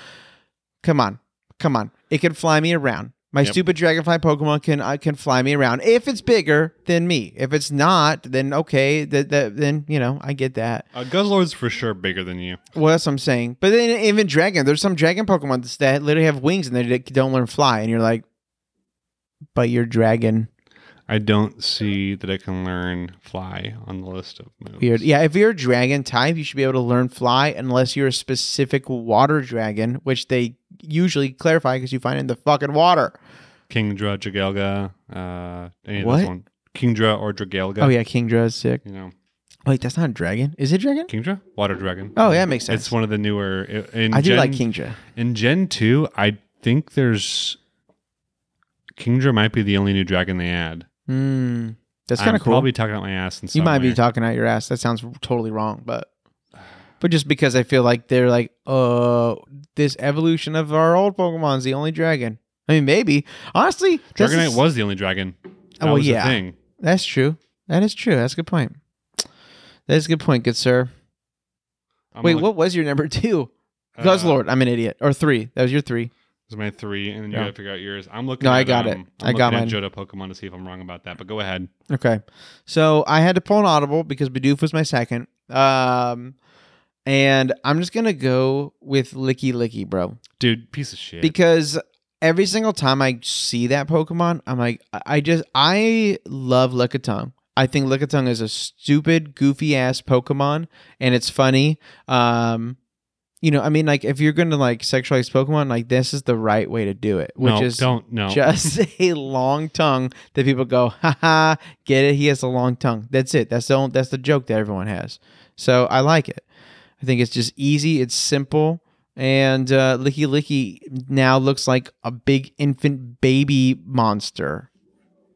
Speaker 2: come on. Come on. It can fly me around. My
Speaker 1: Yep.
Speaker 2: stupid dragonfly Pokemon can I can fly me around if it's bigger than me. If it's not, then okay, that that then you know I get that.
Speaker 1: Uh, Guzzlord's for sure bigger than you.
Speaker 2: Well, that's what I'm saying. But then even dragon, there's some dragon Pokemon that literally have wings and they don't learn fly, and you're like, but you're dragon.
Speaker 1: I don't see that I can learn fly on the list of moves.
Speaker 2: Weird. Yeah, if you're a dragon type, you should be able to learn fly unless you're a specific water dragon, which they usually clarify because you find it in the fucking water.
Speaker 1: Kingdra, Dragelga, uh, any of
Speaker 2: What?
Speaker 1: those one. Kingdra or Dragelga.
Speaker 2: Oh yeah, Kingdra is sick.
Speaker 1: You know,
Speaker 2: Wait, that's not a dragon. Is it dragon?
Speaker 1: Kingdra? Water Dragon.
Speaker 2: Oh yeah, it makes sense.
Speaker 1: It's one of the newer. In
Speaker 2: I do
Speaker 1: Gen,
Speaker 2: like Kingdra.
Speaker 1: In Gen 2, I think there's. Kingdra might be the only new dragon they add.
Speaker 2: Mm, that's
Speaker 1: I'm
Speaker 2: kind of cool.
Speaker 1: probably talking out my ass. In
Speaker 2: you
Speaker 1: some
Speaker 2: might be
Speaker 1: way.
Speaker 2: talking out your ass. That sounds totally wrong, but but just because I feel like they're like, uh, this evolution of our old Pokemon's the only dragon. I mean, maybe honestly, this
Speaker 1: Dragonite
Speaker 2: is-
Speaker 1: was the only dragon. That
Speaker 2: well,
Speaker 1: was the
Speaker 2: yeah.
Speaker 1: thing.
Speaker 2: That's true. That is true. That's a good point. That is a good point, good sir.
Speaker 1: I'm
Speaker 2: Wait,
Speaker 1: look-
Speaker 2: what was your number two?
Speaker 1: uh,
Speaker 2: Guzzlord. I'm an idiot. Or three. That was your three.
Speaker 1: was my three, and then you
Speaker 2: Yeah.
Speaker 1: gotta figure out yours. I'm looking.
Speaker 2: No,
Speaker 1: at,
Speaker 2: I got it.
Speaker 1: um,
Speaker 2: I
Speaker 1: I'm
Speaker 2: got
Speaker 1: looking at Johto Pokemon to see if I'm wrong about that. But go ahead.
Speaker 2: Okay. So I had to pull an audible because Bidoof was my second. Um, and I'm just going to go with Licky Licky, bro.
Speaker 1: dude piece of shit
Speaker 2: Because every single time I see that Pokemon, I'm like, I- I just, I love Lickitung. I think Lickitung is a stupid, goofy ass Pokemon, and it's funny. Um, you know, I mean, like if you're gonna like sexualize Pokemon, like this is the right way to do it, which
Speaker 1: no
Speaker 2: is
Speaker 1: don't no
Speaker 2: just a long tongue that people go, ha ha, get it? He has a long tongue. That's it. That's the only, that's the joke that everyone has. So I like it. I think it's just easy. It's simple. And uh, Licky Licky now looks like a big infant baby monster.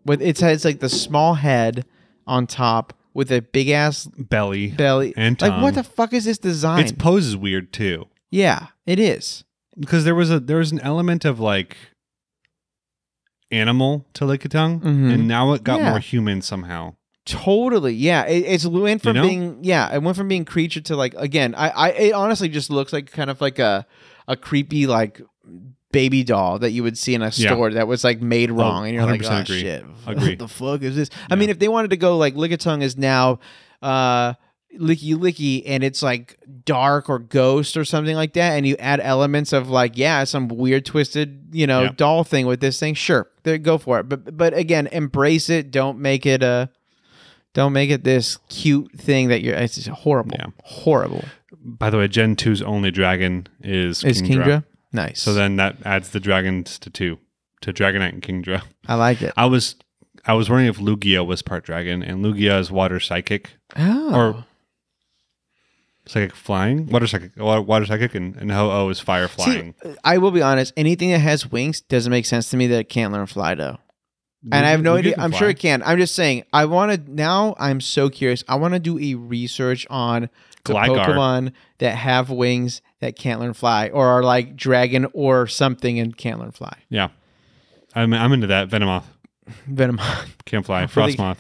Speaker 2: With it's it's like the small head on top with a big ass
Speaker 1: belly
Speaker 2: belly.
Speaker 1: And
Speaker 2: like what
Speaker 1: tongue.
Speaker 2: the fuck is this design?
Speaker 1: its pose is weird too
Speaker 2: yeah, it is.
Speaker 1: because there was a there was an element of like animal to Lickitung
Speaker 2: Mhm.
Speaker 1: and now it got
Speaker 2: Yeah.
Speaker 1: more human somehow
Speaker 2: Totally, yeah. It, it's it went from
Speaker 1: You know?
Speaker 2: being yeah, it went from being creature to like again. I, I it honestly just looks like kind of like a a creepy like baby doll that you would see in a
Speaker 1: Yeah.
Speaker 2: store that was like made wrong, and you're like,
Speaker 1: 100%
Speaker 2: oh
Speaker 1: agree.
Speaker 2: shit,
Speaker 1: Agree.
Speaker 2: what the fuck is this? I
Speaker 1: Yeah.
Speaker 2: mean, if they wanted to go like Lickitung is now, uh, licky licky, and it's like dark or ghost or something like that, and you add elements of like yeah, some weird twisted you know
Speaker 1: Yeah.
Speaker 2: doll thing with this thing. Sure, there go for it, but but again, embrace it. Don't make it a don't make it this cute thing that you're. It's just horrible.
Speaker 1: Yeah.
Speaker 2: Horrible.
Speaker 1: by the way Gen 2's only dragon is Kingdra.
Speaker 2: Is Kingdra nice?
Speaker 1: so then that adds the dragons to two to Dragonite and Kingdra
Speaker 2: I like it.
Speaker 1: I was I was wondering if Lugia was part dragon and Lugia is water psychic
Speaker 2: Oh,
Speaker 1: or psychic flying water psychic wa- water psychic and, and Ho-Oh is fire flying
Speaker 2: See, I will be honest. Anything that has wings doesn't make sense to me that it can't learn fly though. And I have no
Speaker 1: You
Speaker 2: idea.
Speaker 1: can
Speaker 2: I'm
Speaker 1: fly.
Speaker 2: sure it can. I'm just saying. I want to now. I'm so curious. I want to do a research on the
Speaker 1: Gligar.
Speaker 2: Pokemon that have wings that can't learn fly, or are like dragon or something and can't learn fly.
Speaker 1: Yeah, I'm I'm into that. Venomoth
Speaker 2: Venom.
Speaker 1: can't fly.
Speaker 2: really-
Speaker 1: Frostmoth.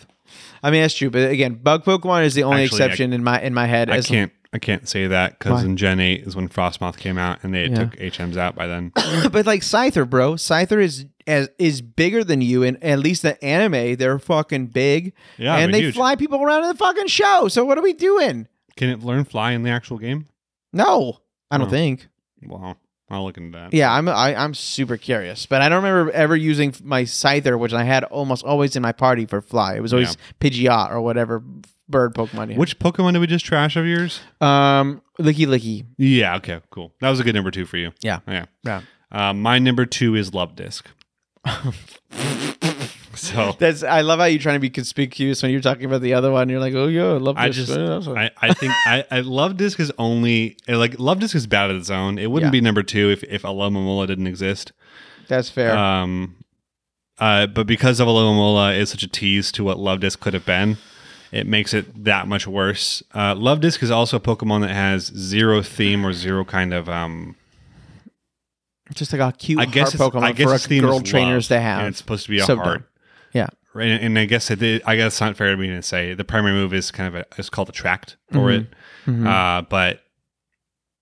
Speaker 2: I mean, that's true. But again, bug Pokemon is the only
Speaker 1: Actually, I-
Speaker 2: exception in my in my head.
Speaker 1: I
Speaker 2: as-
Speaker 1: can't I can't say that because
Speaker 2: Why?
Speaker 1: in Gen Eight is when Frostmoth came out and they
Speaker 2: Yeah.
Speaker 1: took HMs out by then.
Speaker 2: but like Scyther, bro. Scyther is as is bigger than you, and at least the anime, they're fucking big.
Speaker 1: Yeah,
Speaker 2: and
Speaker 1: they're
Speaker 2: they
Speaker 1: huge.
Speaker 2: fly people around in the fucking show. So what are we doing?
Speaker 1: Can it learn fly in the actual game?
Speaker 2: No, I don't
Speaker 1: Oh.
Speaker 2: think.
Speaker 1: Wow, I'll look into that.
Speaker 2: Yeah, I'm I, I'm super curious, but I don't remember ever using f- my Scyther, which I had almost always in my party for fly. It was always Pidgeot or whatever bird Pokemon. you had.
Speaker 1: Which Pokemon did we just trash of yours?
Speaker 2: um, Licky Licky.
Speaker 1: Yeah. Okay. Cool. That was a good number two for you.
Speaker 2: Yeah.
Speaker 1: Yeah.
Speaker 2: Yeah.
Speaker 1: Uh, my number two is Love Disc. so
Speaker 2: That's I love how you're trying to be conspicuous when you're talking about the other one. You're like, oh yeah, I love this.
Speaker 1: I just
Speaker 2: one."
Speaker 1: I, I think I, I Love Disc is only eh, like Love Disc is bad at its own. It wouldn't
Speaker 2: Yeah.
Speaker 1: be number two if if Alamomola didn't exist.
Speaker 2: That's fair.
Speaker 1: Um, uh, but because of Alamomola is such a tease to what Love Disc could have been, it makes it that much worse. Uh, Love Disc is also a Pokemon that has zero theme or zero kind of um.
Speaker 2: just like a cute
Speaker 1: I guess
Speaker 2: heart
Speaker 1: it's,
Speaker 2: Pokemon
Speaker 1: I guess its
Speaker 2: for
Speaker 1: theme
Speaker 2: a girl
Speaker 1: is
Speaker 2: trainers
Speaker 1: love,
Speaker 2: to have.
Speaker 1: And it's supposed to be a
Speaker 2: So
Speaker 1: heart.
Speaker 2: dumb. Yeah.
Speaker 1: Right, and, and I guess it did, I guess it's not fair to me to say the primary move is kind of a, is called attract for
Speaker 2: Mhm.
Speaker 1: it, uh, but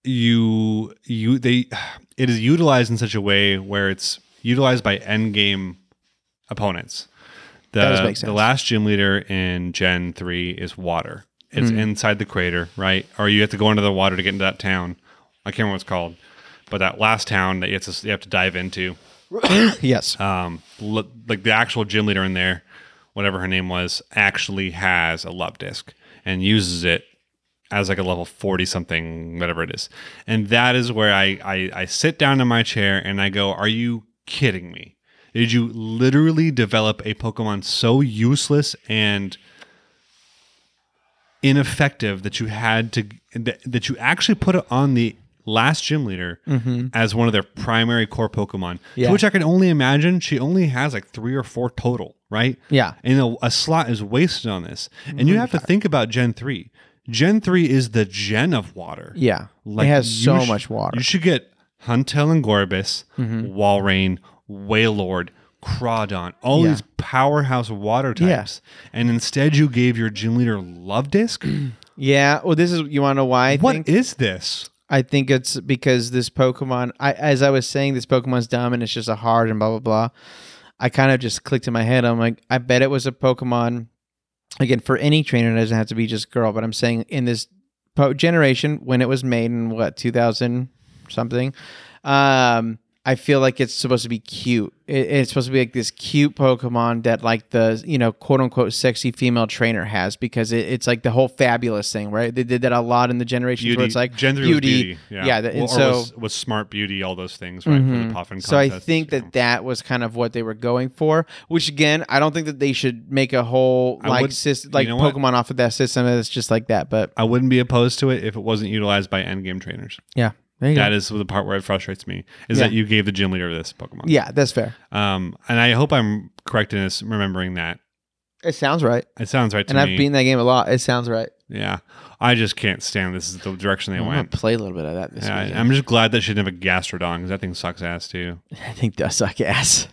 Speaker 1: you you they it is utilized in such a way where it's utilized by end game opponents. The,
Speaker 2: That does make
Speaker 1: the
Speaker 2: sense.
Speaker 1: last gym leader in Gen three is water. It's
Speaker 2: Hmm.
Speaker 1: inside the crater, right? Or you have to go into the water to get into that town. I can't remember what it's called, but that last town that you have to you have to dive into
Speaker 2: yes.
Speaker 1: um, l- like the actual gym leader in there, whatever her name was, actually has a love disc and uses it as like a level 40 something, whatever it is. And that is where I, I, I sit down in my chair and I go, Are you kidding me? Did you literally develop a Pokemon so useless and ineffective that you had to that, that you actually put it on the last gym leader as one of their primary core Pokemon,
Speaker 2: Mm-hmm. Yeah.
Speaker 1: to which I can only imagine she only has like three or four total, right?
Speaker 2: Yeah.
Speaker 1: and a, a slot is wasted on this, and
Speaker 2: Mm.
Speaker 1: you have to think about Gen three. Gen three is the gen of water.
Speaker 2: yeah.
Speaker 1: Like,
Speaker 2: it has
Speaker 1: you
Speaker 2: so
Speaker 1: sh-
Speaker 2: much water. Mm-hmm.
Speaker 1: You should get Huntel and Gorbis, Walrein, Waylord, Crawdon, all
Speaker 2: Yeah.
Speaker 1: these powerhouse water types. And instead you gave your gym leader Love Disc?
Speaker 2: yeah. Well, this is you want to know why I
Speaker 1: What is
Speaker 2: think
Speaker 1: this?
Speaker 2: I think it's because this Pokemon. I as I was saying, this Pokemon's dumb and it's just a hard and blah blah blah. I kind of just clicked in my head. I'm like, I bet it was a Pokemon. Again, for any trainer, it doesn't have to be just girl, but I'm saying in this po- generation when it was made in what 2000 something, um, I feel like it's supposed to be cute. It, it's supposed to be like this cute Pokemon that like the you know quote unquote sexy female trainer has because it, it's like the whole fabulous thing, right? They did that a lot in the generations where it's like
Speaker 1: Gen 3 was beauty. Yeah.
Speaker 2: that-
Speaker 1: Well,
Speaker 2: and
Speaker 1: or
Speaker 2: so
Speaker 1: was, was smart beauty, all those things, right? For the
Speaker 2: Mhm.
Speaker 1: Puffin contest.
Speaker 2: so I think that that was kind of what they were going for. Which again, I don't think that they should make a whole
Speaker 1: I
Speaker 2: like
Speaker 1: would-
Speaker 2: system,
Speaker 1: you
Speaker 2: like
Speaker 1: know what?
Speaker 2: Pokemon off of that system that's just like that. But
Speaker 1: I wouldn't be opposed to it if it wasn't utilized by endgame trainers.
Speaker 2: yeah, there you
Speaker 1: That is the part where it frustrates me, is
Speaker 2: Yeah.
Speaker 1: that you gave the gym leader this Pokemon.
Speaker 2: yeah, that's fair.
Speaker 1: Um, and I hope I'm correct in this, remembering that.
Speaker 2: It sounds right,
Speaker 1: It sounds right to
Speaker 2: and
Speaker 1: me.
Speaker 2: I've beaten that game a lot. It sounds right.
Speaker 1: Yeah, I just can't stand this is the direction they
Speaker 2: I'm gonna
Speaker 1: went.
Speaker 2: play a little bit of that this
Speaker 1: Yeah, I-
Speaker 2: weekend.
Speaker 1: I'm just glad that she didn't have a Gastrodon because that thing sucks ass too.
Speaker 2: I think does suck ass.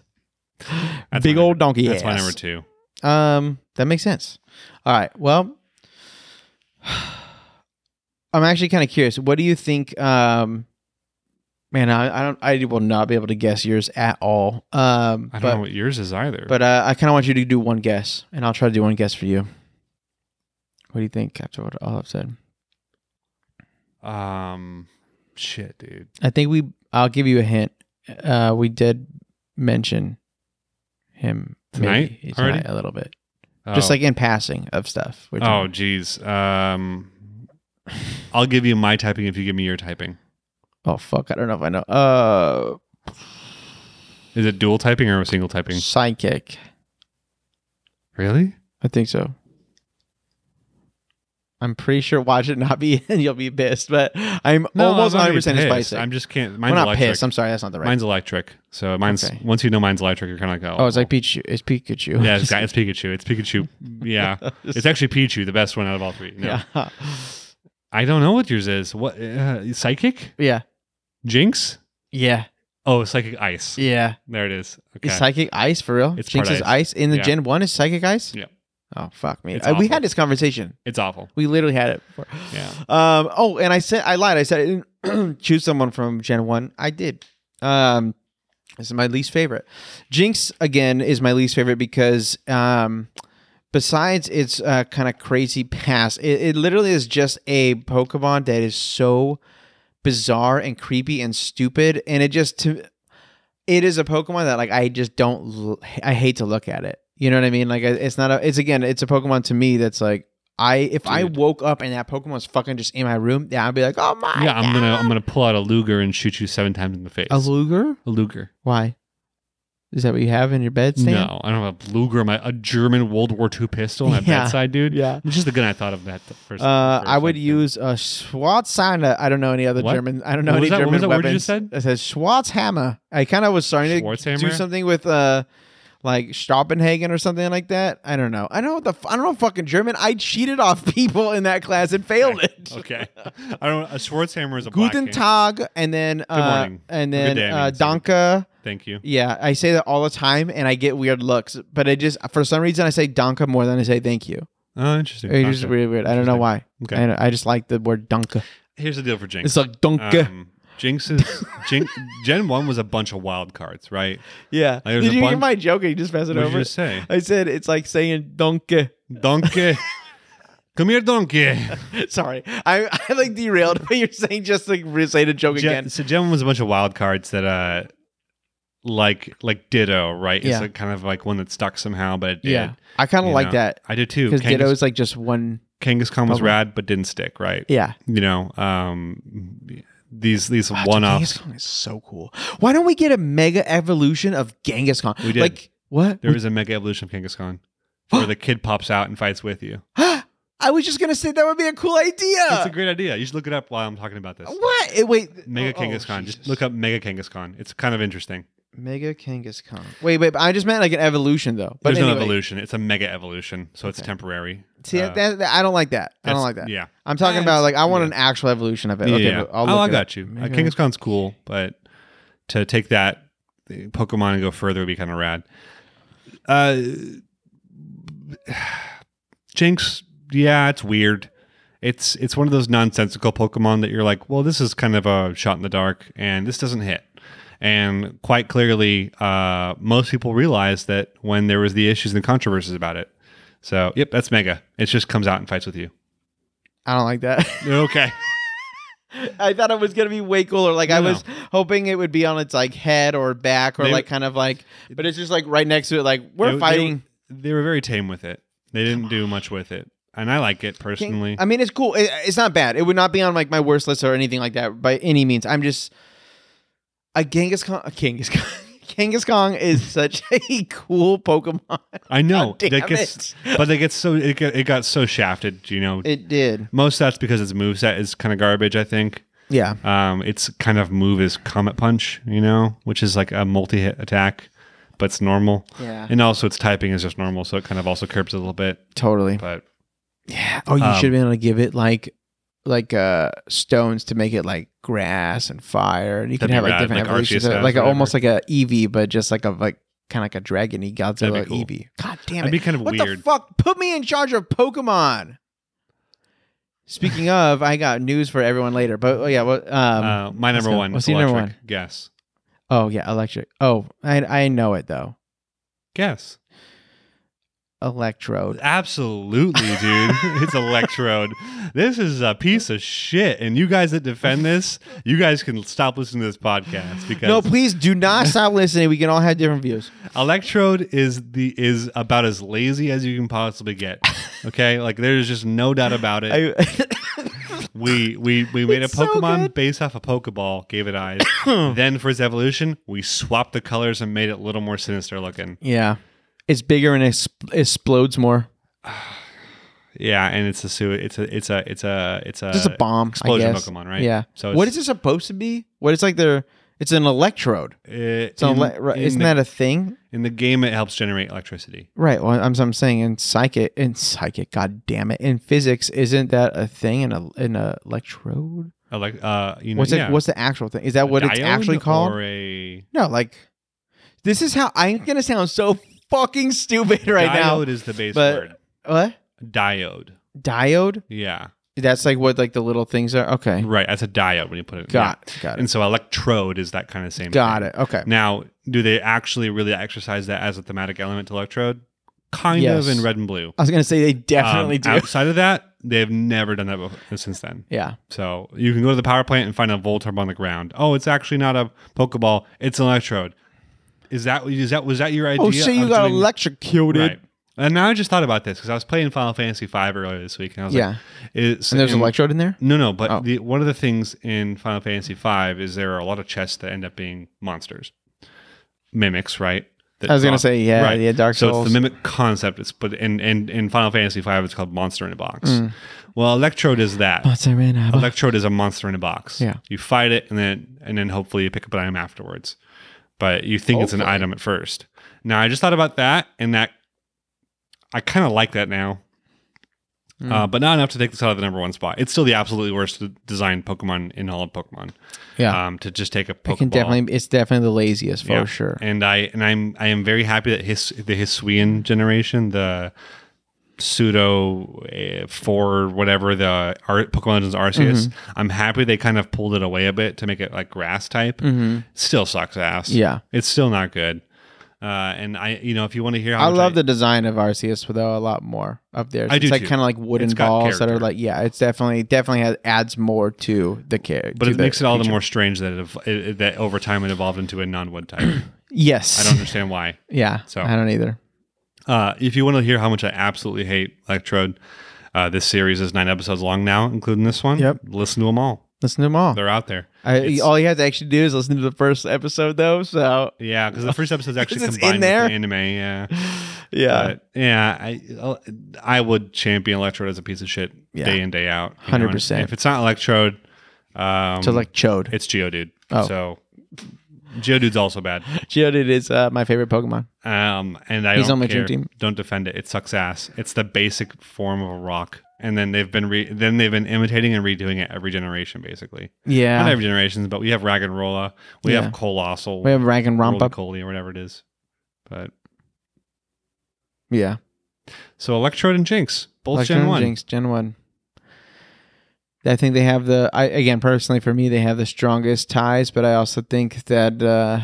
Speaker 1: That's
Speaker 2: Big
Speaker 1: my
Speaker 2: old
Speaker 1: number-
Speaker 2: donkey
Speaker 1: That's
Speaker 2: ass.
Speaker 1: my number two.
Speaker 2: Um, that makes sense. All right. Well, I'm actually kind of curious. What do you think? Um, man, I, I don't. I will not be able to guess yours at all. Um,
Speaker 1: I don't
Speaker 2: but
Speaker 1: know what yours is either.
Speaker 2: but uh, I kind of want you to do one guess, and I'll try to do one guess for you. What do you think after what all I've said?
Speaker 1: um, shit, dude.
Speaker 2: I think we. I'll give you a hint. Uh, we did mention him maybe
Speaker 1: Tonight already?
Speaker 2: a little bit,
Speaker 1: Oh.
Speaker 2: just like in passing of stuff. We're
Speaker 1: oh,
Speaker 2: talking-
Speaker 1: geez. Um, I'll give you my typing if you give me your typing.
Speaker 2: oh fuck! I don't know if I know. Uh.
Speaker 1: Is it dual typing or single typing?
Speaker 2: Sidekick.
Speaker 1: Really?
Speaker 2: I think so. I'm pretty sure watch it not be and you'll be pissed, but I'm almost 100 percent it's
Speaker 1: spicy.
Speaker 2: bicep.
Speaker 1: I'm just can't. Mine's
Speaker 2: Well, not
Speaker 1: electric.
Speaker 2: pissed. I'm sorry, that's not the right.
Speaker 1: Mine's electric. So mine's
Speaker 2: Okay.
Speaker 1: once you know mine's electric, you're kind of like, oh,
Speaker 2: oh, it's like Pikachu. It's Pikachu.
Speaker 1: yeah, it's, it's Pikachu. It's Pikachu. Yeah, it's actually Pichu, the best one out of all three. No.
Speaker 2: yeah,
Speaker 1: I don't know what yours is. What uh, psychic
Speaker 2: yeah,
Speaker 1: Jinx?
Speaker 2: yeah,
Speaker 1: Oh, psychic ice.
Speaker 2: yeah.
Speaker 1: There it is. Okay.
Speaker 2: Is psychic ice for real?
Speaker 1: It's
Speaker 2: Jinx
Speaker 1: part
Speaker 2: is
Speaker 1: ice.
Speaker 2: ice in the
Speaker 1: Yeah.
Speaker 2: Gen One. Is psychic ice?
Speaker 1: Yeah.
Speaker 2: Oh fuck me!
Speaker 1: It's
Speaker 2: Uh, we
Speaker 1: awful.
Speaker 2: had this conversation.
Speaker 1: it's awful.
Speaker 2: We literally had it. Before.
Speaker 1: Yeah.
Speaker 2: Um. Oh, and I said I lied. I said I didn't choose someone from Gen One. I did. Um, this is my least favorite. Jinx again is my least favorite because um, besides its uh, kind of crazy past, it, it literally is just a Pokemon that is so bizarre and creepy and stupid, and it just to it is a Pokemon that like I just don't l- I hate to look at it. You know what I mean? Like I- it's not a it's again it's a Pokemon to me that's like I if I
Speaker 1: Dude.
Speaker 2: woke up and that Pokemon was fucking just in my room, yeah, I'd be like, oh my
Speaker 1: Yeah, I'm
Speaker 2: God.
Speaker 1: gonna I'm gonna pull out a Luger and shoot you seven times in the face.
Speaker 2: a Luger.
Speaker 1: A Luger.
Speaker 2: Why? Is that what you have in your bed? Stan?
Speaker 1: No, I don't have a Luger. My a German World War II pistol on my
Speaker 2: Yeah.
Speaker 1: bedside, dude.
Speaker 2: Yeah.
Speaker 1: It's just the gun I thought of that the first.
Speaker 2: Uh,
Speaker 1: first
Speaker 2: I would
Speaker 1: thing.
Speaker 2: use a Schwarzhammer. I don't know any other
Speaker 1: What?
Speaker 2: German. I don't know
Speaker 1: What was that-
Speaker 2: any
Speaker 1: what
Speaker 2: German
Speaker 1: was that word
Speaker 2: weapons.
Speaker 1: you just said?
Speaker 2: I said Schwarzhammer. I kind of was starting to
Speaker 1: Schwarzhammer?
Speaker 2: do something with uh, like Stoppenhagen or something like that. I don't know. I don't know what the. f- I don't know fucking German. I cheated off people in that class and failed it.
Speaker 1: Okay. I don't. A Schwarzhammer is a Oh, black
Speaker 2: Guten
Speaker 1: game.
Speaker 2: Tag, and then uh,
Speaker 1: morning.
Speaker 2: and
Speaker 1: Or good
Speaker 2: then
Speaker 1: day, I
Speaker 2: uh,
Speaker 1: mean, sorry.
Speaker 2: Danke.
Speaker 1: Thank you.
Speaker 2: Yeah, I say that all the time, and I get weird looks. But I just, for some reason, I say Danke more than I say thank you.
Speaker 1: Oh, interesting.
Speaker 2: It's just
Speaker 1: Okay.
Speaker 2: really weird. I don't know why.
Speaker 1: Okay.
Speaker 2: I, don't- I just like the word Danke.
Speaker 1: Here's the deal for Jinx.
Speaker 2: It's like Danke.
Speaker 1: Um, Jinx's Jinx, Gen One was a bunch of wild cards, right?
Speaker 2: Yeah.
Speaker 1: Like, there's
Speaker 2: Did
Speaker 1: a
Speaker 2: you hear
Speaker 1: bun-
Speaker 2: my joke? and You just pass it
Speaker 1: What did
Speaker 2: over.
Speaker 1: you just say?
Speaker 2: I said it's like saying donkey.
Speaker 1: Donkey, come here, donkey.
Speaker 2: Sorry, I, I like derailed, but you're saying just like re- say the joke
Speaker 1: Gen,
Speaker 2: again.
Speaker 1: so Gen One was a bunch of wild cards that, uh, like like Ditto, right?
Speaker 2: Yeah.
Speaker 1: It's like kind of like one that stuck somehow, but it did.
Speaker 2: Yeah, I kind of
Speaker 1: you
Speaker 2: like
Speaker 1: know.
Speaker 2: that
Speaker 1: I did too.
Speaker 2: because
Speaker 1: Kangas-
Speaker 2: Ditto is like just one.
Speaker 1: Kangaskhan was
Speaker 2: Pokemon.
Speaker 1: rad, but didn't stick, right?
Speaker 2: Yeah,
Speaker 1: You know, um, these these
Speaker 2: Ah, dude,
Speaker 1: one offs.
Speaker 2: Kangaskhan is so cool. Why don't we get a mega evolution of Genghis
Speaker 1: We did.
Speaker 2: Like what?
Speaker 1: There is a mega evolution of Kangaskhan where the kid pops out and fights with you.
Speaker 2: I was just gonna say that would be a cool idea.
Speaker 1: It's a great idea. You should look it up while I'm talking about this.
Speaker 2: what? Eh, Wait,
Speaker 1: Mega
Speaker 2: oh, oh,
Speaker 1: Kangaskhan. Just
Speaker 2: Jesus.
Speaker 1: look up Mega Kangaskhan. It's kind of interesting.
Speaker 2: Mega Kangaskhan. Wait, wait. but I just meant like an evolution though. But
Speaker 1: There's no
Speaker 2: anyway.
Speaker 1: evolution. It's a mega evolution, so it's
Speaker 2: Okay.
Speaker 1: temporary.
Speaker 2: See,
Speaker 1: Uh,
Speaker 2: that, that- I don't like that. I don't
Speaker 1: that's-
Speaker 2: like that.
Speaker 1: Yeah.
Speaker 2: I'm talking
Speaker 1: Yeah,
Speaker 2: about
Speaker 1: it's-
Speaker 2: like I want
Speaker 1: yeah.
Speaker 2: an actual evolution of it.
Speaker 1: yeah,
Speaker 2: okay,
Speaker 1: yeah.
Speaker 2: but I'll look
Speaker 1: oh, I
Speaker 2: it up. Mm-hmm.
Speaker 1: got you. Uh,
Speaker 2: Mega-
Speaker 1: Kangaskhan's cool, but to take that uh, Pokemon and go further would be kind of rad. Uh, Jinx, yeah, it's weird. It's it's one of those nonsensical Pokemon that you're like, well, this is kind of a shot in the dark, and this doesn't hit. And quite clearly, uh, most people realized that when there was the issues and controversies about it. So, yep, that's Mega. It just comes out and fights with you.
Speaker 2: I don't like that.
Speaker 1: Okay.
Speaker 2: I thought it was gonna be way cooler. Like I
Speaker 1: No.
Speaker 2: was hoping it would be on its like head or back or
Speaker 1: They-
Speaker 2: like kind of like, but it's just like right next to it. Like we're
Speaker 1: They- they-
Speaker 2: fighting.
Speaker 1: They were very tame with it. They didn't do much with it, and I like it
Speaker 2: King-
Speaker 1: personally.
Speaker 2: I mean, it's cool. It, it's not bad. It would not be on like my worst list or anything like that by any means. I'm just a Genghis Kong. A Genghis Kong. Genghis Kong is such a cool Pokemon.
Speaker 1: I know
Speaker 2: damn
Speaker 1: that gets, but they get so it got, it got so shafted. You know,
Speaker 2: It did.
Speaker 1: most of that's because its moveset is kind of garbage. I think
Speaker 2: Yeah.
Speaker 1: um, its kind of move is Comet Punch. You know, which is like a multi-hit attack, but it's normal.
Speaker 2: Yeah.
Speaker 1: And also, its typing is just normal, so it kind of also curbs it a little bit.
Speaker 2: Totally.
Speaker 1: But
Speaker 2: Yeah. Oh, you
Speaker 1: Um,
Speaker 2: should have been able to give it like like uh stones to make it like grass and fire. And you could
Speaker 1: That'd be
Speaker 2: have like
Speaker 1: rad,
Speaker 2: different
Speaker 1: like
Speaker 2: evolutions.
Speaker 1: Arceus
Speaker 2: of it.
Speaker 1: has
Speaker 2: like
Speaker 1: or
Speaker 2: a, almost like a Eevee, but just like a like kind of like a dragony Godzilla
Speaker 1: That'd be cool.
Speaker 2: Eevee. E God damn
Speaker 1: that'd
Speaker 2: it.
Speaker 1: be kind of
Speaker 2: what
Speaker 1: weird.
Speaker 2: the fuck? Put me in charge of Pokemon. Speaking of, I got news for everyone later. But oh yeah, well um
Speaker 1: uh, my
Speaker 2: let's
Speaker 1: number
Speaker 2: go.
Speaker 1: one.
Speaker 2: What's
Speaker 1: is
Speaker 2: your number
Speaker 1: electric. Guess.
Speaker 2: oh yeah, electric. Oh, I I know it though.
Speaker 1: Guess.
Speaker 2: Electrode.
Speaker 1: Absolutely, dude. it's electrode. This is a piece of shit. And you guys that defend this, you guys can stop listening to this podcast because
Speaker 2: No, please do not stop listening. We can all have different views.
Speaker 1: electrode is the is about as lazy as you can possibly get. Okay? Like there's just no doubt about it.
Speaker 2: I-
Speaker 1: we we we made a
Speaker 2: It's so
Speaker 1: Pokemon
Speaker 2: good.
Speaker 1: based off a Pokeball, gave it eyes. then for its evolution, we swapped the colors and made it a little more sinister looking.
Speaker 2: Yeah. It's bigger and es- explodes more.
Speaker 1: yeah, and it's a sui- it's a it's a it's a it's a
Speaker 2: Just a bomb.
Speaker 1: Uh, explosion
Speaker 2: I guess.
Speaker 1: Pokemon, right?
Speaker 2: Yeah.
Speaker 1: So
Speaker 2: So
Speaker 1: it's-
Speaker 2: what is it supposed to be? What it's like? They're it's an electrode.
Speaker 1: It,
Speaker 2: So
Speaker 1: in-
Speaker 2: ele- right,
Speaker 1: in
Speaker 2: isn't
Speaker 1: the,
Speaker 2: that a thing?
Speaker 1: in the game? It helps generate electricity.
Speaker 2: Right. Well, I'm, I'm saying in psychic, in psychic, god damn it, in physics, isn't that a thing? In a in a electrode?
Speaker 1: Elec- uh, you know,
Speaker 2: What's
Speaker 1: yeah.
Speaker 2: it, what's the actual thing? Is that what it's
Speaker 1: Diode
Speaker 2: actually called?
Speaker 1: Or a
Speaker 2: no, like this is how I'm gonna sound so fucking stupid right
Speaker 1: diode
Speaker 2: now.
Speaker 1: is the base
Speaker 2: but-
Speaker 1: word.
Speaker 2: What
Speaker 1: Diode.
Speaker 2: diode?
Speaker 1: Yeah.
Speaker 2: That's like what like the little things are. Okay,
Speaker 1: Right. That's a diode when you put it.
Speaker 2: got
Speaker 1: yeah.
Speaker 2: it, got it,
Speaker 1: And so electrode is that kind of same.
Speaker 2: got
Speaker 1: thing.
Speaker 2: it. Okay,
Speaker 1: Now, do they actually really exercise that as a thematic element to electrode? Kind
Speaker 2: Yes.
Speaker 1: of in red and blue.
Speaker 2: I was gonna say they definitely
Speaker 1: Um,
Speaker 2: do.
Speaker 1: Outside of that, they've never done that before, since then.
Speaker 2: yeah,
Speaker 1: So you can go to the power plant and find a Voltorb on the ground. Oh, it's actually not a Pokeball; it's an Electrode. Is that is that was that your idea?
Speaker 2: Oh, so you
Speaker 1: of
Speaker 2: got
Speaker 1: doing-
Speaker 2: electrocuted.
Speaker 1: right. And now I just thought about this because I was playing Final Fantasy V earlier this week, and I was
Speaker 2: Yeah.
Speaker 1: like, it's,
Speaker 2: And there's an electrode in there?
Speaker 1: No, no, but
Speaker 2: Oh.
Speaker 1: the, one of the things in Final Fantasy V is there are a lot of chests that end up being monsters, mimics, right? That
Speaker 2: I was going
Speaker 1: drop-
Speaker 2: to say, yeah, yeah, Dark
Speaker 1: so
Speaker 2: Souls.
Speaker 1: it's the mimic concept. It's but in in, in Final Fantasy V, it's called Monster in a Box.
Speaker 2: Mm.
Speaker 1: Well, Electrode is that.
Speaker 2: Mozzarella.
Speaker 1: Electrode is a monster in a box.
Speaker 2: Yeah.
Speaker 1: You fight it and then and then hopefully you pick up an item afterwards. But you think it's an
Speaker 2: Hopefully.
Speaker 1: item at first. Now I just thought about that and that I kind of like that now.
Speaker 2: Mm.
Speaker 1: Uh, but not enough to take this out of the number one spot. It's still the absolutely worst designed Pokemon in all of Pokemon.
Speaker 2: Yeah.
Speaker 1: Um, to just take a Pokeball.
Speaker 2: it can definitely, it's definitely the laziest for
Speaker 1: Yeah.
Speaker 2: sure.
Speaker 1: And I and I'm I am very happy that his the Hisuian generation, the pseudo uh, four whatever the Ar- Pokemon Legends Arceus,
Speaker 2: Mm-hmm.
Speaker 1: I'm happy they kind of pulled it away a bit to make it like grass type. Still sucks ass.
Speaker 2: Mm-hmm. Yeah.
Speaker 1: it's still not good. Uh, and I, you know, if you want to hear, how
Speaker 2: I
Speaker 1: much
Speaker 2: love the design of Arceus though a lot more up there.
Speaker 1: I
Speaker 2: it's
Speaker 1: do
Speaker 2: like
Speaker 1: too.
Speaker 2: kind of like wooden
Speaker 1: It's got
Speaker 2: balls that are
Speaker 1: character.
Speaker 2: like yeah, it's definitely definitely has, adds more to the character.
Speaker 1: but it makes it all the more strange that it, ev- it, it- that over time it evolved into a non-wood type. I
Speaker 2: yes.
Speaker 1: don't understand why.
Speaker 2: yeah.
Speaker 1: So.
Speaker 2: I don't either.
Speaker 1: Uh, if you want to hear how much I absolutely hate Electrode, uh, this series is nine episodes long now, including this one.
Speaker 2: Yep.
Speaker 1: Listen to them all.
Speaker 2: Listen to them all.
Speaker 1: They're out there.
Speaker 2: I,
Speaker 1: It's-
Speaker 2: all you have to actually do is listen to the first episode though. So
Speaker 1: yeah, because the first episode's actually
Speaker 2: It's in
Speaker 1: combined with
Speaker 2: there.
Speaker 1: the anime. Yeah,
Speaker 2: yeah,
Speaker 1: But, yeah. I uh, I would champion Electrode as a piece of shit
Speaker 2: Yeah.
Speaker 1: day in day out. you know,
Speaker 2: 100%.
Speaker 1: and If it's not Electrode, um,
Speaker 2: so like Chode.
Speaker 1: it's Geodude.
Speaker 2: Oh.
Speaker 1: So Geodude's also bad.
Speaker 2: Chode is uh, my favorite Pokemon.
Speaker 1: Um, and I
Speaker 2: He's
Speaker 1: don't
Speaker 2: on my dream
Speaker 1: care.
Speaker 2: team.
Speaker 1: Don't defend it. It sucks ass. It's the basic form of a rock, and then they've been re- then they've been imitating and redoing it every generation, basically.
Speaker 2: Yeah,
Speaker 1: Not every generation, but we have Rag and Rolla, we
Speaker 2: Yeah.
Speaker 1: have Colossal,
Speaker 2: we have Rank and Romp up.
Speaker 1: Roly-Coly or whatever it is. But
Speaker 2: Yeah,
Speaker 1: so Electrode and Jinx, both
Speaker 2: Electron
Speaker 1: Gen
Speaker 2: and
Speaker 1: One.
Speaker 2: Jinx, Gen One. I think they have the. I again personally for me they have the strongest ties, but I also think that uh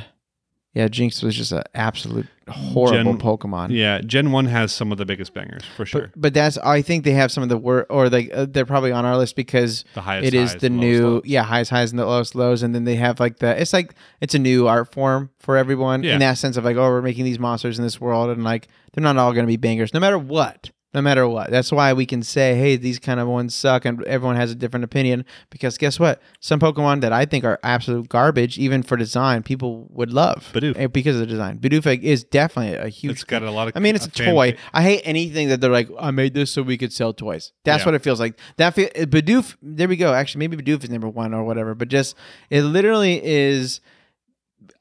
Speaker 2: yeah, Jinx was just an absolute horrible
Speaker 1: Gen-
Speaker 2: Pokemon.
Speaker 1: Yeah, Gen One has some of the biggest bangers for sure.
Speaker 2: But, but that's I think they have some of the worst, or like uh, they're probably on our list because
Speaker 1: the highest.
Speaker 2: it is
Speaker 1: highs,
Speaker 2: the
Speaker 1: lowest
Speaker 2: new
Speaker 1: lows.
Speaker 2: yeah highest highs and the lowest lows, and then they have like the it's like it's a new art form for everyone
Speaker 1: Yeah.
Speaker 2: in that sense of like oh we're making these monsters in this world and like they're not all going to be bangers no matter what no matter what that's why we can say hey these kind of ones suck and everyone has a different opinion because guess what some Pokemon that I think are absolute garbage even for design people would love
Speaker 1: Bidoof.
Speaker 2: eh, because of the design Bidoof is definitely a huge
Speaker 1: It's got a lot of.
Speaker 2: I mean, it's a
Speaker 1: fan-
Speaker 2: toy. I hate anything that they're like, I made this so we could sell toys. That's
Speaker 1: Yeah.
Speaker 2: what it feels like. That feel, uh, Bidoof, there we go. Actually, maybe Bidoof is number one or whatever, but just it literally is.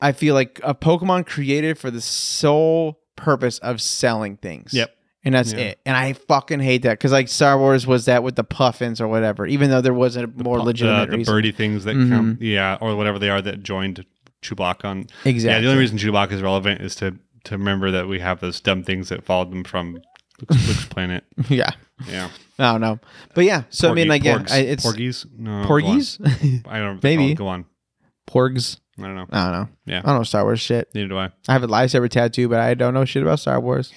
Speaker 2: I feel like a Pokemon created for the sole purpose of selling things.
Speaker 1: Yep.
Speaker 2: And that's
Speaker 1: Yeah.
Speaker 2: it. And I fucking hate that because like Star Wars was that with the puffins or whatever, even though there wasn't a more
Speaker 1: the-
Speaker 2: legitimate
Speaker 1: the,
Speaker 2: reason. Mm-hmm.
Speaker 1: birdie things that come, yeah, or whatever they are that joined Chewbacca on. Yeah,
Speaker 2: Exactly.
Speaker 1: the only reason Chewbacca is relevant is to to remember that we have those dumb things that followed them from Luke's, Luke's planet.
Speaker 2: yeah.
Speaker 1: Yeah,
Speaker 2: I don't know. But yeah. So I mean,
Speaker 1: Porgy-
Speaker 2: like, yeah,
Speaker 1: porgs,
Speaker 2: I, it's
Speaker 1: porgies, no, go on.
Speaker 2: porgies,
Speaker 1: I don't know.
Speaker 2: Maybe.
Speaker 1: go on.
Speaker 2: porgs.
Speaker 1: I don't know.
Speaker 2: I don't know.
Speaker 1: Yeah.
Speaker 2: I don't know Star Wars shit.
Speaker 1: Neither do I.
Speaker 2: I have a lightsaber tattoo, but I don't know shit about Star Wars.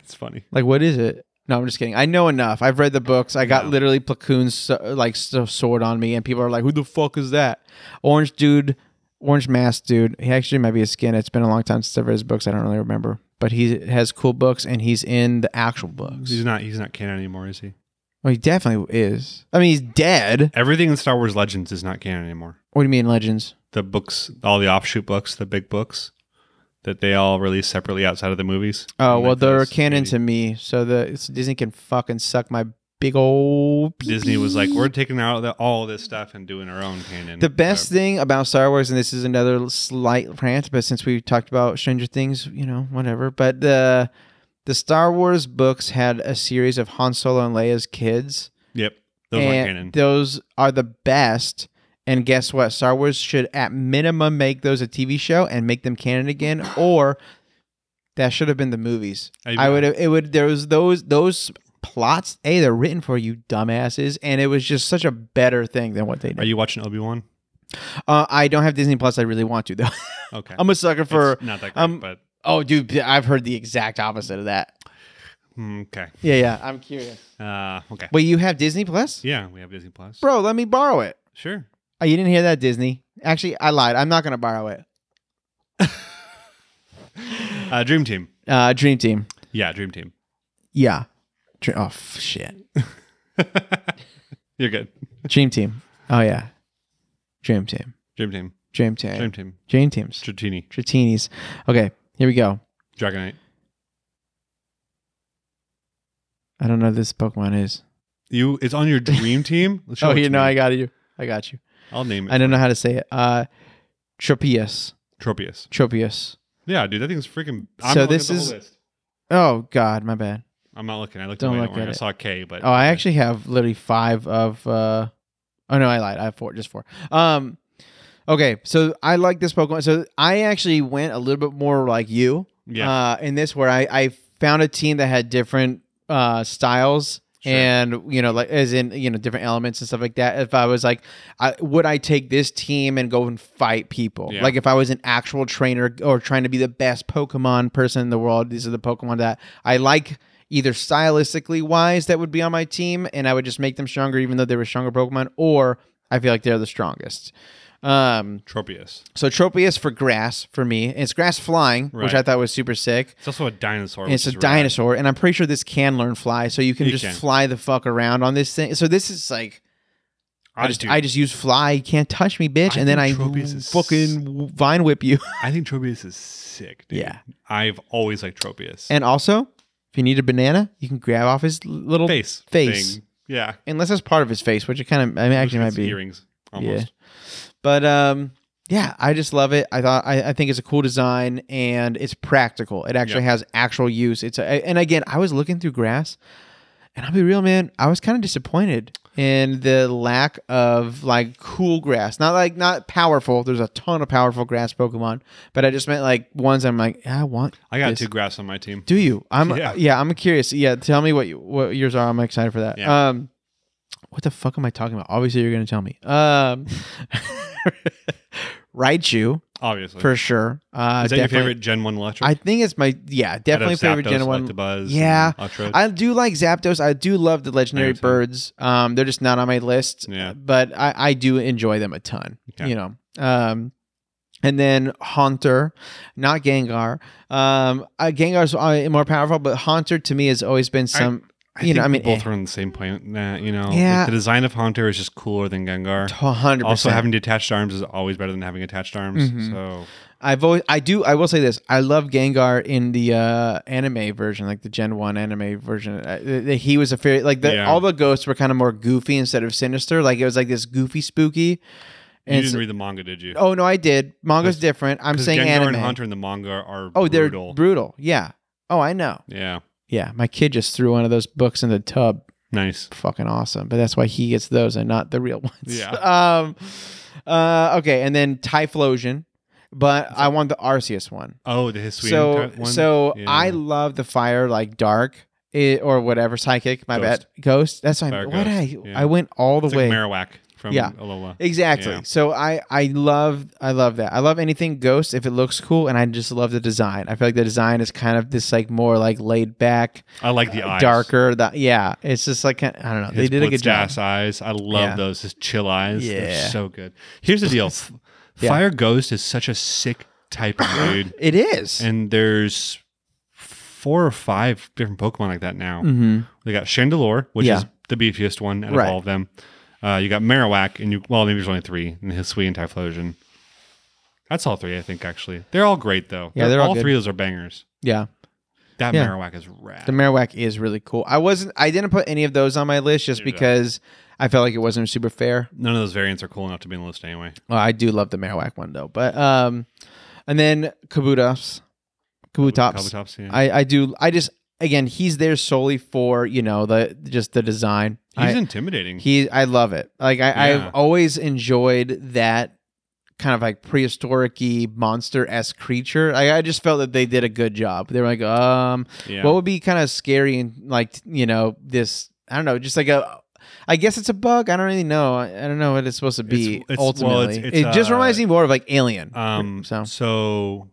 Speaker 1: It's funny.
Speaker 2: Like, what is it? No, I'm just kidding. I know enough. I've read the books. I got
Speaker 1: No.
Speaker 2: literally Placoon's so- like so- sword on me, and people are like, "Who the fuck is that?" Orange dude, orange mask dude. He actually might be a skin. It's been a long time since I've read his books. I don't really remember, but he has cool books, and he's in the actual books.
Speaker 1: He's not. He's not canon anymore, is he?
Speaker 2: Well, he definitely is. I mean, he's dead.
Speaker 1: Everything in Star Wars Legends is not canon anymore.
Speaker 2: What do you mean, legends?
Speaker 1: The books, all the offshoot books, the big books, that they all released separately outside of the movies.
Speaker 2: Oh
Speaker 1: And
Speaker 2: well,
Speaker 1: that
Speaker 2: they're
Speaker 1: was
Speaker 2: canon
Speaker 1: maybe-
Speaker 2: to me, so the so Disney can fucking suck my big old.
Speaker 1: Disney was like,
Speaker 2: pee-pee.
Speaker 1: we're taking out the, all this stuff and doing our own canon.
Speaker 2: The best
Speaker 1: Uh,
Speaker 2: thing about Star Wars, and this is another slight rant, but since we talked about Stranger Things, you know, whatever. But the the Star Wars books had a series of Han Solo and Leia's kids.
Speaker 1: yep, those were
Speaker 2: and
Speaker 1: canon.
Speaker 2: Those are the best. And guess what? Star Wars should at minimum make those a TV show and make them canon again, or that should have been the movies. I would have it would there was those those plots, A, they're written for you dumbasses, and it was just such a better thing than what they did.
Speaker 1: Are you watching Obi Wan?
Speaker 2: Uh, I don't have Disney Plus. I really want to though.
Speaker 1: Okay,
Speaker 2: I'm a sucker for.
Speaker 1: It's not that great,
Speaker 2: um,
Speaker 1: but
Speaker 2: Oh, dude, I've heard the exact opposite of that.
Speaker 1: mm, okay,
Speaker 2: Yeah, yeah. I'm curious.
Speaker 1: uh, okay.
Speaker 2: Wait, you have Disney Plus,
Speaker 1: Yeah, we have Disney Plus.
Speaker 2: bro? Let me borrow it.
Speaker 1: Sure.
Speaker 2: Oh, you didn't hear that, Disney? Actually, I lied. I'm not gonna borrow it.
Speaker 1: Uh, Dream Team.
Speaker 2: Uh, Dream Team.
Speaker 1: Yeah, Dream Team.
Speaker 2: Yeah. Dream- oh f- shit.
Speaker 1: You're good.
Speaker 2: Dream Team. Oh yeah. Dream Team.
Speaker 1: Dream Team.
Speaker 2: Dream Team.
Speaker 1: Dream Team.
Speaker 2: Dream, Teams.
Speaker 1: Stratini.
Speaker 2: Tratinis. Okay, here we go.
Speaker 1: Dragonite.
Speaker 2: I don't know who this Pokemon is.
Speaker 1: You. It's on your Dream Team. Show
Speaker 2: oh,
Speaker 1: it to
Speaker 2: you know,
Speaker 1: me.
Speaker 2: I got you. I got you.
Speaker 1: I'll name it.
Speaker 2: I don't know how to say it. Uh, Tropius.
Speaker 1: Tropius.
Speaker 2: Tropius.
Speaker 1: Yeah, dude, that thing's freaking. I'm
Speaker 2: So
Speaker 1: not looking
Speaker 2: this
Speaker 1: at the
Speaker 2: is-
Speaker 1: Whole list.
Speaker 2: Oh God, my bad.
Speaker 1: I'm not looking. I looked
Speaker 2: Don't
Speaker 1: away.
Speaker 2: look
Speaker 1: Don't worry.
Speaker 2: at
Speaker 1: I
Speaker 2: it.
Speaker 1: saw K, but
Speaker 2: Oh, I actually have literally five of. uh Oh no, I lied. I have four, just four. Um, okay, so I like this Pokemon. So I actually went a little bit more like you.
Speaker 1: Yeah.
Speaker 2: Uh, in this, where I I found a team that had different uh styles.
Speaker 1: Sure.
Speaker 2: And you know, like as in you know, different elements and stuff like that. If I was like, I, would I take this team and go and fight people?
Speaker 1: Yeah.
Speaker 2: Like if I was an actual trainer or trying to be the best Pokemon person in the world, these are the Pokemon that I like either stylistically wise that would be on my team and I would just make them stronger even though they were stronger Pokemon or I feel like they're the strongest. Um,
Speaker 1: Tropius.
Speaker 2: so Tropius for grass for me. It's grass flying, which
Speaker 1: Right.
Speaker 2: I thought was super sick.
Speaker 1: It's also a dinosaur.
Speaker 2: And
Speaker 1: which
Speaker 2: it's a
Speaker 1: is rad.
Speaker 2: dinosaur, and I'm pretty sure this can learn fly, so you can
Speaker 1: It
Speaker 2: just
Speaker 1: can.
Speaker 2: fly the fuck around on this thing. So this is like I, just
Speaker 1: do-
Speaker 2: I just use fly. You can't touch me, bitch.
Speaker 1: I
Speaker 2: and then I
Speaker 1: think Tropius is-
Speaker 2: fucking vine whip you.
Speaker 1: I think Tropius is sick. Dude.
Speaker 2: Yeah.
Speaker 1: I've always liked Tropius.
Speaker 2: and also, if you need a banana, you can grab off his little
Speaker 1: face.
Speaker 2: face.
Speaker 1: Thing. Yeah.
Speaker 2: unless that's part of his face, which it kind of I mean actually might
Speaker 1: It's
Speaker 2: be.
Speaker 1: earrings. Almost.
Speaker 2: But um, yeah, I just love it. I thought I, I think it's a cool design and it's practical. It actually has actual use. It's a, and again, I was looking through grass, and I'll be real, man, I was kind of disappointed in the lack of like cool grass. Not like not powerful. There's a ton of powerful grass Pokemon, but I just meant like ones I'm like I want.
Speaker 1: I got
Speaker 2: this.
Speaker 1: two grass on my team.
Speaker 2: Do you? I'm uh, yeah.
Speaker 1: Yeah.
Speaker 2: I'm curious. Yeah, tell me what you, what yours are. I'm excited for that.
Speaker 1: Yeah.
Speaker 2: Um what the fuck am I talking about? Obviously you're going to tell me. Um Raichu
Speaker 1: Obviously.
Speaker 2: for sure. Uh
Speaker 1: is that your
Speaker 2: definitely-
Speaker 1: favorite Gen One Electric?
Speaker 2: I think it's my yeah, definitely favorite Gen 1.
Speaker 1: Like Buzz
Speaker 2: Yeah.
Speaker 1: And Electrode?
Speaker 2: I do like Zapdos. I do love the legendary
Speaker 1: Everything.
Speaker 2: birds. Um, they're just not on my list.
Speaker 1: Yeah.
Speaker 2: But I, I do enjoy them a ton.
Speaker 1: Okay.
Speaker 2: You know. Um, and then Haunter, not Gengar. Um, uh, Gengar's uh, more powerful, but Haunter to me has always been some. you
Speaker 1: think
Speaker 2: know, I mean,
Speaker 1: we both
Speaker 2: eh.
Speaker 1: are on the same point. Nah, you know,
Speaker 2: Yeah.
Speaker 1: like, the design of Haunter is just cooler than Gengar.
Speaker 2: Hundred percent.
Speaker 1: Also, having detached arms is always better than having attached arms.
Speaker 2: Mhm.
Speaker 1: So
Speaker 2: I've always, I do, I will say this. I love Gengar in the uh, anime version, like the Gen One anime version. Uh, th- th- he was a fairy, like the,
Speaker 1: Yeah.
Speaker 2: all the ghosts were kind of more goofy instead of sinister. Like it was like this goofy, spooky.
Speaker 1: you
Speaker 2: it's-
Speaker 1: didn't read the manga, did you?
Speaker 2: Oh no, I did. Manga's different. I'm
Speaker 1: 'Cause
Speaker 2: saying
Speaker 1: Gengar
Speaker 2: anime.
Speaker 1: and Hunter in the manga are
Speaker 2: oh, they're
Speaker 1: brutal.
Speaker 2: brutal. Yeah. Oh, I know.
Speaker 1: yeah,
Speaker 2: Yeah, my kid just threw one of those books in the tub.
Speaker 1: nice.
Speaker 2: Fucking awesome. But that's why he gets those and not the real ones.
Speaker 1: Yeah.
Speaker 2: um. Uh. Okay, and then Typhlosion, but I want the Arceus one.
Speaker 1: Oh, the Hisuian
Speaker 2: so
Speaker 1: type one.
Speaker 2: so
Speaker 1: Yeah.
Speaker 2: I love the fire like dark. eh, or whatever, psychic. My
Speaker 1: Ghost.
Speaker 2: bad, ghost. That's why.
Speaker 1: Fire
Speaker 2: What I
Speaker 1: ghost, yeah.
Speaker 2: I went all the
Speaker 1: it's
Speaker 2: way.
Speaker 1: like Marowak from
Speaker 2: Yeah.
Speaker 1: Alola.
Speaker 2: Exactly.
Speaker 1: Yeah.
Speaker 2: So I I love I love that. I love anything ghost if it looks cool, and I just love the design. I feel like the design is kind of this like more like laid back,
Speaker 1: I like
Speaker 2: uh,
Speaker 1: the eyes,
Speaker 2: darker. That yeah, it's just like I don't know. they
Speaker 1: His
Speaker 2: did a good job.
Speaker 1: Blitz eyes. I love
Speaker 2: Yeah.
Speaker 1: those. His chill eyes.
Speaker 2: Yeah.
Speaker 1: They're so good. Here's the deal. F-
Speaker 2: Yeah.
Speaker 1: Fire Ghost is such a sick type of dude.
Speaker 2: It is.
Speaker 1: And there's four or five different Pokemon like that now.
Speaker 2: hmm
Speaker 1: They got Chandelure, which
Speaker 2: Yeah.
Speaker 1: is the beefiest one out of
Speaker 2: Right.
Speaker 1: all of them. Uh, you got Marowak, and you well, maybe there's only three, and Hisui and Typhlosion. That's all three, I think. Actually, they're all great though.
Speaker 2: Yeah, they're all good.
Speaker 1: three of those are bangers.
Speaker 2: Yeah.
Speaker 1: That
Speaker 2: Yeah.
Speaker 1: Marowak is rad.
Speaker 2: The Marowak is really cool. I wasn't I didn't put any of those on my list just
Speaker 1: Neither did I.
Speaker 2: because I felt like it wasn't super fair.
Speaker 1: None of those variants are cool enough to be on the list anyway.
Speaker 2: Well, I do love the Marowak one though. But um and then Kabutops. Kabutops.
Speaker 1: Kabutops, yeah.
Speaker 2: I I do I just again, he's there solely for, you know, the just the design. I-
Speaker 1: He's intimidating.
Speaker 2: He, I love it. Like I,
Speaker 1: Yeah.
Speaker 2: I've always enjoyed that kind of like prehistoric-y monster-esque creature. I, I just felt that they did a good job. They were like, um,
Speaker 1: yeah.
Speaker 2: what would be kind of scary and like you know this? I don't know, just like a. I guess it's a bug. I don't really know. I, I don't know what it's supposed to be.
Speaker 1: It's- it's- well,
Speaker 2: ultimately,
Speaker 1: it's- it's,
Speaker 2: it just
Speaker 1: uh,
Speaker 2: reminds me more of like Alien.
Speaker 1: Um,
Speaker 2: so
Speaker 1: so.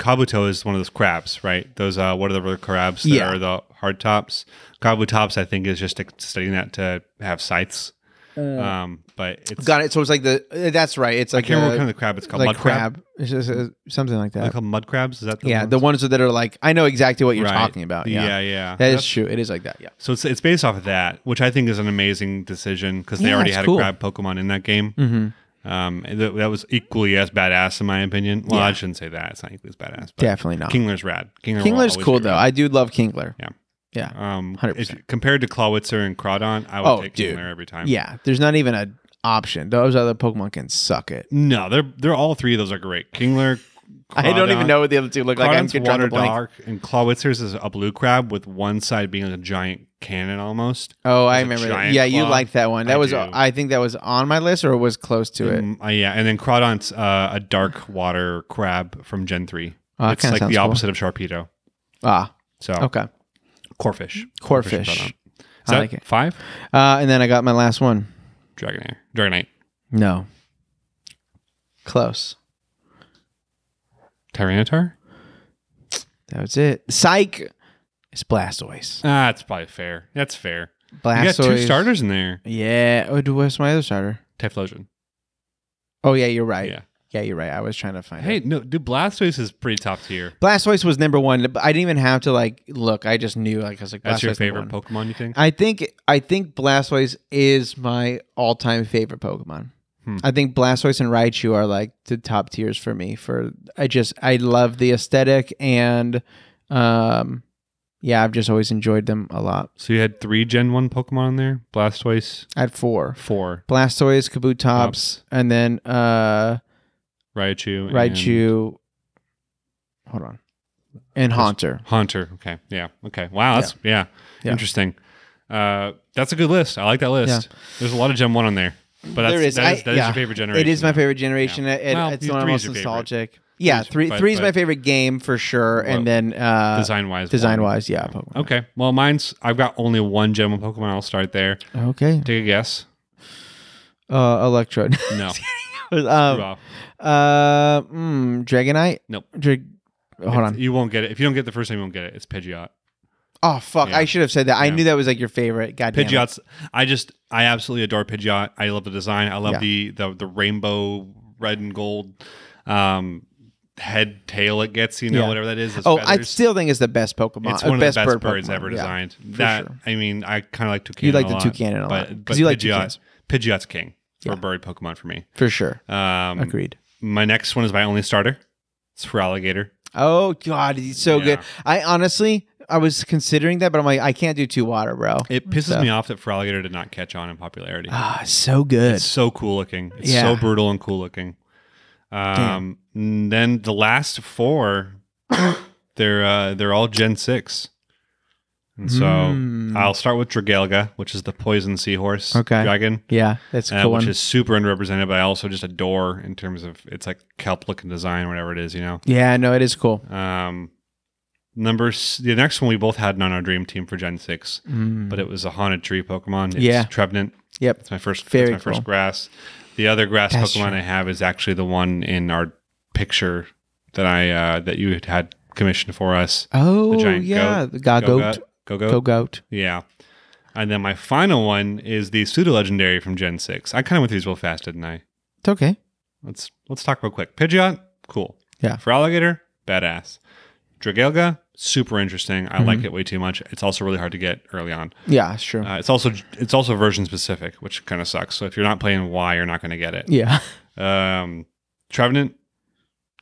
Speaker 1: Kabuto is one of those crabs, right? Those uh, what are the other crabs that
Speaker 2: Yeah.
Speaker 1: are the hard tops? Kabutops, I think, is just studying that to have scythes. Um, but it's
Speaker 2: got it. So it's like the. uh, that's right. It's
Speaker 1: I
Speaker 2: like
Speaker 1: can't remember what
Speaker 2: a-
Speaker 1: kind of crab it's called.
Speaker 2: like
Speaker 1: mud crab.
Speaker 2: It's just, uh, something like
Speaker 1: They
Speaker 2: that.
Speaker 1: call mud crabs. Is that the
Speaker 2: yeah,
Speaker 1: ones?
Speaker 2: the ones that are like I know exactly what you're
Speaker 1: Right.
Speaker 2: talking about. Yeah.
Speaker 1: yeah, yeah.
Speaker 2: That is
Speaker 1: That's-
Speaker 2: true. It is like that. Yeah.
Speaker 1: So it's it's based off of that, which I think is an amazing decision because they
Speaker 2: Yeah,
Speaker 1: already
Speaker 2: it's
Speaker 1: had
Speaker 2: cool.
Speaker 1: a crab Pokemon in that game.
Speaker 2: Mm-hmm.
Speaker 1: Um, and th- that was equally as badass in my opinion. Well, I
Speaker 2: Yeah.
Speaker 1: shouldn't say that; it's not equally as badass. But
Speaker 2: Definitely not.
Speaker 1: Kingler's rad. Kingler will
Speaker 2: Oh. Kingler's
Speaker 1: always
Speaker 2: cool
Speaker 1: be
Speaker 2: though.
Speaker 1: rad.
Speaker 2: I do love Kingler.
Speaker 1: Yeah.
Speaker 2: Yeah.
Speaker 1: Um,
Speaker 2: 100%.
Speaker 1: if- compared to Clawitzer and Crawdon, I would
Speaker 2: Oh,
Speaker 1: take
Speaker 2: dude.
Speaker 1: Kingler every time.
Speaker 2: Yeah. There's not even an option. Those other Pokemon can suck it.
Speaker 1: No, they're they're all three of those are great. Kingler.
Speaker 2: I don't even
Speaker 1: Crawdon-
Speaker 2: know what the other two look like. I'm
Speaker 1: Crawdon's
Speaker 2: gonna
Speaker 1: water
Speaker 2: the blank.
Speaker 1: dark, and Clawitzer's is a blue crab with one side being like a giant cannon almost.
Speaker 2: Oh,
Speaker 1: There's a
Speaker 2: I remember. That.
Speaker 1: giant
Speaker 2: Yeah, you
Speaker 1: claw.
Speaker 2: liked that one. That
Speaker 1: I
Speaker 2: was.
Speaker 1: do.
Speaker 2: I think that was on my list or was close to it.
Speaker 1: Mm, uh, yeah, and then Crawdon's uh, a dark water crab from Gen three.
Speaker 2: Oh, that
Speaker 1: it's
Speaker 2: kinda
Speaker 1: like
Speaker 2: sounds
Speaker 1: the
Speaker 2: cool.
Speaker 1: opposite of Sharpedo.
Speaker 2: Ah.
Speaker 1: So
Speaker 2: Okay.
Speaker 1: corefish,
Speaker 2: Core
Speaker 1: and
Speaker 2: fish.
Speaker 1: Crawdon. Is
Speaker 2: I
Speaker 1: that
Speaker 2: like it.
Speaker 1: five?
Speaker 2: Uh, and then I got my last one.
Speaker 1: Dragonair, Dragonite,
Speaker 2: No. Close.
Speaker 1: Tyranitar.
Speaker 2: That was it. Psych. It's Blastoise.
Speaker 1: Ah, that's probably fair. That's fair. You got
Speaker 2: Blastoise.
Speaker 1: two starters in there.
Speaker 2: Yeah. Oh, do- what's my other starter?
Speaker 1: Typhlosion.
Speaker 2: Oh yeah, you're right.
Speaker 1: Yeah.
Speaker 2: Yeah, you're right. I was trying to find.
Speaker 1: Hey,
Speaker 2: it.
Speaker 1: no, dude, Blastoise is pretty top tier.
Speaker 2: Blastoise was number one. but I didn't even have to like look. I just knew. Like I was like,
Speaker 1: That's your
Speaker 2: Blastoise number
Speaker 1: favorite
Speaker 2: one.
Speaker 1: Pokemon, you think?
Speaker 2: I think I think Blastoise is my all-time favorite Pokemon.
Speaker 1: Hmm.
Speaker 2: I think Blastoise and Raichu are like the top tiers for me. For I just I love the aesthetic and, um, yeah, I've just always enjoyed them a lot.
Speaker 1: So you had three Gen one Pokemon in there. Blastoise,
Speaker 2: I had four
Speaker 1: four
Speaker 2: Blastoise, Kabutops, and then uh
Speaker 1: Raichu, and
Speaker 2: Raichu. Hold on, and Haunter.
Speaker 1: Haunter. Okay, yeah, okay. Wow, that's yeah,
Speaker 2: Yeah.
Speaker 1: interesting. Uh, that's a good list. I like that list. There's a lot of Gen one on there, but that's,
Speaker 2: There is.
Speaker 1: that is,
Speaker 2: I-
Speaker 1: that is
Speaker 2: yeah.
Speaker 1: your favorite generation.
Speaker 2: It is my
Speaker 1: though.
Speaker 2: favorite generation. It- it-
Speaker 1: Well,
Speaker 2: it's
Speaker 1: you-
Speaker 2: the one I'm
Speaker 1: three's
Speaker 2: most
Speaker 1: your favorite.
Speaker 2: nostalgic. Yeah,
Speaker 1: Three's-
Speaker 2: three
Speaker 1: but-
Speaker 2: three is
Speaker 1: but-
Speaker 2: my favorite game for sure.
Speaker 1: Well,
Speaker 2: and then uh,
Speaker 1: Design wise,
Speaker 2: design wise, yeah. Pokemon.
Speaker 1: Okay, well, mine's I've got only one Gen one Pokemon. I'll start there.
Speaker 2: Okay.
Speaker 1: Take a guess.
Speaker 2: Uh, Electrode.
Speaker 1: No, screw
Speaker 2: um,
Speaker 1: off.
Speaker 2: uh, mm, Dragonite.
Speaker 1: Nope.
Speaker 2: Drag- Hold
Speaker 1: It's-
Speaker 2: on.
Speaker 1: you won't get it if you don't get the first name. You won't get it. It's Pidgeot.
Speaker 2: Oh fuck!
Speaker 1: Yeah.
Speaker 2: I should have said that. I
Speaker 1: Yeah.
Speaker 2: knew that was like your favorite. God damn it.
Speaker 1: Pidgeot's. I just I absolutely adore Pidgeot. I love the design. I love
Speaker 2: Yeah.
Speaker 1: the, the the rainbow red and gold um head tail it gets. You know
Speaker 2: Yeah.
Speaker 1: whatever that is. its
Speaker 2: Oh, I
Speaker 1: feathers.
Speaker 2: still think it's the best Pokemon.
Speaker 1: it's
Speaker 2: uh,
Speaker 1: one of the best
Speaker 2: bird
Speaker 1: birds
Speaker 2: Pokemon.
Speaker 1: ever
Speaker 2: Yeah.
Speaker 1: designed. that
Speaker 2: sure.
Speaker 1: I mean, I kind of like toucan.
Speaker 2: You like the
Speaker 1: a lot,
Speaker 2: toucan a lot,
Speaker 1: but
Speaker 2: 'cause
Speaker 1: but
Speaker 2: you like toucans.
Speaker 1: Pidgeot, Pidgeot's king for
Speaker 2: Yeah.
Speaker 1: bird Pokemon for me.
Speaker 2: for sure.
Speaker 1: Um,
Speaker 2: Agreed.
Speaker 1: My next one is my only starter. It's for alligator.
Speaker 2: Oh god, he's so good.
Speaker 1: Yeah.
Speaker 2: I honestly, I was considering that, but I'm like, I can't do two water, bro.
Speaker 1: It pisses
Speaker 2: So-
Speaker 1: me off that for alligator did not catch on in popularity.
Speaker 2: Ah, so good.
Speaker 1: It's so cool looking. It's
Speaker 2: Yeah.
Speaker 1: so brutal and cool looking. Um, n- then the last four, they're uh, they're all Gen six, and so
Speaker 2: Mm.
Speaker 1: I'll start with Dragalga, which is the poison seahorse
Speaker 2: Okay.
Speaker 1: dragon,
Speaker 2: yeah, that's a
Speaker 1: uh,
Speaker 2: cool
Speaker 1: which
Speaker 2: one.
Speaker 1: is super underrepresented, but I also just adore in terms of it's like kelp looking design, whatever it is, you know.
Speaker 2: yeah, no, it is cool.
Speaker 1: Um, number s- the next one we both had on our dream team for Gen six,
Speaker 2: Mm.
Speaker 1: but it was a haunted tree Pokemon. It's
Speaker 2: Yeah.
Speaker 1: Trevenant.
Speaker 2: yep.
Speaker 1: It's my first.
Speaker 2: Very
Speaker 1: that's my
Speaker 2: cool.
Speaker 1: first grass. The other grass
Speaker 2: That's
Speaker 1: Pokemon
Speaker 2: true.
Speaker 1: I have is actually the one in our picture that I uh, that you had- had commissioned for us.
Speaker 2: Oh,
Speaker 1: giant
Speaker 2: yeah, the Gogoat.
Speaker 1: Go
Speaker 2: Go
Speaker 1: go.
Speaker 2: goat.
Speaker 1: Yeah. And then my final one is the pseudo legendary from Gen Six. I kind of went through these real fast, didn't I?
Speaker 2: It's okay.
Speaker 1: Let's let's talk real quick. Pidgeot, cool.
Speaker 2: Yeah.
Speaker 1: For alligator, badass. Dragalga, super interesting. I like it way too much. It's also really hard to get early on.
Speaker 2: Yeah, Mm-hmm. sure.
Speaker 1: Uh, it's also it's also version specific, which kind of sucks. So if you're not playing Y, you're not going to get it.
Speaker 2: yeah.
Speaker 1: Um, Trevenant,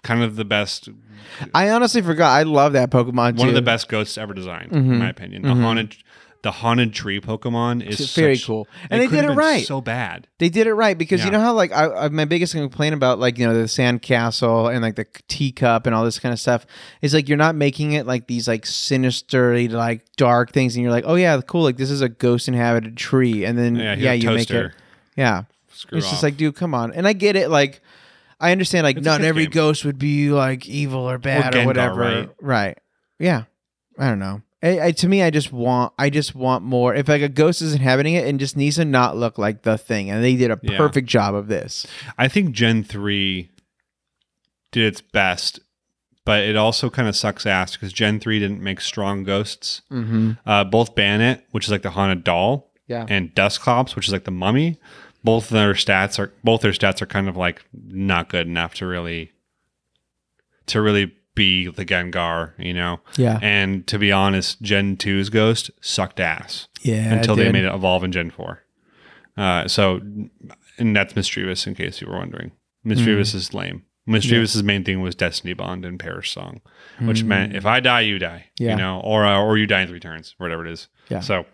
Speaker 1: kind of the best,
Speaker 2: I honestly forgot. I love that Pokemon.
Speaker 1: one of
Speaker 2: too.
Speaker 1: the best ghosts ever designed,
Speaker 2: Mm-hmm.
Speaker 1: in my opinion. The haunted, the haunted tree Pokemon is
Speaker 2: It's very
Speaker 1: such-
Speaker 2: cool. And they
Speaker 1: could've
Speaker 2: did it
Speaker 1: been
Speaker 2: right.
Speaker 1: So bad.
Speaker 2: They did it right because you
Speaker 1: Yeah.
Speaker 2: know how like I, I my biggest complaint about like you know the sandcastle and like the teacup and all this kind of stuff is like you're not making it like these like sinister like dark things and you're like oh yeah cool like this is a ghost inhabited tree and then
Speaker 1: Yeah,
Speaker 2: Mm, yeah,
Speaker 1: here's a
Speaker 2: you make it
Speaker 1: toaster.
Speaker 2: yeah
Speaker 1: Screw
Speaker 2: it's
Speaker 1: off.
Speaker 2: just like dude come on and I get it like I understand like
Speaker 1: It's a
Speaker 2: not
Speaker 1: kid's
Speaker 2: every
Speaker 1: game.
Speaker 2: ghost would be like evil or bad or,
Speaker 1: Gengar,
Speaker 2: whatever
Speaker 1: right?
Speaker 2: right yeah I don't know. I, I, to me, I just want I just want more. If like a ghost is inhabiting it, and just needs to not look like the thing, and they did a
Speaker 1: Yeah.
Speaker 2: perfect job of this.
Speaker 1: I think Gen 3 did its best, but it also kind of sucks ass because Gen 3 didn't make strong ghosts.
Speaker 2: Mm-hmm.
Speaker 1: Uh, both Bannet, which is like the haunted doll,
Speaker 2: Yeah.
Speaker 1: and Dusclops, which is like the mummy, both their stats are both their stats are kind of like not good enough to really to really be the Gengar, you know.
Speaker 2: Yeah.
Speaker 1: And to be honest, Gen 2's ghost sucked ass
Speaker 2: Yeah.
Speaker 1: until they made it evolve in Gen 4. Uh, so, and that's Mischievous, in case you were wondering. Mischievous is lame. Mischievous's main thing was Destiny Bond and Parish Song, which
Speaker 2: Mm-hmm.
Speaker 1: meant if I die, you die,
Speaker 2: Mm. Yeah.
Speaker 1: you know, or uh, or you die in three turns, whatever it is.
Speaker 2: Yeah.
Speaker 1: So,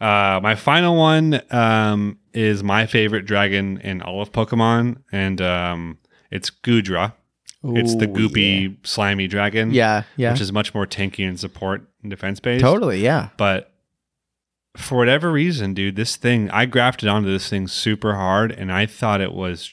Speaker 1: uh, my final one um, is my favorite dragon in all of Pokemon, and um, it's Gudra. it's the goopy, slimy dragon,
Speaker 2: Yeah. Yeah.
Speaker 1: which is much more tanky and support and defense based
Speaker 2: totally. Yeah.
Speaker 1: but for whatever reason, dude, this thing I grafted onto this thing super hard, and I thought it was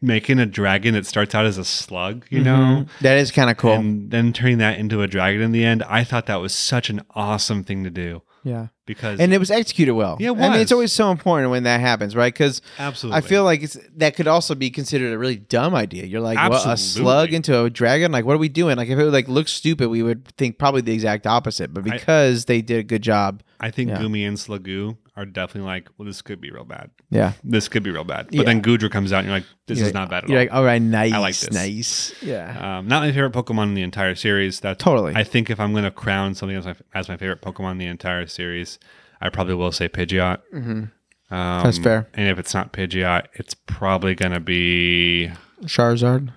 Speaker 1: making a dragon that starts out as a slug, you know,
Speaker 2: Mhm. that is kind of cool.
Speaker 1: and then turning that into a dragon in the end. I thought that was such an awesome thing to do
Speaker 2: yeah.
Speaker 1: because
Speaker 2: And it was executed well.
Speaker 1: Yeah, it
Speaker 2: I mean,
Speaker 1: was.
Speaker 2: it's always so important when that happens, right? Because
Speaker 1: absolutely,
Speaker 2: I feel like it's that could also be considered a really dumb idea. You're like well, a slug
Speaker 1: Absolutely.
Speaker 2: into a dragon. Like, what are we doing? Like, if it like looked stupid, we would think probably the exact opposite. But
Speaker 1: I-
Speaker 2: because they did a good job,
Speaker 1: I think
Speaker 2: yeah.
Speaker 1: Gumi and Slagoo are definitely like, well, this could be real bad.
Speaker 2: yeah,
Speaker 1: This could be real bad. But
Speaker 2: Yeah.
Speaker 1: then Gudra comes out, and you're like, this
Speaker 2: You're
Speaker 1: is not bad at
Speaker 2: You're
Speaker 1: all.
Speaker 2: like, all right, nice,
Speaker 1: like this.
Speaker 2: nice, yeah,
Speaker 1: um, not my favorite Pokemon in the entire series. That's
Speaker 2: totally.
Speaker 1: I think if I'm going to crown something as my, as my favorite Pokemon in the entire series, I probably will say Pidgeot.
Speaker 2: hmm
Speaker 1: Um,
Speaker 2: That's fair.
Speaker 1: And if it's not Pidgeot, it's probably going to be
Speaker 2: Charizard,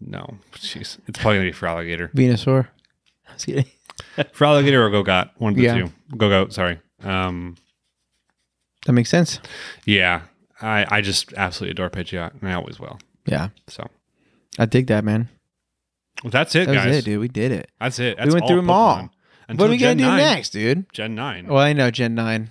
Speaker 1: no. Jeez, it's probably going to be Froligator.
Speaker 2: Venusaur. I was kidding.
Speaker 1: Froligator or Gogot, one of the
Speaker 2: Yeah.
Speaker 1: two. Gogot, sorry. Um,
Speaker 2: That makes sense.
Speaker 1: yeah, I I just absolutely adore Pidgeot, and I always will.
Speaker 2: Yeah,
Speaker 1: So
Speaker 2: I dig that, man.
Speaker 1: well, that's it,
Speaker 2: That was
Speaker 1: guys.
Speaker 2: it, dude. We did it.
Speaker 1: That's it. That's
Speaker 2: went
Speaker 1: all
Speaker 2: through 'em all.
Speaker 1: Pokemon.
Speaker 2: what are we
Speaker 1: Gen
Speaker 2: gonna
Speaker 1: 9.
Speaker 2: do next, dude?
Speaker 1: Gen nine.
Speaker 2: Well, I know Gen Nine,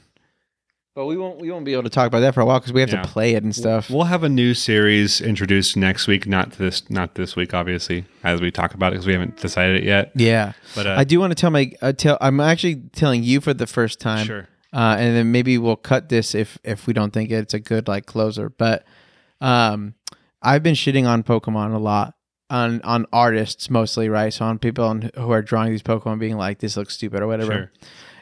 Speaker 2: but we won't we won't be able to talk about that for a while because we have
Speaker 1: Yeah.
Speaker 2: to play it and stuff.
Speaker 1: We'll have a new series introduced next week, not this, not this week, obviously, as we talk about it because we haven't decided it yet.
Speaker 2: yeah,
Speaker 1: But uh,
Speaker 2: I do want to tell my uh, tell. I'm actually telling you for the first time,
Speaker 1: sure,
Speaker 2: uh, and then maybe we'll cut this if if we don't think it's a good like closer. But um, I've been shitting on Pokemon a lot on on artists mostly, right? So on people on, who are drawing these Pokemon, being like, "This looks stupid" or whatever.
Speaker 1: sure.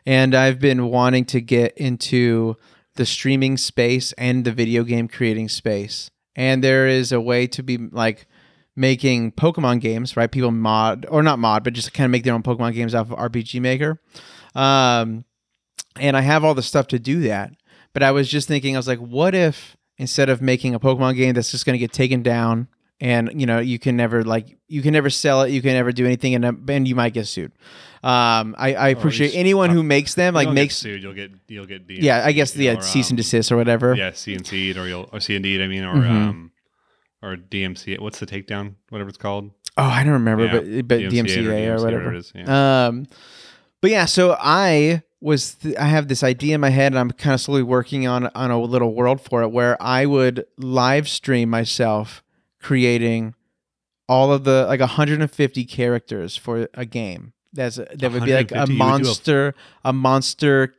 Speaker 2: and I've been wanting to get into the streaming space and the video game creating space. And there is a way to be like making Pokemon games, right? People mod or not mod, but just kind of make their own Pokemon games off of RPG Maker. Um, and I have all the stuff to do that. But I was just thinking, I was like, what if instead of making a Pokemon game that's just going to get taken down and you know you can never like you can never sell it, you can never do anything, and and you might get sued. Um, I, I appreciate
Speaker 1: least-
Speaker 2: anyone who makes them like
Speaker 1: You'll get
Speaker 2: makes
Speaker 1: sued, you'll get you'll get DNC,
Speaker 2: yeah, I guess the yeah,
Speaker 1: or,
Speaker 2: cease and
Speaker 1: um,
Speaker 2: desist or whatever.
Speaker 1: Yeah, C and C or you'll or C and D. I mean, or
Speaker 2: Mhm.
Speaker 1: um, or DMC. What's the takedown? Whatever it's called.
Speaker 2: Oh, I don't remember,
Speaker 1: Yeah,
Speaker 2: but but DMCA, or, whatever.
Speaker 1: it is. Yeah.
Speaker 2: Um, but yeah, so I was th- I have this idea in my head, and I'm kind of slowly working on on a little world for it where I would live stream myself creating all of the like 150 characters for a game. That's that would be like
Speaker 1: 150?
Speaker 2: a
Speaker 1: You would do a-
Speaker 2: monster a monster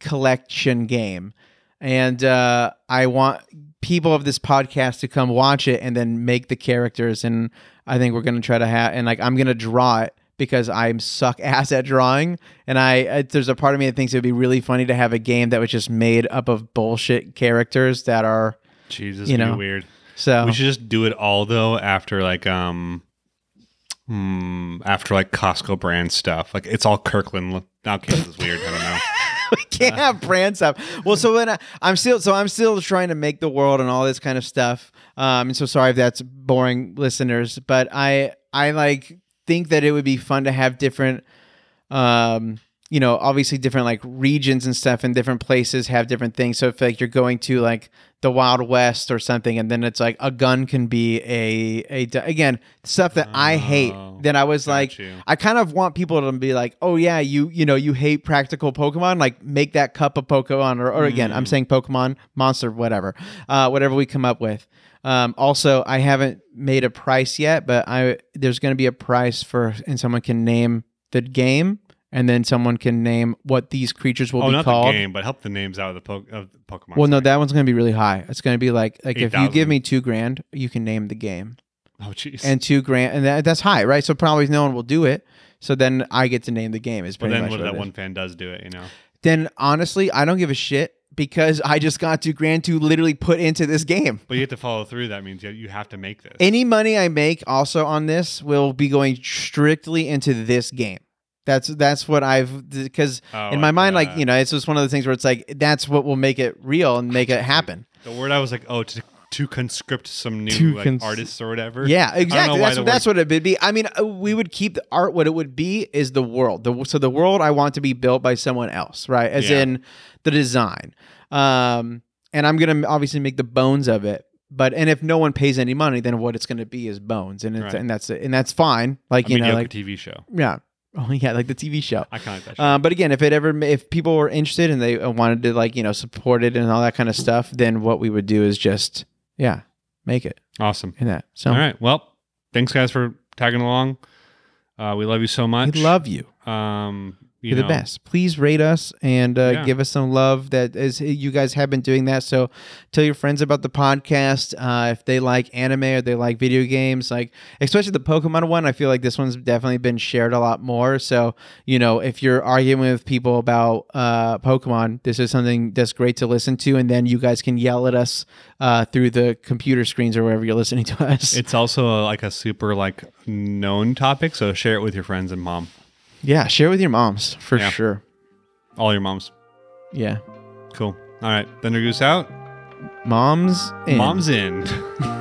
Speaker 2: collection game, and uh, I want people of this podcast to come watch it and then make the characters and I think we're gonna try to have and like I'm gonna draw it because I'm suck ass at drawing and I uh, there's a part of me that thinks it would be really funny to have a game that was just made up of bullshit characters that are
Speaker 1: Jesus,
Speaker 2: you
Speaker 1: be
Speaker 2: know, Oh.
Speaker 1: weird.
Speaker 2: so
Speaker 1: We should just do it all though after like um. hmm, after like Costco brand stuff, like it's all Kirkland. Now Kansas is weird. I don't know.
Speaker 2: we can't have brand stuff. Well, so when I, I'm still so I'm still trying to make the world and all this kind of stuff. Um, and so sorry if that's boring listeners, but I I like think that it would be fun to have different um you know obviously different like regions and stuff and different places have different things so if like you're going to like the wild west or something and then it's like a gun can be a a d- again stuff that i hate
Speaker 1: Oh,
Speaker 2: then i was
Speaker 1: got
Speaker 2: like
Speaker 1: you.
Speaker 2: i kind of want people to be like oh yeah you you know you hate practical pokemon like make that cup of pokemon or, or again
Speaker 1: Mm.
Speaker 2: i'm saying pokemon monster whatever uh whatever we come up with um, also, I haven't made a price yet, but I there's going to be a price for, and someone can name the game, and then someone can name what these creatures will
Speaker 1: oh,
Speaker 2: be
Speaker 1: not the
Speaker 2: called.
Speaker 1: game, but help the names out of the, po- of the Pokemon.
Speaker 2: Well, no, that one's going to be really high. It's going to be like like if you
Speaker 1: 8,000.
Speaker 2: give me two grand, you can name the game,
Speaker 1: Oh, jeez.
Speaker 2: and two grand, and that, that's high, right? So probably no one will do it. So then I get to name the game. Is
Speaker 1: But
Speaker 2: pretty
Speaker 1: then
Speaker 2: much
Speaker 1: what
Speaker 2: what
Speaker 1: if
Speaker 2: it
Speaker 1: that
Speaker 2: is.
Speaker 1: one fan does do it, you know?
Speaker 2: Then honestly, I don't give a shit because I just got two grand to literally put into this game.
Speaker 1: But you have to follow through. That means you- you have to make this.
Speaker 2: Any money I make also on this will be going strictly into this game. That's that's what I've because
Speaker 1: Oh,
Speaker 2: in my
Speaker 1: I-
Speaker 2: mind, like
Speaker 1: uh,
Speaker 2: you know, it's just one of those things where it's like that's what will make it real and make it happen.
Speaker 1: The word I was like, oh, to, to conscript some new
Speaker 2: To
Speaker 1: like,
Speaker 2: cons-
Speaker 1: artists or whatever.
Speaker 2: Yeah,
Speaker 1: know
Speaker 2: exactly.
Speaker 1: why
Speaker 2: That's
Speaker 1: the
Speaker 2: what, that's what it would be. I mean, uh, we would keep the art. What it would be is the world. The, so the world I want to be built by someone else, right? As
Speaker 1: Yeah.
Speaker 2: in the design. Um, and I'm gonna obviously make the bones of it. But and if no one pays any money, then what it's gonna be is bones, and it's,
Speaker 1: Right.
Speaker 2: and that's it, and that's fine. Like
Speaker 1: A
Speaker 2: you know,
Speaker 1: mediocre
Speaker 2: like
Speaker 1: TV show.
Speaker 2: Yeah. Oh yeah, like the TV show.
Speaker 1: I kind of like that.
Speaker 2: Um, but again, if it ever, if people were interested and they uh, wanted to like you know support it and all that kind of stuff, then what we would do is just yeah, make it
Speaker 1: show. Awesome.
Speaker 2: in that. So
Speaker 1: All right. Well, thanks guys for tagging along. Uh, we love you so much.
Speaker 2: we love you.
Speaker 1: um, you
Speaker 2: You're the
Speaker 1: know,
Speaker 2: best. Please rate us and uh,
Speaker 1: Yeah.
Speaker 2: give us some love. That is, you guys have been doing that. So tell your friends about the podcast. Uh, if they like anime or they like video games, like especially the Pokemon one, I feel like this one's definitely been shared a lot more. So you know, if you're arguing with people about uh, Pokemon, this is something that's great to listen to, and then you guys can yell at us uh, through the computer screens or wherever you're listening to us.
Speaker 1: It's also uh, like a super like known topic, so share it with your friends and mom,
Speaker 2: yeah, share with your moms for
Speaker 1: Yeah.
Speaker 2: sure.
Speaker 1: all your moms.
Speaker 2: Yeah,
Speaker 1: Cool. All right, Thunder Goose out.
Speaker 2: moms. And
Speaker 1: Mom's in.